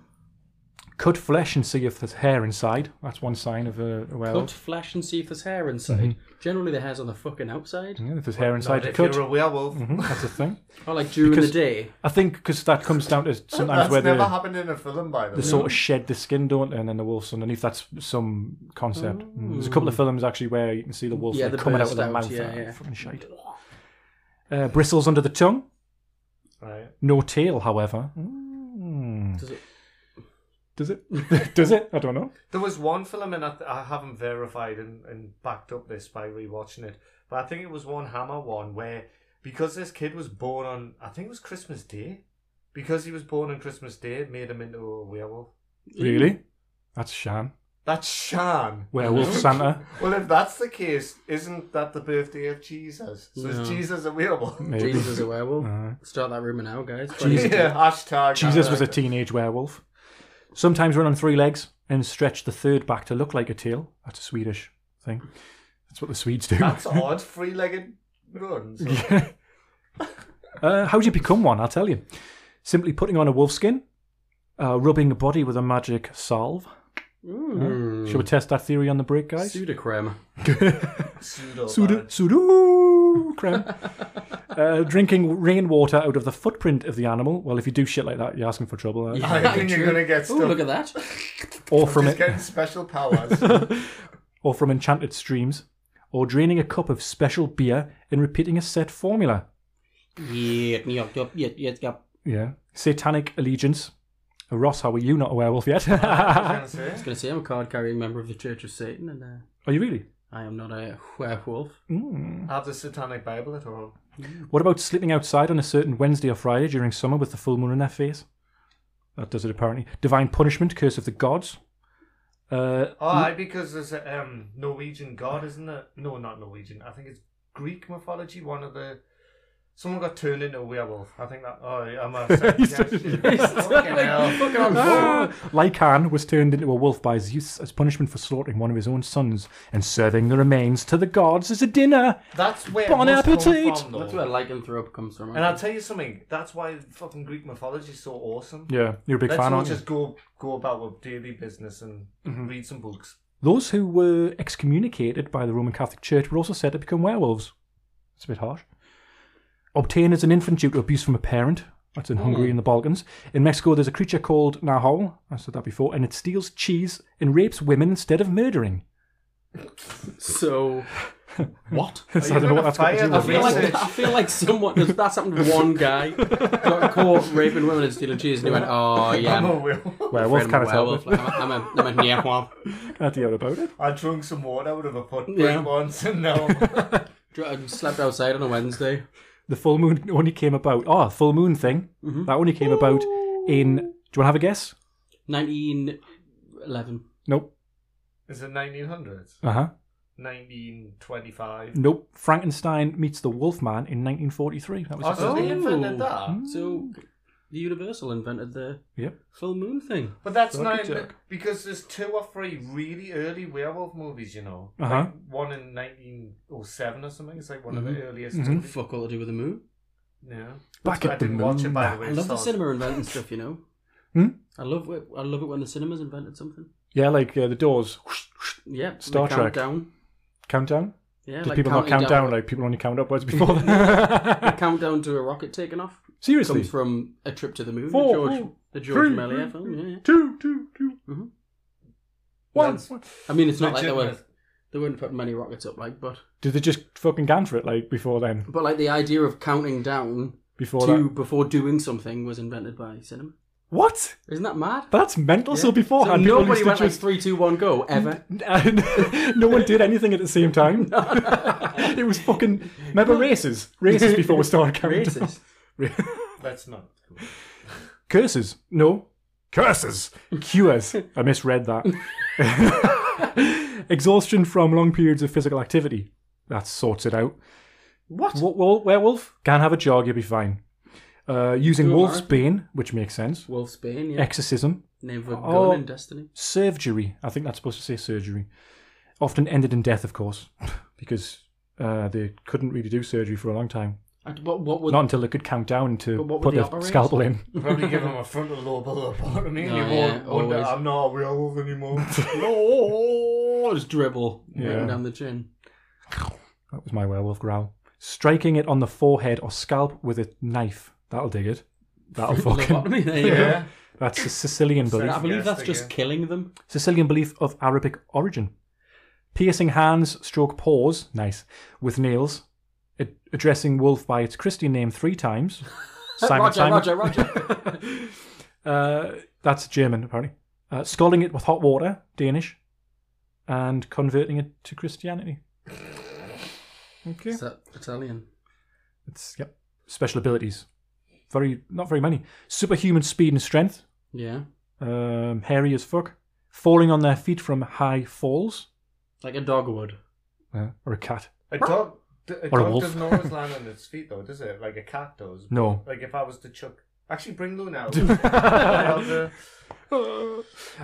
[SPEAKER 1] Cut flesh and see if there's hair inside. That's one sign of a, a
[SPEAKER 3] Cut
[SPEAKER 1] werewolf.
[SPEAKER 3] flesh and see if there's hair inside.
[SPEAKER 1] Mm-hmm.
[SPEAKER 3] Generally, the hair's on the fucking outside.
[SPEAKER 1] Yeah, if there's hair
[SPEAKER 2] Not
[SPEAKER 1] inside, you
[SPEAKER 2] if
[SPEAKER 1] cut.
[SPEAKER 2] you're a werewolf.
[SPEAKER 1] Mhm, That's a thing.
[SPEAKER 3] Or like during
[SPEAKER 1] Because-
[SPEAKER 3] the day.
[SPEAKER 1] I think because that comes down to sometimes
[SPEAKER 2] That's
[SPEAKER 1] where
[SPEAKER 2] never
[SPEAKER 1] the,
[SPEAKER 2] happened in a film, by the
[SPEAKER 1] the
[SPEAKER 2] way.
[SPEAKER 1] sort of shed the skin, don't they? And then the wolf's underneath. That's some concept. Mm, There's a couple of films actually where you can see the wolf
[SPEAKER 3] Yeah,
[SPEAKER 1] like,
[SPEAKER 3] the
[SPEAKER 1] coming out
[SPEAKER 3] burst
[SPEAKER 1] of their
[SPEAKER 3] out,
[SPEAKER 1] mouth.
[SPEAKER 3] yeah,
[SPEAKER 1] Ah,
[SPEAKER 3] yeah.
[SPEAKER 1] Fucking shite. Uh, bristles under the tongue.
[SPEAKER 2] Right.
[SPEAKER 1] No tail, however. Mm.
[SPEAKER 3] Does it-
[SPEAKER 1] Does it? Does it? I don't know.
[SPEAKER 2] There was one film, and I, th- I haven't verified and, and backed up this by rewatching it, but I think it was one Hammer one where because this kid was born on, I think it was Christmas Day, because he was born on Christmas Day, it made him into a werewolf.
[SPEAKER 1] Really? That's Shan.
[SPEAKER 2] That's Shan.
[SPEAKER 1] Werewolf Santa.
[SPEAKER 2] Well, if that's the case, isn't that the birthday of Jesus? So
[SPEAKER 3] No.
[SPEAKER 2] is Jesus a werewolf?
[SPEAKER 1] Maybe.
[SPEAKER 3] Jesus is a werewolf.
[SPEAKER 1] Uh,
[SPEAKER 3] Start that rumor now, guys.
[SPEAKER 1] Jesus.
[SPEAKER 2] yeah, hashtag. uh,
[SPEAKER 1] Jesus was a teenage werewolf. Sometimes run on three legs and stretch the third back to look like a tail. That's a Swedish thing. That's what the Swedes do.
[SPEAKER 2] That's odd. Three legged runs.
[SPEAKER 1] uh, how do you become one? I'll tell you. Simply putting on a wolf skin, uh, rubbing a body with a magic salve.
[SPEAKER 3] Mm.
[SPEAKER 1] Shall we test that theory on the break, guys?
[SPEAKER 3] Pseudocreme.
[SPEAKER 2] Pseudo.
[SPEAKER 1] Sudo, sudo creme. uh, drinking rainwater out of the footprint of the animal. Well, if you do shit like that, you're asking for trouble. aren't you?
[SPEAKER 2] I think you're gonna get
[SPEAKER 3] Oh,
[SPEAKER 2] stuff.
[SPEAKER 3] look at that.
[SPEAKER 1] Or from
[SPEAKER 2] He's
[SPEAKER 1] it,
[SPEAKER 2] getting special powers.
[SPEAKER 1] or from enchanted streams, or draining a cup of special beer and repeating a set formula.
[SPEAKER 3] Yeah, yeah, yeah, yeah, yeah, yeah.
[SPEAKER 1] Yeah. Satanic allegiance. Uh, Ross, how are you not a werewolf yet?
[SPEAKER 2] I
[SPEAKER 1] are
[SPEAKER 2] was gonna
[SPEAKER 3] I was
[SPEAKER 2] say.
[SPEAKER 3] going to say, I'm a card carrying member of the Church of Satan, and uh,
[SPEAKER 1] you really?
[SPEAKER 3] I am not a werewolf.
[SPEAKER 2] I have the Satanic Bible at home.
[SPEAKER 1] What about sleeping outside on a certain Wednesday or Friday during summer with the full moon in their face? That does it apparently. Divine punishment, curse of the gods. Uh,
[SPEAKER 2] Oh, aye, because there's a um, Norwegian god, isn't it? No, not Norwegian. I think it's Greek mythology. One of the someone got turned into a werewolf. I think that. Oh, yeah, I'm a second
[SPEAKER 1] He's
[SPEAKER 2] guess.
[SPEAKER 1] turned-
[SPEAKER 2] Fucking hell.
[SPEAKER 3] Fucking on board.
[SPEAKER 1] Ah! Lycan was turned into a wolf by Zeus as punishment for slaughtering one of his own sons and serving the remains to the gods as a dinner.
[SPEAKER 2] That's where
[SPEAKER 1] Bon
[SPEAKER 2] bon
[SPEAKER 1] appetit.
[SPEAKER 2] appetit. From, though.
[SPEAKER 3] That's where lycanthrope comes from. I
[SPEAKER 2] and I'll
[SPEAKER 3] think.
[SPEAKER 2] tell you something. That's why fucking Greek mythology is so awesome.
[SPEAKER 1] Yeah, you're a big
[SPEAKER 2] Let's
[SPEAKER 1] fan,
[SPEAKER 2] all
[SPEAKER 1] aren't you? Mm-hmm.
[SPEAKER 2] just go go about with daily business and read some books.
[SPEAKER 1] Those who were excommunicated by the Roman Catholic Church were also said to become werewolves. It's a bit harsh. Obtained as an infant due to abuse from a parent. That's in Hungary
[SPEAKER 3] Hmm.
[SPEAKER 1] and the Balkans. In Mexico, there's a creature called Nahal. I said that before. And it steals cheese and rapes women instead of murdering.
[SPEAKER 3] So what?
[SPEAKER 1] So I don't know what that's got to do
[SPEAKER 2] I
[SPEAKER 3] I
[SPEAKER 1] with
[SPEAKER 3] feel,
[SPEAKER 1] it.
[SPEAKER 3] like, I feel like someone that's happened to one guy got caught raping women and stealing cheese, and he went, "Oh yeah,
[SPEAKER 2] I'm
[SPEAKER 3] I'm
[SPEAKER 2] a
[SPEAKER 3] a
[SPEAKER 2] werewolf.
[SPEAKER 1] Werewolf
[SPEAKER 3] friend
[SPEAKER 1] can't
[SPEAKER 3] of a
[SPEAKER 1] tell.
[SPEAKER 3] werewolf. Like, I'm a, I'm a, I'm a werewolf."
[SPEAKER 1] Can't tell about it.
[SPEAKER 2] I drank some water out of a foot
[SPEAKER 3] Yeah.
[SPEAKER 2] once, and now I'm
[SPEAKER 3] Dr- I slept outside on a Wednesday.
[SPEAKER 1] The full moon only came about. Oh, full moon thing.
[SPEAKER 3] Mm-hmm.
[SPEAKER 1] That only came about in. Do you want to have a guess?
[SPEAKER 3] 1911.
[SPEAKER 1] Nope.
[SPEAKER 2] Is it 1900s?
[SPEAKER 1] Uh huh.
[SPEAKER 2] 1925?
[SPEAKER 1] Nope. Frankenstein meets the Wolfman in 1943. That was
[SPEAKER 2] Oh,
[SPEAKER 1] his
[SPEAKER 2] so they
[SPEAKER 3] Oh.
[SPEAKER 2] invented that.
[SPEAKER 3] So the Universal invented the
[SPEAKER 1] Yep.
[SPEAKER 3] full moon thing.
[SPEAKER 2] But that's
[SPEAKER 1] Lucky
[SPEAKER 2] not
[SPEAKER 1] Jack.
[SPEAKER 2] because there's two or three really early werewolf movies, you know.
[SPEAKER 1] Uh-huh.
[SPEAKER 2] Like one in 1907 or something. It's like one of the earliest.
[SPEAKER 3] Fuck all to do with the moon.
[SPEAKER 2] Yeah.
[SPEAKER 1] Mm-hmm. Back
[SPEAKER 2] I
[SPEAKER 1] at the
[SPEAKER 2] didn't watch it
[SPEAKER 1] moon.
[SPEAKER 2] by the way.
[SPEAKER 3] I love the
[SPEAKER 2] so-
[SPEAKER 3] cinema inventing stuff, you know.
[SPEAKER 1] Hmm?
[SPEAKER 3] I love it. I love it when the cinema's invented something.
[SPEAKER 1] Yeah, like uh, the doors. Whoosh, whoosh.
[SPEAKER 3] Yeah,
[SPEAKER 1] Star
[SPEAKER 3] the
[SPEAKER 1] Trek.
[SPEAKER 3] Countdown.
[SPEAKER 1] Countdown?
[SPEAKER 3] Yeah,
[SPEAKER 1] Did people not count down? Like, people only count upwards before that.
[SPEAKER 3] countdown to a rocket taking off
[SPEAKER 1] Seriously.
[SPEAKER 3] comes from a trip to the moon.
[SPEAKER 1] Four,
[SPEAKER 3] the George,
[SPEAKER 1] four,
[SPEAKER 3] the George
[SPEAKER 1] three,
[SPEAKER 3] Méliès
[SPEAKER 1] three,
[SPEAKER 3] film. Yeah, yeah.
[SPEAKER 1] Two, two, two.
[SPEAKER 3] Mhm.
[SPEAKER 1] One.
[SPEAKER 2] That's
[SPEAKER 3] I mean, it's not like they were
[SPEAKER 2] legitimate.
[SPEAKER 3] they weren't putting many rockets up, like, but
[SPEAKER 1] Did they just fucking gun for it, like, before then?
[SPEAKER 3] but like the idea of counting down
[SPEAKER 1] Before
[SPEAKER 3] to
[SPEAKER 1] that?
[SPEAKER 3] before doing something was invented by cinema.
[SPEAKER 1] What?
[SPEAKER 3] Isn't that mad?
[SPEAKER 1] That's mental. So
[SPEAKER 3] Yeah.
[SPEAKER 1] beforehand,
[SPEAKER 3] so
[SPEAKER 1] people
[SPEAKER 3] nobody
[SPEAKER 1] used to
[SPEAKER 3] went like
[SPEAKER 1] just-
[SPEAKER 3] three, two, one, go ever.
[SPEAKER 1] no one did anything at the same time. it was fucking. Remember races? Races before we started counting. down.
[SPEAKER 3] Racist.
[SPEAKER 2] That's not.
[SPEAKER 1] Curses? No. Curses. Cures. I misread that. Exhaustion from long periods of physical activity. That sorts it out.
[SPEAKER 3] What?
[SPEAKER 1] W- w- werewolf? Can have a jog, you'll be fine. Uh, using
[SPEAKER 3] Do a
[SPEAKER 1] wolf's bane, which makes sense.
[SPEAKER 3] Wolf Spain, yeah.
[SPEAKER 1] Exorcism.
[SPEAKER 3] Name for a gun
[SPEAKER 1] Oh.
[SPEAKER 3] in Destiny.
[SPEAKER 1] Surgery. I think that's supposed to say surgery. Often ended in death, of course, because uh, they couldn't really do surgery for a long time.
[SPEAKER 3] And What, what would
[SPEAKER 1] Not until they could count down to
[SPEAKER 3] But what would
[SPEAKER 1] put
[SPEAKER 3] they
[SPEAKER 1] the
[SPEAKER 3] operate?
[SPEAKER 1] scalpel in.
[SPEAKER 2] Probably give him a frontal lobe lobotomy
[SPEAKER 3] No,
[SPEAKER 2] and he
[SPEAKER 3] yeah,
[SPEAKER 2] won't wonder,
[SPEAKER 3] always.
[SPEAKER 2] I'm not a werewolf anymore.
[SPEAKER 3] Oh, just dribble
[SPEAKER 1] Yeah.
[SPEAKER 3] right down the chin.
[SPEAKER 1] That was my werewolf growl. Striking it on the forehead or scalp with a knife. That'll dig it. That'll Oh, fucking.
[SPEAKER 3] Lobotomy, there you go.
[SPEAKER 2] yeah.
[SPEAKER 1] That's a Sicilian belief.
[SPEAKER 3] I believe that's
[SPEAKER 2] Yes,
[SPEAKER 3] just
[SPEAKER 2] yeah.
[SPEAKER 3] killing them.
[SPEAKER 1] Sicilian belief of Arabic origin. Piercing hands, stroke paws, nice, with nails. Ad- addressing wolf by its Christian name three times. Simon,
[SPEAKER 3] Roger,
[SPEAKER 1] Simon.
[SPEAKER 3] Roger, Roger.
[SPEAKER 1] Uh, that's German, apparently. Uh, scalding it with hot water, Danish, and converting it to Christianity. Okay.
[SPEAKER 3] Is that Italian?
[SPEAKER 1] It's yep. Special abilities. Very not very many. Superhuman speed and strength.
[SPEAKER 3] Yeah.
[SPEAKER 1] Um, hairy as fuck. Falling on their feet from high falls.
[SPEAKER 3] Like a dog would.
[SPEAKER 1] Uh, or a cat.
[SPEAKER 2] A dog, a
[SPEAKER 1] Or a
[SPEAKER 2] dog
[SPEAKER 1] wolf.
[SPEAKER 2] doesn't always land on its feet, though, does it? Like a cat does.
[SPEAKER 1] No.
[SPEAKER 2] Like if I was to chuck. Actually, bring Luna out.
[SPEAKER 1] Uh,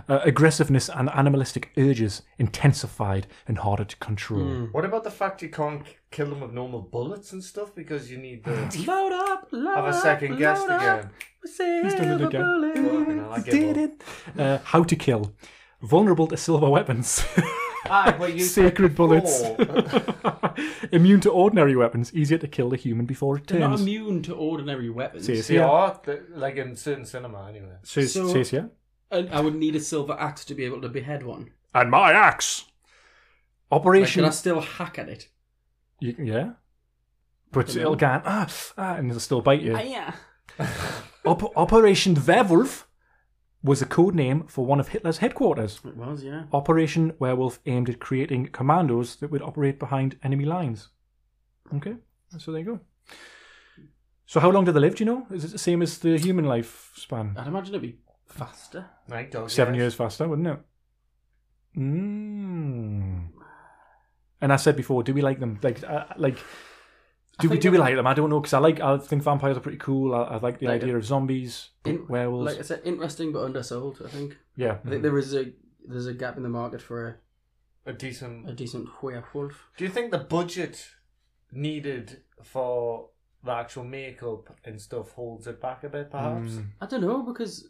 [SPEAKER 1] aggressiveness and animalistic urges intensified and harder to control.
[SPEAKER 2] what about the fact you can't k- kill them with normal bullets and stuff because you need to Hmm. have
[SPEAKER 3] Load up, load
[SPEAKER 2] a second guest again?
[SPEAKER 1] He's done it again.
[SPEAKER 2] Fucking hell, I give
[SPEAKER 1] Did
[SPEAKER 2] up.
[SPEAKER 1] it. Uh, how to kill. Vulnerable to silver weapons.
[SPEAKER 2] Aye, well, Ah, you said
[SPEAKER 1] Sacred bullets.
[SPEAKER 2] before.
[SPEAKER 1] Immune to ordinary weapons. Easier to kill the human before it
[SPEAKER 3] They're not
[SPEAKER 1] turns.
[SPEAKER 3] immune to ordinary weepons.
[SPEAKER 1] Says
[SPEAKER 2] They
[SPEAKER 1] here.
[SPEAKER 2] are, th- like in certain cinema anyway.
[SPEAKER 1] Says-
[SPEAKER 3] So-
[SPEAKER 1] says here.
[SPEAKER 3] And I would need a silver axe to be able to behead one.
[SPEAKER 1] and my axe.
[SPEAKER 3] Like,
[SPEAKER 1] Operation.
[SPEAKER 3] can I still hack at it?
[SPEAKER 1] You- yeah. But it'll go, ah, ah, and it'll still bite you.
[SPEAKER 3] yeah.
[SPEAKER 1] Op- Operation Werewolf was a code name for one of Hitler's headquarters.
[SPEAKER 3] It was, yeah.
[SPEAKER 1] Operation Werewolf aimed at creating commandos that would operate behind enemy lines. Okay, so there you go. So how long do they live? Do you know? Is it the same as the human lifespan?
[SPEAKER 3] I'd imagine it'd be faster.
[SPEAKER 2] Right, dog.
[SPEAKER 1] Seven
[SPEAKER 2] yes.
[SPEAKER 1] years faster, wouldn't it? Mm. And I said before, do we like them? Like, uh, like, do we
[SPEAKER 3] think
[SPEAKER 1] do we
[SPEAKER 3] that-
[SPEAKER 1] like them? I don't know because I like I think vampires are pretty cool. I, I like the
[SPEAKER 3] Like,
[SPEAKER 1] idea of zombies,
[SPEAKER 3] in-
[SPEAKER 1] werewolves. Hmm.
[SPEAKER 3] Like I said, interesting but undersold. I think.
[SPEAKER 1] yeah, mm-hmm.
[SPEAKER 3] I think there is a there's a gap in the market for
[SPEAKER 2] A
[SPEAKER 3] a, a
[SPEAKER 2] decent.
[SPEAKER 3] decent werewolf.
[SPEAKER 2] Do you think the budget needed for the actual makeup and stuff holds it back a bit, perhaps?
[SPEAKER 1] Mm.
[SPEAKER 3] I don't know because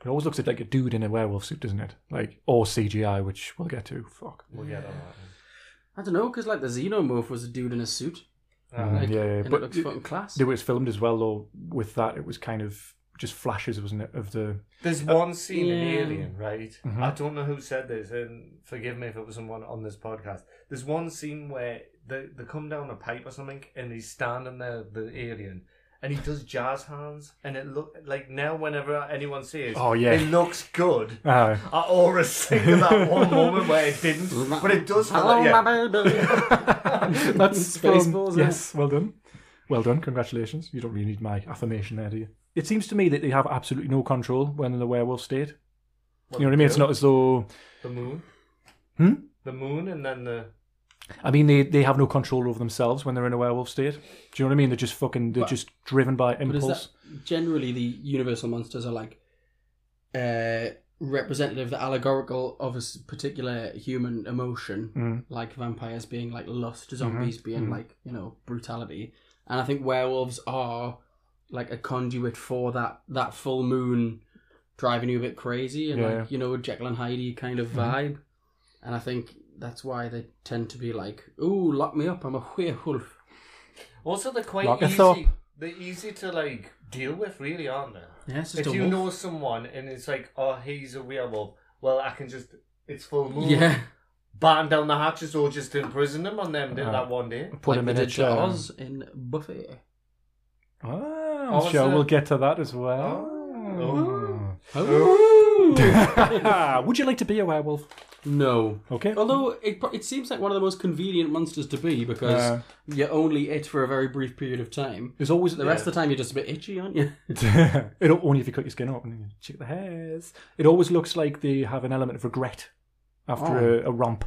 [SPEAKER 1] It always looks like a dude in a werewolf suit, doesn't it? Like or CGI, which we'll get to. Fuck.
[SPEAKER 2] We'll get on
[SPEAKER 3] I don't know because like the xenomorph was a dude in a suit.
[SPEAKER 2] that. one.
[SPEAKER 1] Mm,
[SPEAKER 3] Like,
[SPEAKER 1] yeah, yeah,
[SPEAKER 3] and
[SPEAKER 1] but-
[SPEAKER 3] it looks fucking class.
[SPEAKER 1] The way it's filmed as well, though, with that, it was kind of just flashes, wasn't it? Of the
[SPEAKER 2] There's
[SPEAKER 1] Uh,
[SPEAKER 2] one scene in
[SPEAKER 3] Yeah.
[SPEAKER 2] Alien, right?
[SPEAKER 1] Mhm.
[SPEAKER 2] I don't know who said this, and forgive me if it was someone on this podcast. There's one scene where they, they come down a pipe or something, and he's standing there, the alien, and he does jazz hands, and it look like now whenever anyone sees,
[SPEAKER 1] Oh, yeah.
[SPEAKER 2] it looks good.
[SPEAKER 1] uh,
[SPEAKER 2] I always think of that one moment where it didn't, but it does. Have
[SPEAKER 3] Hello,
[SPEAKER 2] that, yeah.
[SPEAKER 3] my baby.
[SPEAKER 1] That's
[SPEAKER 3] Spaceballs,
[SPEAKER 1] from-
[SPEAKER 3] yeah.
[SPEAKER 1] Yes, well done. Well done. Congratulations. You don't really need my affirmation there, do you? It seems to me that they have absolutely no control when in the werewolf state. You know what I mean? It's not as though.
[SPEAKER 2] the moon.
[SPEAKER 1] Hmm?
[SPEAKER 2] The moon, and then the
[SPEAKER 1] I mean, they, they have no control over themselves when they're in a werewolf state. Do you know what I mean? They're just fucking. They're just driven by
[SPEAKER 3] But is that
[SPEAKER 1] impulse.
[SPEAKER 3] generally the universal monsters are like uh, representative, the allegorical of a s- particular human emotion,
[SPEAKER 1] Mm.
[SPEAKER 3] like vampires being like lust, zombies being like you know brutality, and I think werewolves are like a conduit for that that full moon driving you a bit crazy and
[SPEAKER 1] Yeah.
[SPEAKER 3] like you know a Jekyll and Hyde kind of vibe, and I think that's why they tend to be like, "Ooh, lock me up, I'm a werewolf."
[SPEAKER 2] also they're quite
[SPEAKER 1] Lock us
[SPEAKER 2] easy.
[SPEAKER 1] up.
[SPEAKER 2] They're easy to like deal with, really, aren't they?
[SPEAKER 3] Yeah, it's just
[SPEAKER 2] if
[SPEAKER 3] a
[SPEAKER 2] you
[SPEAKER 3] wolf.
[SPEAKER 2] know someone and it's like, oh, he's a werewolf, well, I can just, it's full moon,
[SPEAKER 3] yeah.
[SPEAKER 2] batten down the hatches or just imprison them on them did
[SPEAKER 1] Uh,
[SPEAKER 2] that one day.
[SPEAKER 1] Put
[SPEAKER 3] like
[SPEAKER 1] them
[SPEAKER 3] they
[SPEAKER 1] in a
[SPEAKER 3] did to
[SPEAKER 1] chair.
[SPEAKER 3] Oz in Buffy.
[SPEAKER 1] Ah, I'm
[SPEAKER 2] Oh,
[SPEAKER 1] sure
[SPEAKER 2] so-
[SPEAKER 1] we'll get to that as well.
[SPEAKER 2] Oh.
[SPEAKER 3] Oh.
[SPEAKER 1] Would you like to be a werewolf?
[SPEAKER 3] no.
[SPEAKER 1] Okay.
[SPEAKER 3] Although it, pro- it seems like one of the most convenient monsters to be because
[SPEAKER 1] Uh,
[SPEAKER 3] you're only it for a very brief period of time.
[SPEAKER 1] there's always
[SPEAKER 3] The rest of the time you're just a bit itchy, aren't you?
[SPEAKER 1] it only if you cut your skin open and you check the hairs. It always looks like they have an element of regret after
[SPEAKER 2] Oh.
[SPEAKER 1] a, a romp,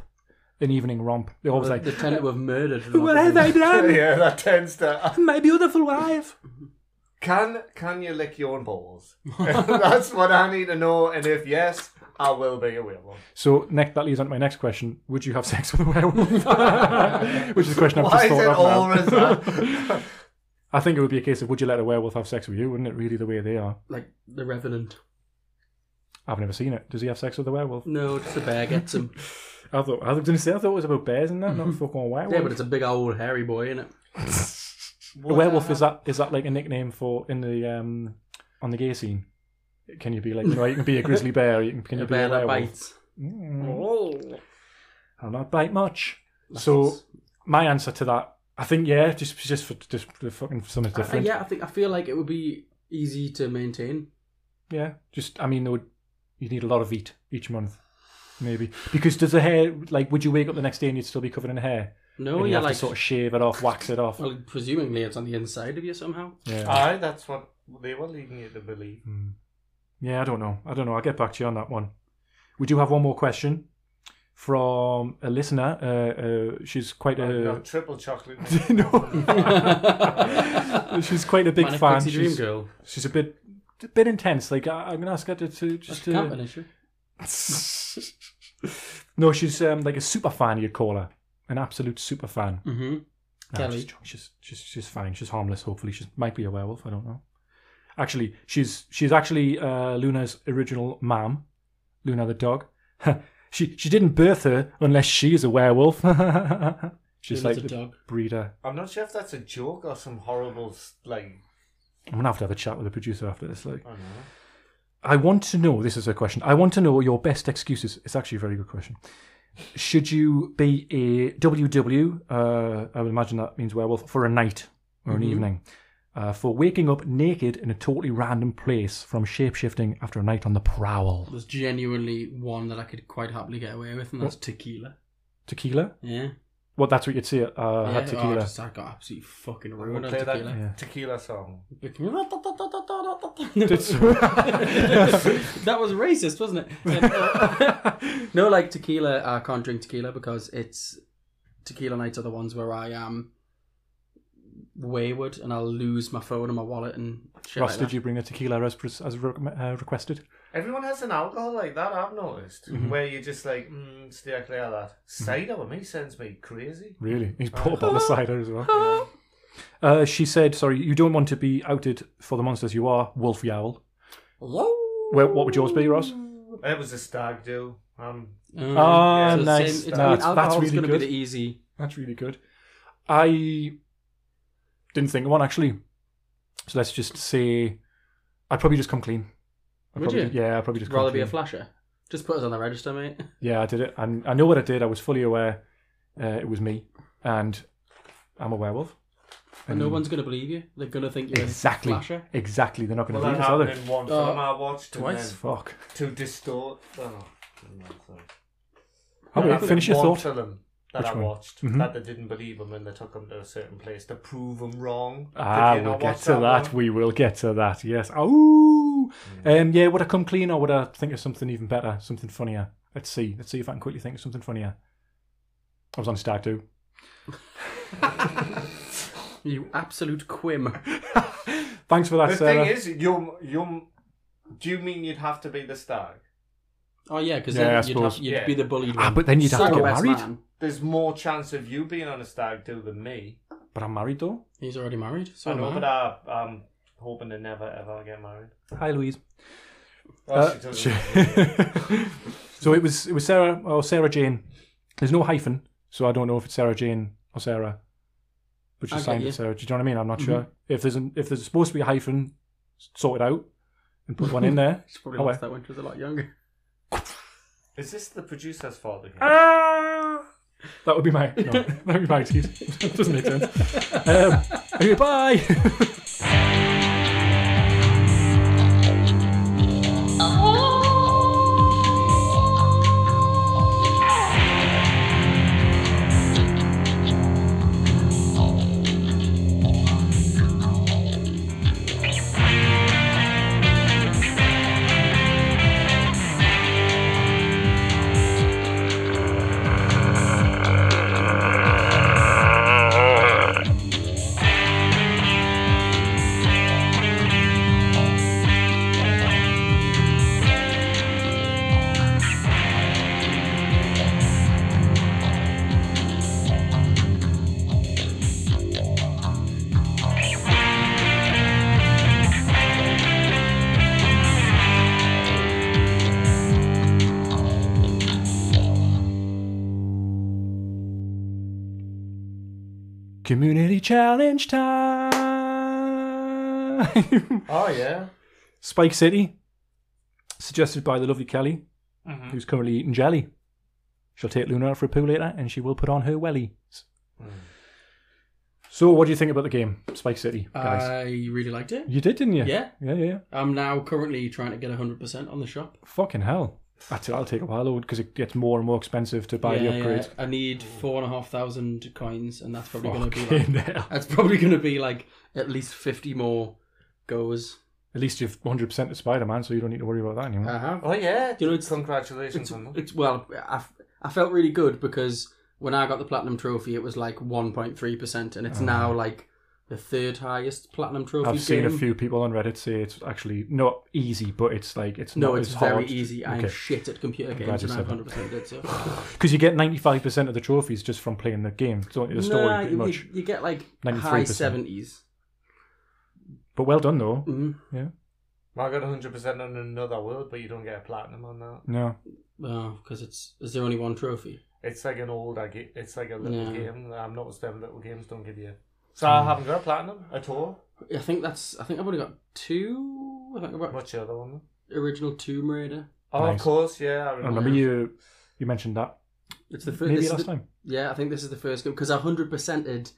[SPEAKER 1] an evening romp. They're always
[SPEAKER 3] the,
[SPEAKER 1] like,
[SPEAKER 3] the tenant were murdered. and
[SPEAKER 1] "What
[SPEAKER 3] all
[SPEAKER 1] have I
[SPEAKER 3] that.
[SPEAKER 1] done?
[SPEAKER 2] yeah, that tends to.
[SPEAKER 1] My beautiful wife."
[SPEAKER 2] Can can you lick your own balls? That's what I need to know, and if yes, I will be a werewolf.
[SPEAKER 1] So next, that leads on to my next question: Would you have sex with a werewolf? Which is a question I've
[SPEAKER 2] Why
[SPEAKER 1] just
[SPEAKER 2] is it
[SPEAKER 1] thought of now.
[SPEAKER 2] always that?
[SPEAKER 1] I think it would be a case of would you let a werewolf have sex with you? Wouldn't it really the way they are?
[SPEAKER 3] Like the Revenant.
[SPEAKER 1] I've never seen it. Does he have sex with a werewolf?
[SPEAKER 3] No, just a bear gets him.
[SPEAKER 1] I thought I was going to say I thought it was about bears and that, not
[SPEAKER 2] Mm-hmm.
[SPEAKER 1] fucking werewolf.
[SPEAKER 3] yeah, but it's a big old hairy boy, isn't it?
[SPEAKER 1] A werewolf is
[SPEAKER 3] um,
[SPEAKER 1] that is that like a nickname for in the um on the gay scene? Can you be like you know you can be a grizzly bear? You can, can
[SPEAKER 3] A
[SPEAKER 1] you be
[SPEAKER 3] bear
[SPEAKER 1] a
[SPEAKER 3] that
[SPEAKER 1] werewolf?
[SPEAKER 3] bites.
[SPEAKER 1] Mm,
[SPEAKER 3] Oh.
[SPEAKER 1] I'll not bite much. So my answer to that, I think yeah, just just for just for fucking something different.
[SPEAKER 3] yeah, I think I feel like it would be easy to maintain.
[SPEAKER 1] Yeah, just I mean, there would you need a lot of heat each month, maybe because does the hair like would you wake up the next day and you'd still be covered in hair?
[SPEAKER 3] No,
[SPEAKER 1] and you
[SPEAKER 3] you're
[SPEAKER 1] have
[SPEAKER 3] Oh, like Oh,
[SPEAKER 1] to sort of shave it off, wax it off.
[SPEAKER 3] Well, presumably it's on the inside of you somehow.
[SPEAKER 1] Yeah.
[SPEAKER 2] Aye, that's what they were leading you to believe.
[SPEAKER 1] Hmm. Yeah, I don't know. I don't know. I'll get back to you on that one. We do have one more question from a listener. Uh, uh, she's quite
[SPEAKER 2] I've
[SPEAKER 1] a
[SPEAKER 2] got triple chocolate.
[SPEAKER 1] no. she's quite a big
[SPEAKER 3] Manic
[SPEAKER 1] fan.
[SPEAKER 3] Pixie Dream
[SPEAKER 1] She's,
[SPEAKER 3] Girl.
[SPEAKER 1] she's a bit a bit intense. Like I, I'm gonna ask her to, to
[SPEAKER 3] That's
[SPEAKER 1] just
[SPEAKER 3] camp
[SPEAKER 1] to...
[SPEAKER 3] an issue.
[SPEAKER 1] no. She's um, like a super fan. You'd call her an absolute super fan.
[SPEAKER 3] Mm-hmm.
[SPEAKER 1] No,
[SPEAKER 3] Kelly.
[SPEAKER 1] she's, joking. she's she's she's fine. She's harmless. Hopefully, she might be a werewolf. I don't know. Actually, she's she's actually uh, Luna's original mom, Luna the dog. she she didn't birth her unless she's a werewolf. she's like
[SPEAKER 3] a
[SPEAKER 1] the
[SPEAKER 3] dog.
[SPEAKER 1] breeder.
[SPEAKER 2] I'm not sure if that's a joke or some horrible like.
[SPEAKER 1] I'm gonna have to have a chat with the producer after this. Like,
[SPEAKER 2] I don't know.
[SPEAKER 1] I want to know. This is a question. I want to know your best excuses. It's actually a very good question. Should you be a WW? Uh, I would imagine that means werewolf for a night or an evening. Uh, for waking up naked in a totally random place from shapeshifting after a night on the prowl.
[SPEAKER 3] There's genuinely one that I could quite happily get away with, and that's tequila.
[SPEAKER 1] Tequila?
[SPEAKER 3] Yeah.
[SPEAKER 1] Well, that's what you'd see. Uh, I had
[SPEAKER 3] Oh, I
[SPEAKER 1] tequila.
[SPEAKER 3] just, I got absolutely fucking
[SPEAKER 2] I'm
[SPEAKER 3] ruined
[SPEAKER 2] gonna
[SPEAKER 3] on
[SPEAKER 2] play that
[SPEAKER 3] tequila.
[SPEAKER 2] tequila song.
[SPEAKER 3] that was racist, wasn't it? Um, uh, no, like tequila, I can't drink tequila because it's tequila nights are the ones where I am wayward and I'll lose my phone and my wallet and shit.
[SPEAKER 1] Ross,
[SPEAKER 3] like
[SPEAKER 1] did
[SPEAKER 3] that.
[SPEAKER 1] you bring a tequila as, pres- as re- uh, requested?
[SPEAKER 2] Everyone has an alcohol like that, I've noticed, where you're just like, mm, stay clear of that. Cider with me sends me crazy.
[SPEAKER 1] Really? He's brought up on the cider as well. Uh, she said, sorry, you don't want to be outed for the monsters you are, Wolf Yowl. Where, what would yours be, Ross?
[SPEAKER 2] It was a stag do. Um,
[SPEAKER 3] Um,
[SPEAKER 1] Ah,
[SPEAKER 3] so
[SPEAKER 1] nice.
[SPEAKER 3] Same, it's,
[SPEAKER 1] No,
[SPEAKER 3] I mean,
[SPEAKER 1] that's- that's
[SPEAKER 3] alcohol's
[SPEAKER 1] really
[SPEAKER 3] going to be
[SPEAKER 1] good.
[SPEAKER 3] the easy.
[SPEAKER 1] That's really good. I didn't think of one, actually. So let's just say I'd probably just come clean. I'd
[SPEAKER 3] Would
[SPEAKER 1] probably,
[SPEAKER 3] you?
[SPEAKER 1] Yeah, I'd probably just come
[SPEAKER 3] Rather be a
[SPEAKER 1] clean.
[SPEAKER 3] flasher. Just put us on the register, mate.
[SPEAKER 1] Yeah, I did it. And I know what I did. I was fully aware uh, it was me. And I'm a werewolf.
[SPEAKER 3] And no one's going to believe you. They're going to think you're
[SPEAKER 1] Mm. Exactly.
[SPEAKER 3] a flasher.
[SPEAKER 1] Exactly. They're not going
[SPEAKER 2] well,
[SPEAKER 1] to
[SPEAKER 2] that
[SPEAKER 1] believe us, are
[SPEAKER 2] happened
[SPEAKER 1] they?
[SPEAKER 2] in one
[SPEAKER 3] Uh,
[SPEAKER 2] film I watched. and
[SPEAKER 3] twice.
[SPEAKER 2] then
[SPEAKER 1] Fuck.
[SPEAKER 2] To distort. Oh, never mind, sorry.
[SPEAKER 1] Oh, wait,
[SPEAKER 2] That happened
[SPEAKER 1] finish
[SPEAKER 2] in
[SPEAKER 1] your
[SPEAKER 2] one
[SPEAKER 1] thought.
[SPEAKER 2] Film that
[SPEAKER 1] Which
[SPEAKER 2] I
[SPEAKER 1] one?
[SPEAKER 2] watched
[SPEAKER 1] Mhm.
[SPEAKER 2] that they didn't believe him and they took him to a certain place to prove him wrong.
[SPEAKER 1] Ah,
[SPEAKER 2] Did you
[SPEAKER 1] we'll
[SPEAKER 2] not
[SPEAKER 1] get
[SPEAKER 2] watch
[SPEAKER 1] to that.
[SPEAKER 2] one? Hmm.
[SPEAKER 1] We will get to that. Yes. Oh, um, yeah. Would I come clean or would I think of something even better, something funnier? Let's see. Let's see if I can quickly think of something funnier. I was on Stag Do.
[SPEAKER 3] You absolute quim.
[SPEAKER 1] Thanks for that,
[SPEAKER 2] The
[SPEAKER 1] Sarah.
[SPEAKER 2] thing is, you you do you mean you'd have to be the stag?
[SPEAKER 3] Oh, yeah, because
[SPEAKER 1] Yeah, I
[SPEAKER 3] then you'd, have,
[SPEAKER 1] suppose.
[SPEAKER 3] you'd
[SPEAKER 2] Yeah.
[SPEAKER 3] be the bullied one.
[SPEAKER 1] ah, but then you'd have
[SPEAKER 3] So
[SPEAKER 1] to get
[SPEAKER 3] best
[SPEAKER 1] married.
[SPEAKER 3] man.
[SPEAKER 2] There's more chance of you being on a stag do than me.
[SPEAKER 1] But I'm married though.
[SPEAKER 3] He's already married. So
[SPEAKER 2] I know,
[SPEAKER 3] am
[SPEAKER 2] but I, I'm hoping to never ever get married.
[SPEAKER 1] Hi, Louise.
[SPEAKER 2] Well,
[SPEAKER 1] Uh,
[SPEAKER 2] she doesn't-
[SPEAKER 1] sh- so it was. It was Sarah or Sarah Jane. There's no hyphen, so I don't know if it's Sarah Jane or Sarah. But
[SPEAKER 3] I
[SPEAKER 1] she's
[SPEAKER 3] get
[SPEAKER 1] signed
[SPEAKER 3] you.
[SPEAKER 1] it Sarah. Do you Mm-hmm. know what I mean? I'm not sure if there's an, if there's supposed to be a hyphen, sort it out and put one in there.
[SPEAKER 3] She probably
[SPEAKER 1] Oh,
[SPEAKER 3] lost
[SPEAKER 1] well.
[SPEAKER 3] that when she was a lot younger.
[SPEAKER 2] Is this the producer's fault again?
[SPEAKER 1] Ah! That would be my no, that would be my excuse. Doesn't make sense. Um, anyway, bye. Community challenge time.
[SPEAKER 2] Oh yeah.
[SPEAKER 1] Spike City, suggested by the lovely Kelly,
[SPEAKER 3] Mm-hmm.
[SPEAKER 1] who's currently eating jelly. She'll take Luna out for a poo later, and she will put on her wellies.
[SPEAKER 3] Mm.
[SPEAKER 1] So, what do you think about the game, Spike City, guys?
[SPEAKER 3] I really liked it.
[SPEAKER 1] you did, didn't you?
[SPEAKER 3] Uh, Yeah.
[SPEAKER 1] yeah, yeah.
[SPEAKER 3] I'm now currently trying to get 100% on the shop.
[SPEAKER 1] Fucking hell, that's, that'll take a while, though, because it gets more and more expensive to buy the upgrades.
[SPEAKER 3] I need four and a half thousand coins, and that's probably going to be like,
[SPEAKER 1] Fucking hell.
[SPEAKER 3] that's probably going to be like at least 50 more goes.
[SPEAKER 1] At least you've 100% of Spider Man, so you don't need to worry about that anymore.
[SPEAKER 3] I have.
[SPEAKER 2] Oh yeah.
[SPEAKER 3] You know, it's-
[SPEAKER 2] congratulations
[SPEAKER 3] It's,
[SPEAKER 2] on that.
[SPEAKER 3] it's well, I, f- I felt really good because when I got the platinum trophy, it was like 1.3%, and it's now like the third highest platinum trophy.
[SPEAKER 1] Ah. I've seen a
[SPEAKER 3] game.
[SPEAKER 1] few people on Reddit say it's actually not easy, but it's like it's
[SPEAKER 3] No,
[SPEAKER 1] not as
[SPEAKER 3] it's very
[SPEAKER 1] hard.
[SPEAKER 3] easy. I am
[SPEAKER 1] Okay.
[SPEAKER 3] shit at computer
[SPEAKER 1] glad
[SPEAKER 3] games,
[SPEAKER 1] you
[SPEAKER 3] and I
[SPEAKER 1] said that.
[SPEAKER 3] 100% did so.
[SPEAKER 1] because you get 95% of the trophies just from playing the game, don't you? The story
[SPEAKER 3] Nah,
[SPEAKER 1] pretty
[SPEAKER 3] you,
[SPEAKER 1] much.
[SPEAKER 3] you get like high
[SPEAKER 1] 93%.
[SPEAKER 3] 70s.
[SPEAKER 1] But well done though.
[SPEAKER 3] Mm.
[SPEAKER 2] I got 100% on another world, but you don't get a platinum on that.
[SPEAKER 1] No,
[SPEAKER 3] Oh, because it's is there only one trophy?
[SPEAKER 2] It's like an old, I get, it's like a little
[SPEAKER 3] Yeah. Mm.
[SPEAKER 2] game. I've noticed them little games don't give you. So I haven't got a platinum at all.
[SPEAKER 3] I think that's. I think I've only got two. I think I've got
[SPEAKER 2] What's the other one? then?
[SPEAKER 3] original Tomb Raider.
[SPEAKER 2] Oh,
[SPEAKER 1] Nice.
[SPEAKER 2] of course, yeah. I
[SPEAKER 1] I
[SPEAKER 2] remember.
[SPEAKER 1] remember you you mentioned that
[SPEAKER 3] It's the first.
[SPEAKER 1] maybe last time.
[SPEAKER 3] Yeah, I think this is the first game because I hundred percented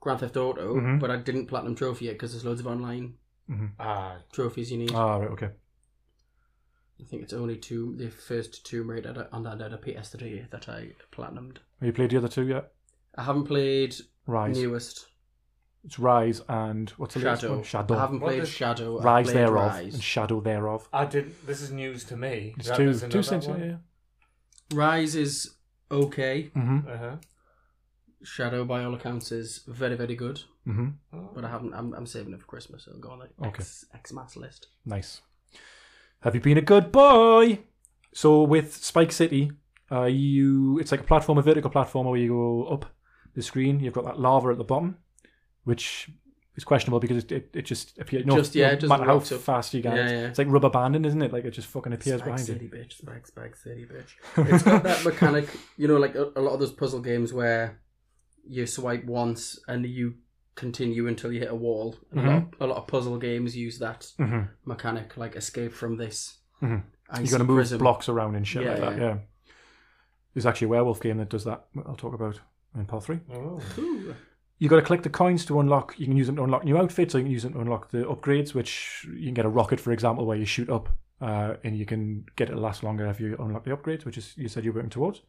[SPEAKER 3] Grand Theft Auto,
[SPEAKER 1] Mhm.
[SPEAKER 3] but I didn't platinum trophy it because there's loads of online
[SPEAKER 2] Ah,
[SPEAKER 3] trophies you need.
[SPEAKER 1] Ah, right, okay.
[SPEAKER 3] I think it's only two. The first Tomb Raider that- and I had a PS3 that I platinumed.
[SPEAKER 1] Have you played the other two yet?
[SPEAKER 3] I haven't played
[SPEAKER 1] Rise.
[SPEAKER 3] newest
[SPEAKER 1] It's Rise and what's the latest
[SPEAKER 3] Shadow.
[SPEAKER 1] one? Shadow.
[SPEAKER 3] I haven't
[SPEAKER 2] What
[SPEAKER 3] played
[SPEAKER 2] is-
[SPEAKER 3] Shadow. I've
[SPEAKER 1] Rise
[SPEAKER 3] played
[SPEAKER 1] thereof
[SPEAKER 3] Rise.
[SPEAKER 1] and Shadow thereof.
[SPEAKER 2] I didn't. This is news to me.
[SPEAKER 1] It's
[SPEAKER 2] That
[SPEAKER 1] two
[SPEAKER 2] there's
[SPEAKER 1] two
[SPEAKER 2] another
[SPEAKER 1] things.
[SPEAKER 2] one?
[SPEAKER 1] Yeah.
[SPEAKER 3] Rise is okay.
[SPEAKER 1] Mm-hmm.
[SPEAKER 2] Uh-huh.
[SPEAKER 3] Shadow, by all accounts, is very very good.
[SPEAKER 1] Mm-hmm.
[SPEAKER 2] Oh.
[SPEAKER 3] But I haven't. I'm, I'm saving it for Christmas. It'll go on the
[SPEAKER 1] Okay.
[SPEAKER 3] X, Xmas list.
[SPEAKER 1] Nice. Have you been a good boy? So with Spike City, uh, you it's like a platform, a vertical platform where you go up the screen. You've got that lava at the bottom, which is questionable because it, it, it just appears. No,
[SPEAKER 3] Just- yeah, it
[SPEAKER 1] no
[SPEAKER 3] just
[SPEAKER 1] matter how
[SPEAKER 3] erupts up.
[SPEAKER 1] fast you get,
[SPEAKER 3] Yeah,
[SPEAKER 1] it.
[SPEAKER 3] yeah.
[SPEAKER 1] it's like rubber banding, isn't it? Like it just fucking appears
[SPEAKER 3] Spike
[SPEAKER 1] behind
[SPEAKER 3] City,
[SPEAKER 1] you.
[SPEAKER 3] bitch. Spike, Spike City, bitch. It's got that mechanic, you know, like a, a lot of those puzzle games where you swipe once and you continue until you hit a wall. And A, lot, a lot of puzzle games use that
[SPEAKER 1] Mm-hmm.
[SPEAKER 3] mechanic, like escape from this.
[SPEAKER 1] Mhm.
[SPEAKER 3] icy
[SPEAKER 1] You got to move
[SPEAKER 3] prison.
[SPEAKER 1] blocks around and shit
[SPEAKER 3] Yeah,
[SPEAKER 1] like that.
[SPEAKER 3] yeah.
[SPEAKER 1] Yeah. There's actually a werewolf game that does that. that I'll talk about in part three.
[SPEAKER 2] Oh.
[SPEAKER 3] Ooh.
[SPEAKER 1] you got to collect the coins to unlock. You can use them to unlock new outfits, or you can use them to unlock the upgrades, which you can get a rocket, for example, where you shoot up, uh, and you can get it to last longer if you unlock the upgrades, which is you said you're working towards.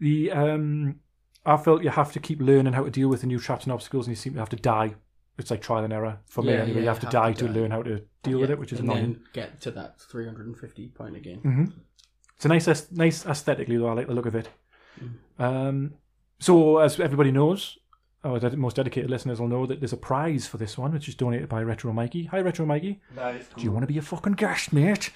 [SPEAKER 1] The um, I felt you have to keep learning how to deal with the new traps and obstacles, and you seem to have to die. It's like trial and error for me.
[SPEAKER 3] Yeah,
[SPEAKER 1] anyway,
[SPEAKER 3] yeah,
[SPEAKER 1] you have to die to, learn how to deal with
[SPEAKER 3] Yeah,
[SPEAKER 1] it, which is
[SPEAKER 3] and
[SPEAKER 1] annoying.
[SPEAKER 3] then get to that 350 point again.
[SPEAKER 1] hmm It's a nice, aes- nice aesthetically though. I like the look of it.
[SPEAKER 3] Mm.
[SPEAKER 1] Um, so as everybody knows, our ded- most dedicated listeners will know that there's a prize for this one, which is donated by Retro Mikey. Hi, Retro Mikey. Do you want to be a fucking guest, mate?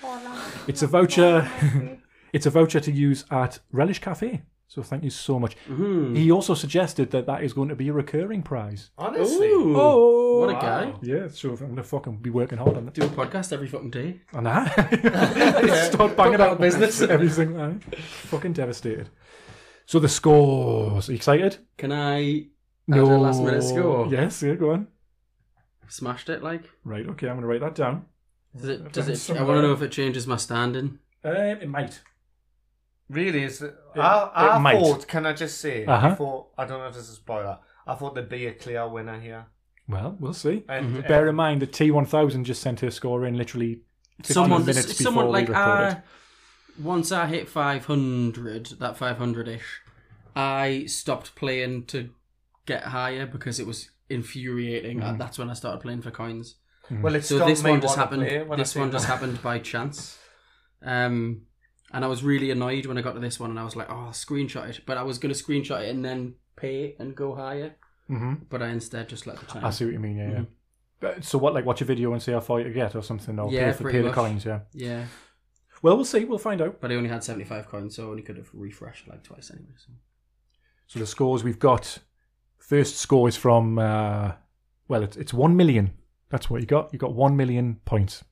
[SPEAKER 1] It's a voucher. it's a voucher to use at Relish Cafe. So thank you so much.
[SPEAKER 3] Mhm.
[SPEAKER 1] He also suggested that that is going to be a recurring prize.
[SPEAKER 2] Honestly.
[SPEAKER 3] Ooh.
[SPEAKER 1] Oh,
[SPEAKER 3] What a guy.
[SPEAKER 1] Yeah, so I'm gonna fucking be working hard on that.
[SPEAKER 3] Do a podcast every fucking day.
[SPEAKER 1] And I start banging
[SPEAKER 3] Fuck
[SPEAKER 1] out
[SPEAKER 3] that business.
[SPEAKER 1] business. Everything. aye. Fucking devastated. So the scores. Are you excited?
[SPEAKER 3] Can I Add a last minute score.
[SPEAKER 1] Yes, yeah, go on.
[SPEAKER 3] smashed it like?
[SPEAKER 1] Right, okay, I'm going to write that down.
[SPEAKER 3] Does it, does
[SPEAKER 1] done
[SPEAKER 3] it, I
[SPEAKER 1] somewhere.
[SPEAKER 3] want to know if it changes my standing.
[SPEAKER 1] Um, it might.
[SPEAKER 2] Really? Is it,
[SPEAKER 1] It-
[SPEAKER 2] I, I
[SPEAKER 1] it might.
[SPEAKER 2] thought, can I just say,
[SPEAKER 1] Uh-huh.
[SPEAKER 2] I thought, I don't know if this is a spoiler, I thought there'd be a clear winner here.
[SPEAKER 1] Well, we'll see.
[SPEAKER 2] And
[SPEAKER 3] Mm-hmm.
[SPEAKER 2] uh,
[SPEAKER 1] Bear in mind that T1000 just sent her score in literally 15
[SPEAKER 3] Someone,
[SPEAKER 1] minutes before
[SPEAKER 3] someone
[SPEAKER 1] we
[SPEAKER 3] like uh,
[SPEAKER 1] recorded.
[SPEAKER 3] I, once I hit 500, that 500 ish, I stopped playing to get higher because it was infuriating.
[SPEAKER 1] Mm-hmm.
[SPEAKER 3] and That's when I started playing for coins.
[SPEAKER 2] well, it's
[SPEAKER 3] So
[SPEAKER 2] stopped
[SPEAKER 3] this
[SPEAKER 2] me
[SPEAKER 3] one just
[SPEAKER 2] wanting to play
[SPEAKER 3] happened.
[SPEAKER 2] when I
[SPEAKER 3] This
[SPEAKER 2] see
[SPEAKER 3] one just
[SPEAKER 2] that.
[SPEAKER 3] happened by chance, um, and I was really annoyed when I got to this one, and I was like, "Oh, I'll screenshot it!" But I was going to screenshot it and then pay and go higher,
[SPEAKER 1] Mhm.
[SPEAKER 3] but I instead just let the time.
[SPEAKER 1] I see what you mean, yeah, yeah. But- Mm-hmm. Uh, So what, like watch a video and see how far you get or something? Or
[SPEAKER 3] Yeah,
[SPEAKER 1] pay, for,
[SPEAKER 3] pretty
[SPEAKER 1] pay the
[SPEAKER 3] much.
[SPEAKER 1] coins, yeah.
[SPEAKER 3] Yeah,
[SPEAKER 1] Well, we'll see. We'll find out.
[SPEAKER 3] but I only had seventy-five coins, so I only could have refreshed like twice anyway. So.
[SPEAKER 1] So the scores we've got. First score is from uh, well, it's it's one million. That's what you got. You got one million points.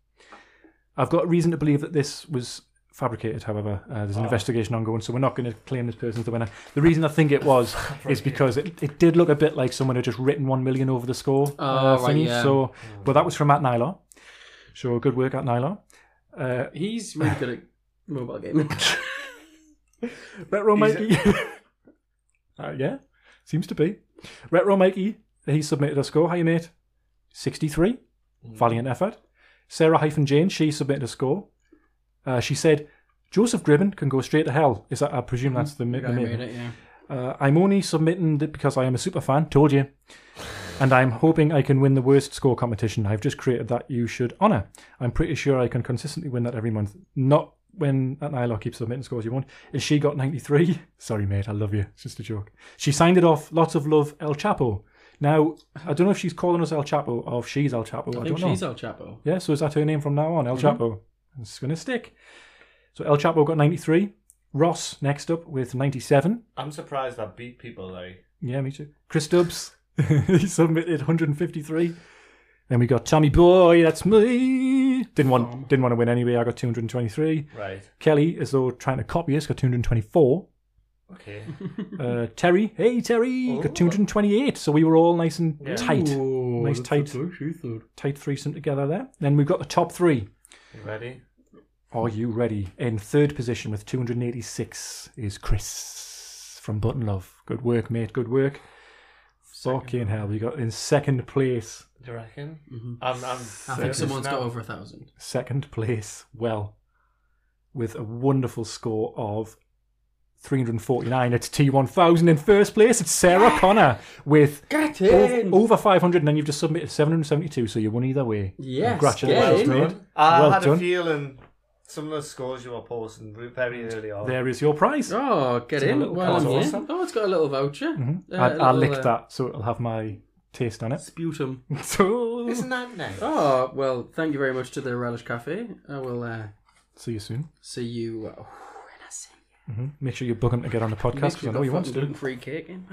[SPEAKER 1] I've got reason to believe that this was fabricated. However, uh,
[SPEAKER 3] Ah.
[SPEAKER 1] there's an investigation ongoing, so we're not going to claim this person's the winner. The reason I think it was is because it, it did look a bit like someone had just written one million over the score uh,
[SPEAKER 3] Oh, right,
[SPEAKER 1] thingy.
[SPEAKER 3] yeah.
[SPEAKER 1] So, but that was from Matt Nylar. So good work at Nylar. Uh,
[SPEAKER 3] He's really good at mobile gaming.
[SPEAKER 1] Retro
[SPEAKER 2] He's-
[SPEAKER 1] Mikey. uh, yeah, seems to be. Retro Mikey, he submitted a score. Hi, mate. 63. Valiant effort. Sarah hyphen Jane, she submitted a score. Uh, she said, Joseph Gribben can go straight to hell. Is that, I presume that's Mm-hmm. the, mi-
[SPEAKER 3] I
[SPEAKER 1] the
[SPEAKER 3] made
[SPEAKER 1] name.
[SPEAKER 3] it, yeah.
[SPEAKER 1] Uh, I'm only submitting it because I am a super fan. Told you. And I'm hoping I can win the worst score competition. I've just created that you should honour. I'm pretty sure I can consistently win that every month. Not when that Nyla keeps submitting scores you want. And she got 93. Sorry, mate. I love you. It's just a joke. She signed it off. Lots of love, El Chapo. Now, I don't know if she's calling us El Chapo or if she's El Chapo. I,
[SPEAKER 3] I
[SPEAKER 1] don't
[SPEAKER 3] think
[SPEAKER 1] know.
[SPEAKER 3] she's Mm-hmm. El Chapo.
[SPEAKER 1] Yeah, so is that her name from now on? El Chapo. It's going to stick. So El Chapo got 93. Ross next up with 97.
[SPEAKER 2] I'm surprised I beat people, like.
[SPEAKER 1] Yeah, me too. Chris Stubbs, he submitted 153. Then we got Tommy Boy, that's me. Didn't want didn't want to win anyway. I got 223.
[SPEAKER 2] Right.
[SPEAKER 1] Kelly, as though trying to copy us, got 224.
[SPEAKER 2] Okay.
[SPEAKER 1] Uh, Terry, hey Terry, got 228. So we were all nice and tight, Nice that's tight. what tight threesome together there. Then we've got the top three.
[SPEAKER 2] You ready?
[SPEAKER 1] Are you ready? In third position with 286 is Chris from Button Love. Good work, mate. Good work. Fucking hell, we got in second place.
[SPEAKER 2] Do you reckon? I'm, I'm
[SPEAKER 3] Mm-hmm. I think
[SPEAKER 2] serious
[SPEAKER 3] someone's
[SPEAKER 2] now.
[SPEAKER 3] got over a thousand.
[SPEAKER 1] second place well with a wonderful score of 349. It's T1000 in first place. It's Sarah Connor with
[SPEAKER 3] Get
[SPEAKER 1] o-
[SPEAKER 3] in!
[SPEAKER 1] over 500, and then you've just submitted 772, so you won either way.
[SPEAKER 3] Yes,
[SPEAKER 1] Congratulations,
[SPEAKER 3] get in.
[SPEAKER 1] mate.
[SPEAKER 2] I
[SPEAKER 1] Well
[SPEAKER 2] had
[SPEAKER 1] done.
[SPEAKER 2] a feeling some of the scores you were posting were very
[SPEAKER 3] Mm.
[SPEAKER 2] early on.
[SPEAKER 1] There is your prize.
[SPEAKER 3] Oh, get
[SPEAKER 1] It's a
[SPEAKER 3] in!
[SPEAKER 1] little
[SPEAKER 3] Well, I'm
[SPEAKER 1] console.
[SPEAKER 3] in. Oh, it's got a little voucher. Uh,
[SPEAKER 1] I,
[SPEAKER 3] a
[SPEAKER 1] I
[SPEAKER 3] little,
[SPEAKER 1] licked
[SPEAKER 3] uh,
[SPEAKER 1] that, so it'll have my taste on it.
[SPEAKER 3] Sputum.
[SPEAKER 1] So,
[SPEAKER 2] Isn't that nice?
[SPEAKER 3] Oh, well, thank you very much to the Relish Cafe. I will uh,
[SPEAKER 1] see you soon. Mm-hmm.
[SPEAKER 3] see you. Uh,
[SPEAKER 1] Make sure you book him to get on the podcast because I know you want to.
[SPEAKER 3] gluten free cake in.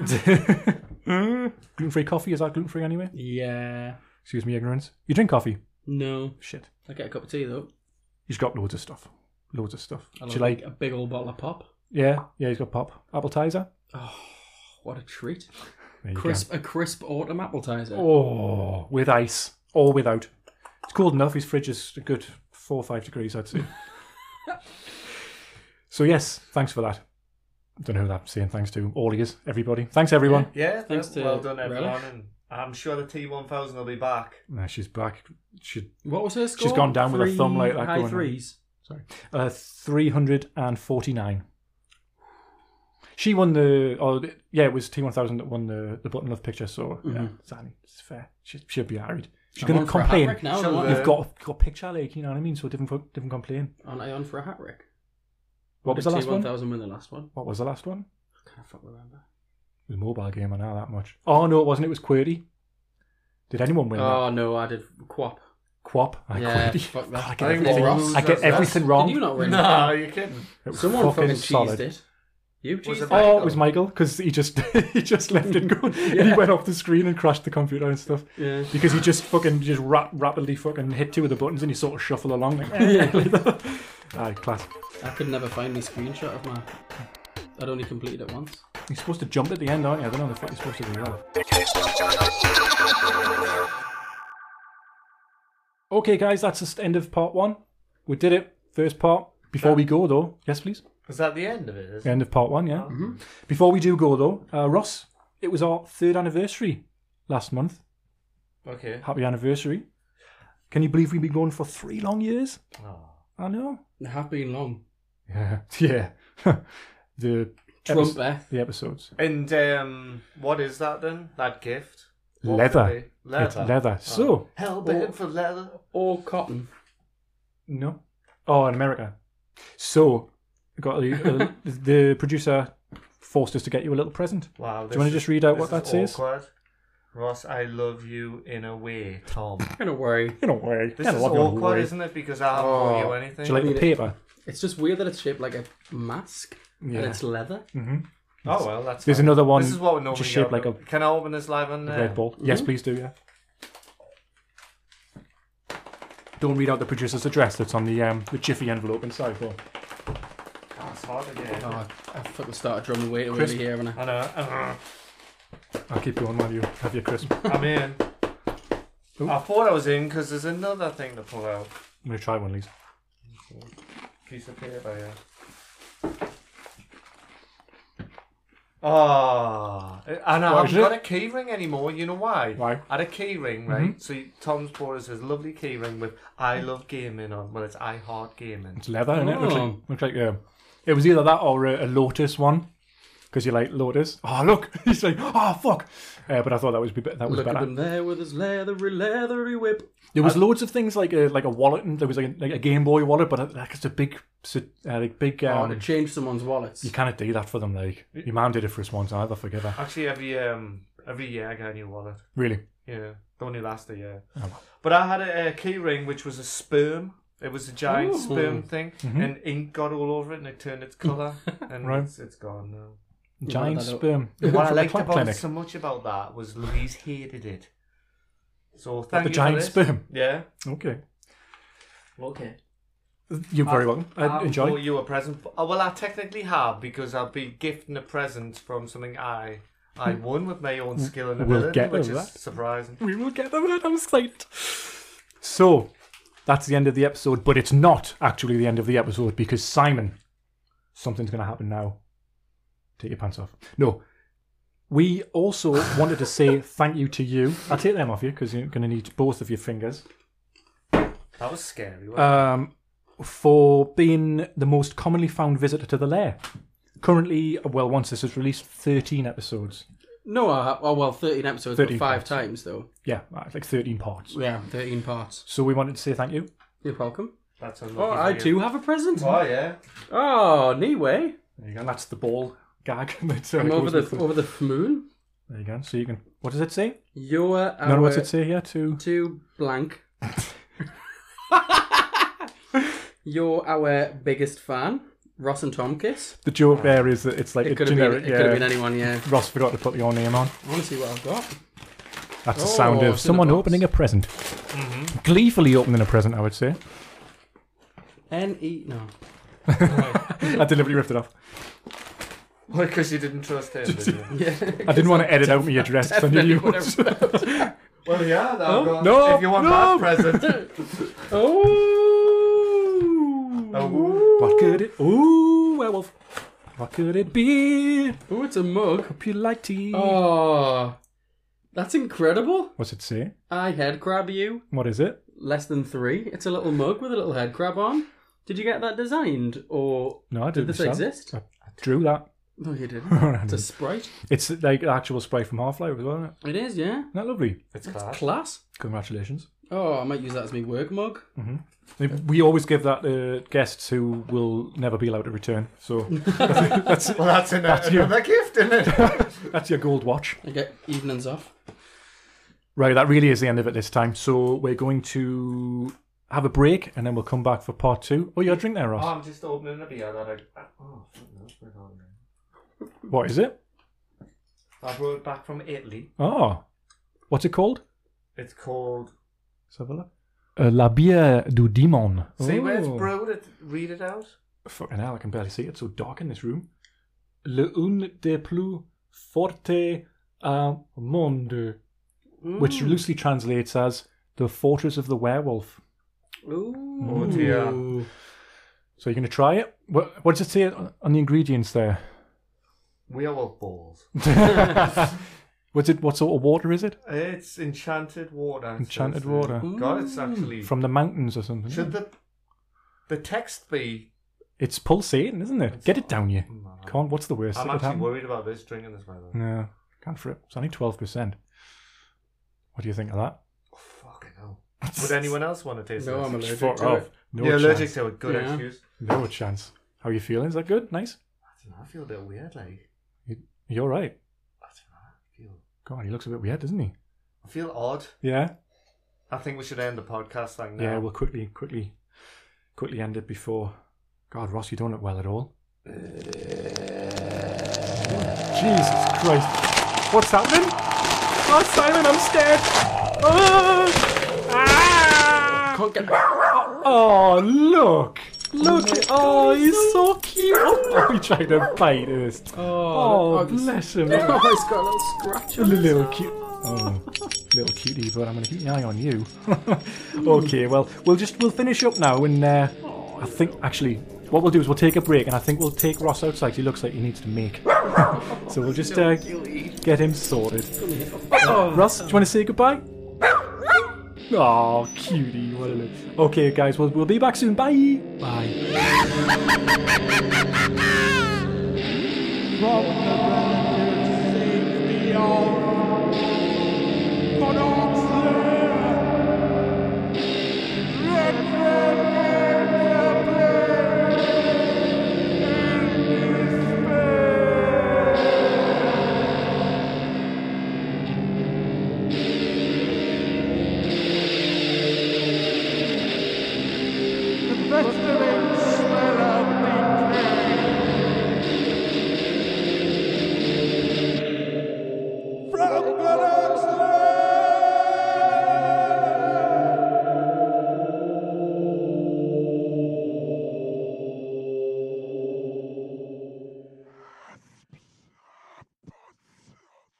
[SPEAKER 1] Gluten free coffee is that gluten free anyway?
[SPEAKER 3] yeah.
[SPEAKER 1] Excuse me, ignorance. You drink coffee?
[SPEAKER 3] No.
[SPEAKER 1] Shit.
[SPEAKER 3] I get a cup of tea though.
[SPEAKER 1] He's got loads of stuff. Loads of stuff.
[SPEAKER 3] I
[SPEAKER 1] Do
[SPEAKER 3] love
[SPEAKER 1] you like?
[SPEAKER 3] a big old bottle of pop.
[SPEAKER 1] Yeah, yeah. He's got pop appetizer.
[SPEAKER 3] What a treat!
[SPEAKER 1] There you go.
[SPEAKER 3] Crisp, a crisp autumn appetizer.
[SPEAKER 1] Oh, with ice or without. It's cold enough. His fridge is a good four or five degrees, I'd say. so yes, thanks for that. Don't know who that's saying thanks to. All he is, everybody. Thanks everyone.
[SPEAKER 2] Yeah,
[SPEAKER 3] Thanks to
[SPEAKER 2] well done everyone.
[SPEAKER 3] Relish.
[SPEAKER 2] And I'm sure the T1000 will be back.
[SPEAKER 1] Nah, she's back. She
[SPEAKER 3] What was her score?
[SPEAKER 1] gone down with her thumb like that,
[SPEAKER 3] High
[SPEAKER 1] going on.
[SPEAKER 3] threes.
[SPEAKER 1] sorry, uh, three hundred and forty nine. She won the, oh th- yeah, it was T one thousand that won the the button love picture. So yeah,
[SPEAKER 3] Mhm.
[SPEAKER 1] it's, it's fair. She she'll be married. She's
[SPEAKER 3] I'm
[SPEAKER 1] gonna
[SPEAKER 3] on for a hat
[SPEAKER 1] complain.
[SPEAKER 3] trick now,
[SPEAKER 2] Shall
[SPEAKER 3] am I?
[SPEAKER 2] we-
[SPEAKER 1] You've got got a picture, like you know what I mean. So different fo- different complain.
[SPEAKER 3] Aren't I on for a hat trick?
[SPEAKER 1] What was the last one?
[SPEAKER 3] T1000 win the last one.
[SPEAKER 1] What was the last one?
[SPEAKER 3] I can't fuck remember.
[SPEAKER 1] It was a mobile game, I know that much. Oh no, it wasn't. It was QWERTY. Did anyone win that?
[SPEAKER 3] Oh no, I did quop.
[SPEAKER 1] Quap. I
[SPEAKER 3] yeah,
[SPEAKER 1] QWERTY.
[SPEAKER 3] fuck that.
[SPEAKER 1] God, I get
[SPEAKER 2] I think
[SPEAKER 1] everything,
[SPEAKER 2] Ross-
[SPEAKER 1] I get
[SPEAKER 2] Ross-
[SPEAKER 1] everything wrong.
[SPEAKER 3] Did you not win?
[SPEAKER 2] No, Oh, you kidding?
[SPEAKER 1] It was
[SPEAKER 3] Someone fucking, cheesed
[SPEAKER 1] solid.
[SPEAKER 3] it. You
[SPEAKER 2] Was
[SPEAKER 3] cheesed
[SPEAKER 2] it
[SPEAKER 3] it.
[SPEAKER 1] Oh, it was Michael because he just he just left it go and he
[SPEAKER 3] Yeah.
[SPEAKER 1] went off the screen and crashed the computer and stuff
[SPEAKER 3] Yeah.
[SPEAKER 1] because he just fucking just rap- rapidly fucking hit two of the buttons and you sort of shuffle along like
[SPEAKER 3] Yeah.
[SPEAKER 1] ah class
[SPEAKER 3] I could never find my screenshot of my. I'd only completed it once.
[SPEAKER 1] you're supposed to jump at the end aren't you I don't know the fuck you're supposed to do that okay guys that's the end of part one we did it first part before we go though yes please
[SPEAKER 2] Is that the end of it? Is it?
[SPEAKER 1] End of part one, yeah.
[SPEAKER 3] Mm-hmm.
[SPEAKER 1] Before we do go though, uh, Ross, it was our third anniversary last month.
[SPEAKER 2] Okay.
[SPEAKER 1] Happy anniversary! Can you believe we've been going for three long years?
[SPEAKER 2] Oh.
[SPEAKER 1] I know.
[SPEAKER 3] It have been long.
[SPEAKER 1] Yeah, yeah. the
[SPEAKER 3] Trump
[SPEAKER 1] epis-
[SPEAKER 3] there.
[SPEAKER 1] the episodes.
[SPEAKER 2] And um, what is that then? That gift? What would
[SPEAKER 1] Leather.
[SPEAKER 2] it be? Leather. Ah.
[SPEAKER 1] It's leather. So
[SPEAKER 2] Hell
[SPEAKER 3] oh.
[SPEAKER 2] bent for leather.
[SPEAKER 3] Or cotton.
[SPEAKER 1] no. Oh, in America. So got the, uh, the producer forced us to get you a little present.
[SPEAKER 2] Wow.
[SPEAKER 1] Do you want to just read out what
[SPEAKER 2] that
[SPEAKER 1] that
[SPEAKER 2] is
[SPEAKER 1] says?
[SPEAKER 2] Awkward. Ross, I love you in a way, Tom.
[SPEAKER 3] Don't worry.
[SPEAKER 1] You know, way.
[SPEAKER 2] This is awkward, isn't it? Because I haven't bought
[SPEAKER 3] Oh.
[SPEAKER 2] you
[SPEAKER 1] Do
[SPEAKER 2] anything.
[SPEAKER 1] you like the
[SPEAKER 3] Read it.
[SPEAKER 1] paper?
[SPEAKER 3] It's just weird that it's shaped like a mask
[SPEAKER 1] Yeah. Mm.
[SPEAKER 3] and it's leather.
[SPEAKER 2] oh well, that's.
[SPEAKER 1] There's
[SPEAKER 2] fine.
[SPEAKER 1] another one
[SPEAKER 2] This is what we normally
[SPEAKER 1] just shaped
[SPEAKER 2] get.
[SPEAKER 1] like a
[SPEAKER 2] Can I open this live on there?
[SPEAKER 1] Red Bull. Yes, please do. Yeah. Don't read out the producer's address. That's on the um, the jiffy envelope inside. Though.
[SPEAKER 2] Oh, it's hard to get.
[SPEAKER 3] Oh, I I fucking started drumming way too
[SPEAKER 1] Crisp.
[SPEAKER 3] early here, and I.
[SPEAKER 2] I know. Uh,
[SPEAKER 1] I'll keep going while you have your crisp. I'm
[SPEAKER 2] I'm in. I thought I was in because there's another thing to pull out.
[SPEAKER 1] gonna try one, Lisa.
[SPEAKER 2] Piece of paper, yeah. Oh, and I
[SPEAKER 1] What is
[SPEAKER 2] haven't
[SPEAKER 1] it?
[SPEAKER 2] got a key ring anymore. You know why?
[SPEAKER 1] Why? Mm-hmm.
[SPEAKER 2] I had a key ring, right? So Tom's bought us his lovely key ring with I love gaming on. Well, it's I heart gaming.
[SPEAKER 1] It's leather, and it looks like
[SPEAKER 3] Oh.
[SPEAKER 1] looks like um, it was either that or uh, a, a lotus one. Because you like lotus. Oh look, he's like, oh fuck. Uh, but I thought that was be- that was
[SPEAKER 3] Look at
[SPEAKER 1] better.
[SPEAKER 3] him there with his leathery, leathery whip.
[SPEAKER 1] There was loads of things like a like a wallet, and there was like a, like a Game Boy wallet, but uh, like it's a big, s- uh, like big.
[SPEAKER 3] Oh,
[SPEAKER 1] Um,
[SPEAKER 3] to change someone's wallets.
[SPEAKER 1] you can't do that for them. Like your mum did it for us once. I'll never forgive her.
[SPEAKER 2] Actually, every um every year I get a new wallet.
[SPEAKER 1] Really.
[SPEAKER 2] Yeah, they only last a year.
[SPEAKER 1] Oh, well.
[SPEAKER 2] But I had a, a key ring which was a sperm. It was a giant
[SPEAKER 3] Ooh.
[SPEAKER 2] sperm thing, and ink got all over it, and it turned its colour, and
[SPEAKER 1] Mm-hmm. Right.
[SPEAKER 2] it's, it's gone now.
[SPEAKER 1] Giant
[SPEAKER 3] that up.
[SPEAKER 1] sperm. It
[SPEAKER 2] What
[SPEAKER 1] went
[SPEAKER 2] I
[SPEAKER 1] from the
[SPEAKER 2] liked
[SPEAKER 1] clock
[SPEAKER 2] about
[SPEAKER 1] clinic.
[SPEAKER 2] so much about that was Louise hated it. So thank
[SPEAKER 1] the
[SPEAKER 2] you
[SPEAKER 1] giant
[SPEAKER 2] for this.
[SPEAKER 1] sperm?
[SPEAKER 2] Yeah.
[SPEAKER 1] Okay.
[SPEAKER 2] Okay.
[SPEAKER 1] You're very welcome. Uh,
[SPEAKER 2] I
[SPEAKER 1] enjoy.
[SPEAKER 2] bought you a present. Oh, well, I technically have because I'll be gifting a present from something I I won with my own skill and
[SPEAKER 1] We'll
[SPEAKER 2] ability,
[SPEAKER 1] get
[SPEAKER 2] which is
[SPEAKER 1] to that.
[SPEAKER 2] surprising.
[SPEAKER 1] We will get them. I'm excited. So, that's the end of the episode, but it's not actually the end of the episode because Simon, something's going to happen now. Take your pants off. No. We also wanted to say thank you to you. I'll take them off you because you're going to need both of your fingers.
[SPEAKER 2] That was
[SPEAKER 1] Uh,
[SPEAKER 2] scary. Wasn't
[SPEAKER 1] um, for being the most commonly found visitor to the lair. currently, well, once this was released, 13 episodes.
[SPEAKER 3] No, uh, oh, well, 13 episodes,
[SPEAKER 1] 13
[SPEAKER 3] but five
[SPEAKER 1] parts.
[SPEAKER 3] times, though.
[SPEAKER 1] Yeah, it's like 13 parts.
[SPEAKER 3] Yeah, 13 parts.
[SPEAKER 1] So we wanted to say thank you.
[SPEAKER 3] You're welcome.
[SPEAKER 2] That's unlucky.
[SPEAKER 3] Oh, I
[SPEAKER 2] for you.
[SPEAKER 3] do have a present.
[SPEAKER 2] Oh yeah.
[SPEAKER 3] Oh, Niwe.
[SPEAKER 1] There you go. And that's the ball gag. that, uh,
[SPEAKER 3] I'm over
[SPEAKER 1] goes
[SPEAKER 3] the
[SPEAKER 1] with the-
[SPEAKER 3] over the moon.
[SPEAKER 1] There you go. So you can. What does it say?
[SPEAKER 3] Oh, You're
[SPEAKER 1] No,
[SPEAKER 3] our
[SPEAKER 1] no, what's it say here? Two.
[SPEAKER 3] two blank. You're our biggest fan, Ross and Tom Kiss.
[SPEAKER 1] The joke there is that it's like
[SPEAKER 3] It
[SPEAKER 1] a
[SPEAKER 3] could have been,
[SPEAKER 1] generic.
[SPEAKER 3] it could have been
[SPEAKER 1] yeah.
[SPEAKER 3] anyone. Yeah.
[SPEAKER 1] Ross forgot to put your name on.
[SPEAKER 3] I want to see what I've got.
[SPEAKER 1] That's the
[SPEAKER 3] Oh,
[SPEAKER 1] sound of
[SPEAKER 3] it's in
[SPEAKER 1] someone
[SPEAKER 3] the box. Mm-hmm.
[SPEAKER 1] opening a present. Gleefully opening a present, I would say.
[SPEAKER 3] N E no.
[SPEAKER 1] I deliberately ripped it off.
[SPEAKER 2] Well, because you didn't trust him. Did you?
[SPEAKER 3] Yeah.
[SPEAKER 1] I didn't want to edit out my address. 'cause I knew you would.
[SPEAKER 2] well, yeah. That got,
[SPEAKER 1] No,
[SPEAKER 2] If you want
[SPEAKER 1] no.
[SPEAKER 2] that present.
[SPEAKER 3] Oh.
[SPEAKER 2] Oh.
[SPEAKER 1] What could it? Ooh, werewolf. What could it be?
[SPEAKER 3] Oh, it's a mug.
[SPEAKER 1] Hope you like tea.
[SPEAKER 3] Oh, that's incredible.
[SPEAKER 1] What's it say?
[SPEAKER 3] I head grab you.
[SPEAKER 1] What is it?
[SPEAKER 3] Less than three. It's a little mug with a little head crab on. Did you get that designed, or
[SPEAKER 1] No, I
[SPEAKER 3] did
[SPEAKER 1] didn't.
[SPEAKER 3] this
[SPEAKER 1] myself.
[SPEAKER 3] exist?
[SPEAKER 1] I drew that.
[SPEAKER 3] No, you didn't. It's a sprite.
[SPEAKER 1] it's like the actual sprite from Half Life as well, isn't it?
[SPEAKER 3] It is, yeah.
[SPEAKER 1] Isn't that lovely?
[SPEAKER 2] It's class.
[SPEAKER 3] Class.
[SPEAKER 1] Congratulations.
[SPEAKER 3] Oh, I might use that as my work mug.
[SPEAKER 1] We always give that to guests who will never be allowed to return. So that's,
[SPEAKER 2] Well, that's, an, uh,
[SPEAKER 1] you.
[SPEAKER 2] another gift, isn't it?
[SPEAKER 1] that's your gold watch.
[SPEAKER 3] I get evenings off.
[SPEAKER 1] Right, that really is the end of it this time. So we're going to have a break and then we'll come back for part two. Oh, you're a drink there,
[SPEAKER 2] oh,
[SPEAKER 1] Ross.
[SPEAKER 2] I'm just opening a beer that I. Oh, fuck, that's been on there.
[SPEAKER 1] What is it?
[SPEAKER 2] I brought it back from Italy.
[SPEAKER 1] Oh, what's it called?
[SPEAKER 2] It's called.
[SPEAKER 1] Let's have a look. Uh, La bière du Demon.
[SPEAKER 2] See where it's
[SPEAKER 1] Oh.
[SPEAKER 2] brewed. It, read it out.
[SPEAKER 1] Fucking hell, I can barely see it. It's so dark in this room. Le un des plus fortes au monde, which
[SPEAKER 2] Mm.
[SPEAKER 1] loosely translates as the fortress of the werewolf.
[SPEAKER 3] Ooh.
[SPEAKER 2] Oh dear.
[SPEAKER 1] So you're going to try it? What, what does it say on on the ingredients there?
[SPEAKER 2] Werewolf balls.
[SPEAKER 1] What's it? What sort of water is it?
[SPEAKER 2] It's enchanted water. it
[SPEAKER 1] Enchanted
[SPEAKER 2] says there.
[SPEAKER 1] water.
[SPEAKER 2] God, it's actually.
[SPEAKER 1] From the mountains or something.
[SPEAKER 2] Should the the text be?
[SPEAKER 1] It's pulsating, isn't it? Get it down you. Can't. What's the worst
[SPEAKER 2] I'm
[SPEAKER 1] that could
[SPEAKER 2] actually
[SPEAKER 1] happen?
[SPEAKER 2] worried about this drinking this weather.
[SPEAKER 1] No, can't for it. It's only twelve percent. What do you think of that?
[SPEAKER 2] Oh, fucking hell. Would anyone else want to taste
[SPEAKER 3] No,
[SPEAKER 2] this?
[SPEAKER 3] I'm allergic
[SPEAKER 1] Fuck
[SPEAKER 3] to
[SPEAKER 1] off.
[SPEAKER 3] it.
[SPEAKER 1] No
[SPEAKER 2] You're
[SPEAKER 1] chance.
[SPEAKER 2] allergic to it. Good
[SPEAKER 3] Yeah.
[SPEAKER 2] excuse.
[SPEAKER 1] No chance. How are you feeling? Is that good? Nice.
[SPEAKER 2] I don't know. I feel a bit weird. Like
[SPEAKER 1] You're right.
[SPEAKER 2] I don't know. I feel
[SPEAKER 1] God, he looks a bit weird, doesn't he?
[SPEAKER 2] I feel odd.
[SPEAKER 1] Yeah.
[SPEAKER 2] I think we should end the podcast like now.
[SPEAKER 1] Yeah. We'll quickly, quickly, quickly end it before. God, Ross, you don't look well at all. Jesus Christ! What's happening? Oh, Simon, I'm scared. Ah! Ah!
[SPEAKER 3] Can't get
[SPEAKER 1] Oh, look! Look! at- Oh, he's so cute! Oh, he tried to bite us. Oh, bless him.
[SPEAKER 3] Oh,
[SPEAKER 1] Look
[SPEAKER 3] it's got a little scratch
[SPEAKER 1] at
[SPEAKER 3] on
[SPEAKER 1] the
[SPEAKER 3] it.
[SPEAKER 1] little cute. Oh, little cutie, but I'm going to keep my eye on you. okay, well, we'll just we'll finish up now, and uh, I think actually what we'll do is we'll take a break, and I think we'll take Ross outside. 'cause He looks like he needs to make. So we'll just uh, get him sorted. Ross, do you want to say goodbye? Oh, cutie, what a little. Okay, guys, we'll, we'll be back soon. Bye. Bye.
[SPEAKER 4] From the relatives save me all. For God's sake, let them in despair. The festering smell of decay. from God's land.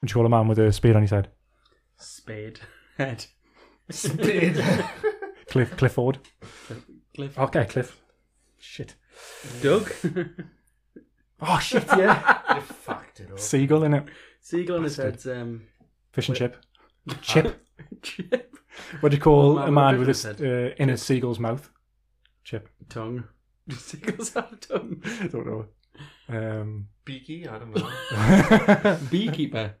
[SPEAKER 1] Would you call a man with a spade on his head?
[SPEAKER 3] Spade. Head.
[SPEAKER 1] Cliff, Clifford.
[SPEAKER 3] Cliff.
[SPEAKER 1] Okay, Cliff. Shit.
[SPEAKER 3] Doug.
[SPEAKER 1] Oh shit, yeah.
[SPEAKER 2] You fucked it up.
[SPEAKER 1] Seagull in it.
[SPEAKER 3] Seagull on his head's um.
[SPEAKER 1] Fish and chip. Chip.
[SPEAKER 3] chip.
[SPEAKER 1] What do you call
[SPEAKER 3] man
[SPEAKER 1] a
[SPEAKER 3] with a
[SPEAKER 1] man
[SPEAKER 3] fish
[SPEAKER 1] with a
[SPEAKER 3] on his
[SPEAKER 1] s-
[SPEAKER 3] head?
[SPEAKER 1] uh, in a seagull's mouth? Chip.
[SPEAKER 3] Tongue. Seagulls have a tongue.
[SPEAKER 1] I don't know.
[SPEAKER 5] Um,
[SPEAKER 1] Beaky, I don't know.
[SPEAKER 2] Beekeeper.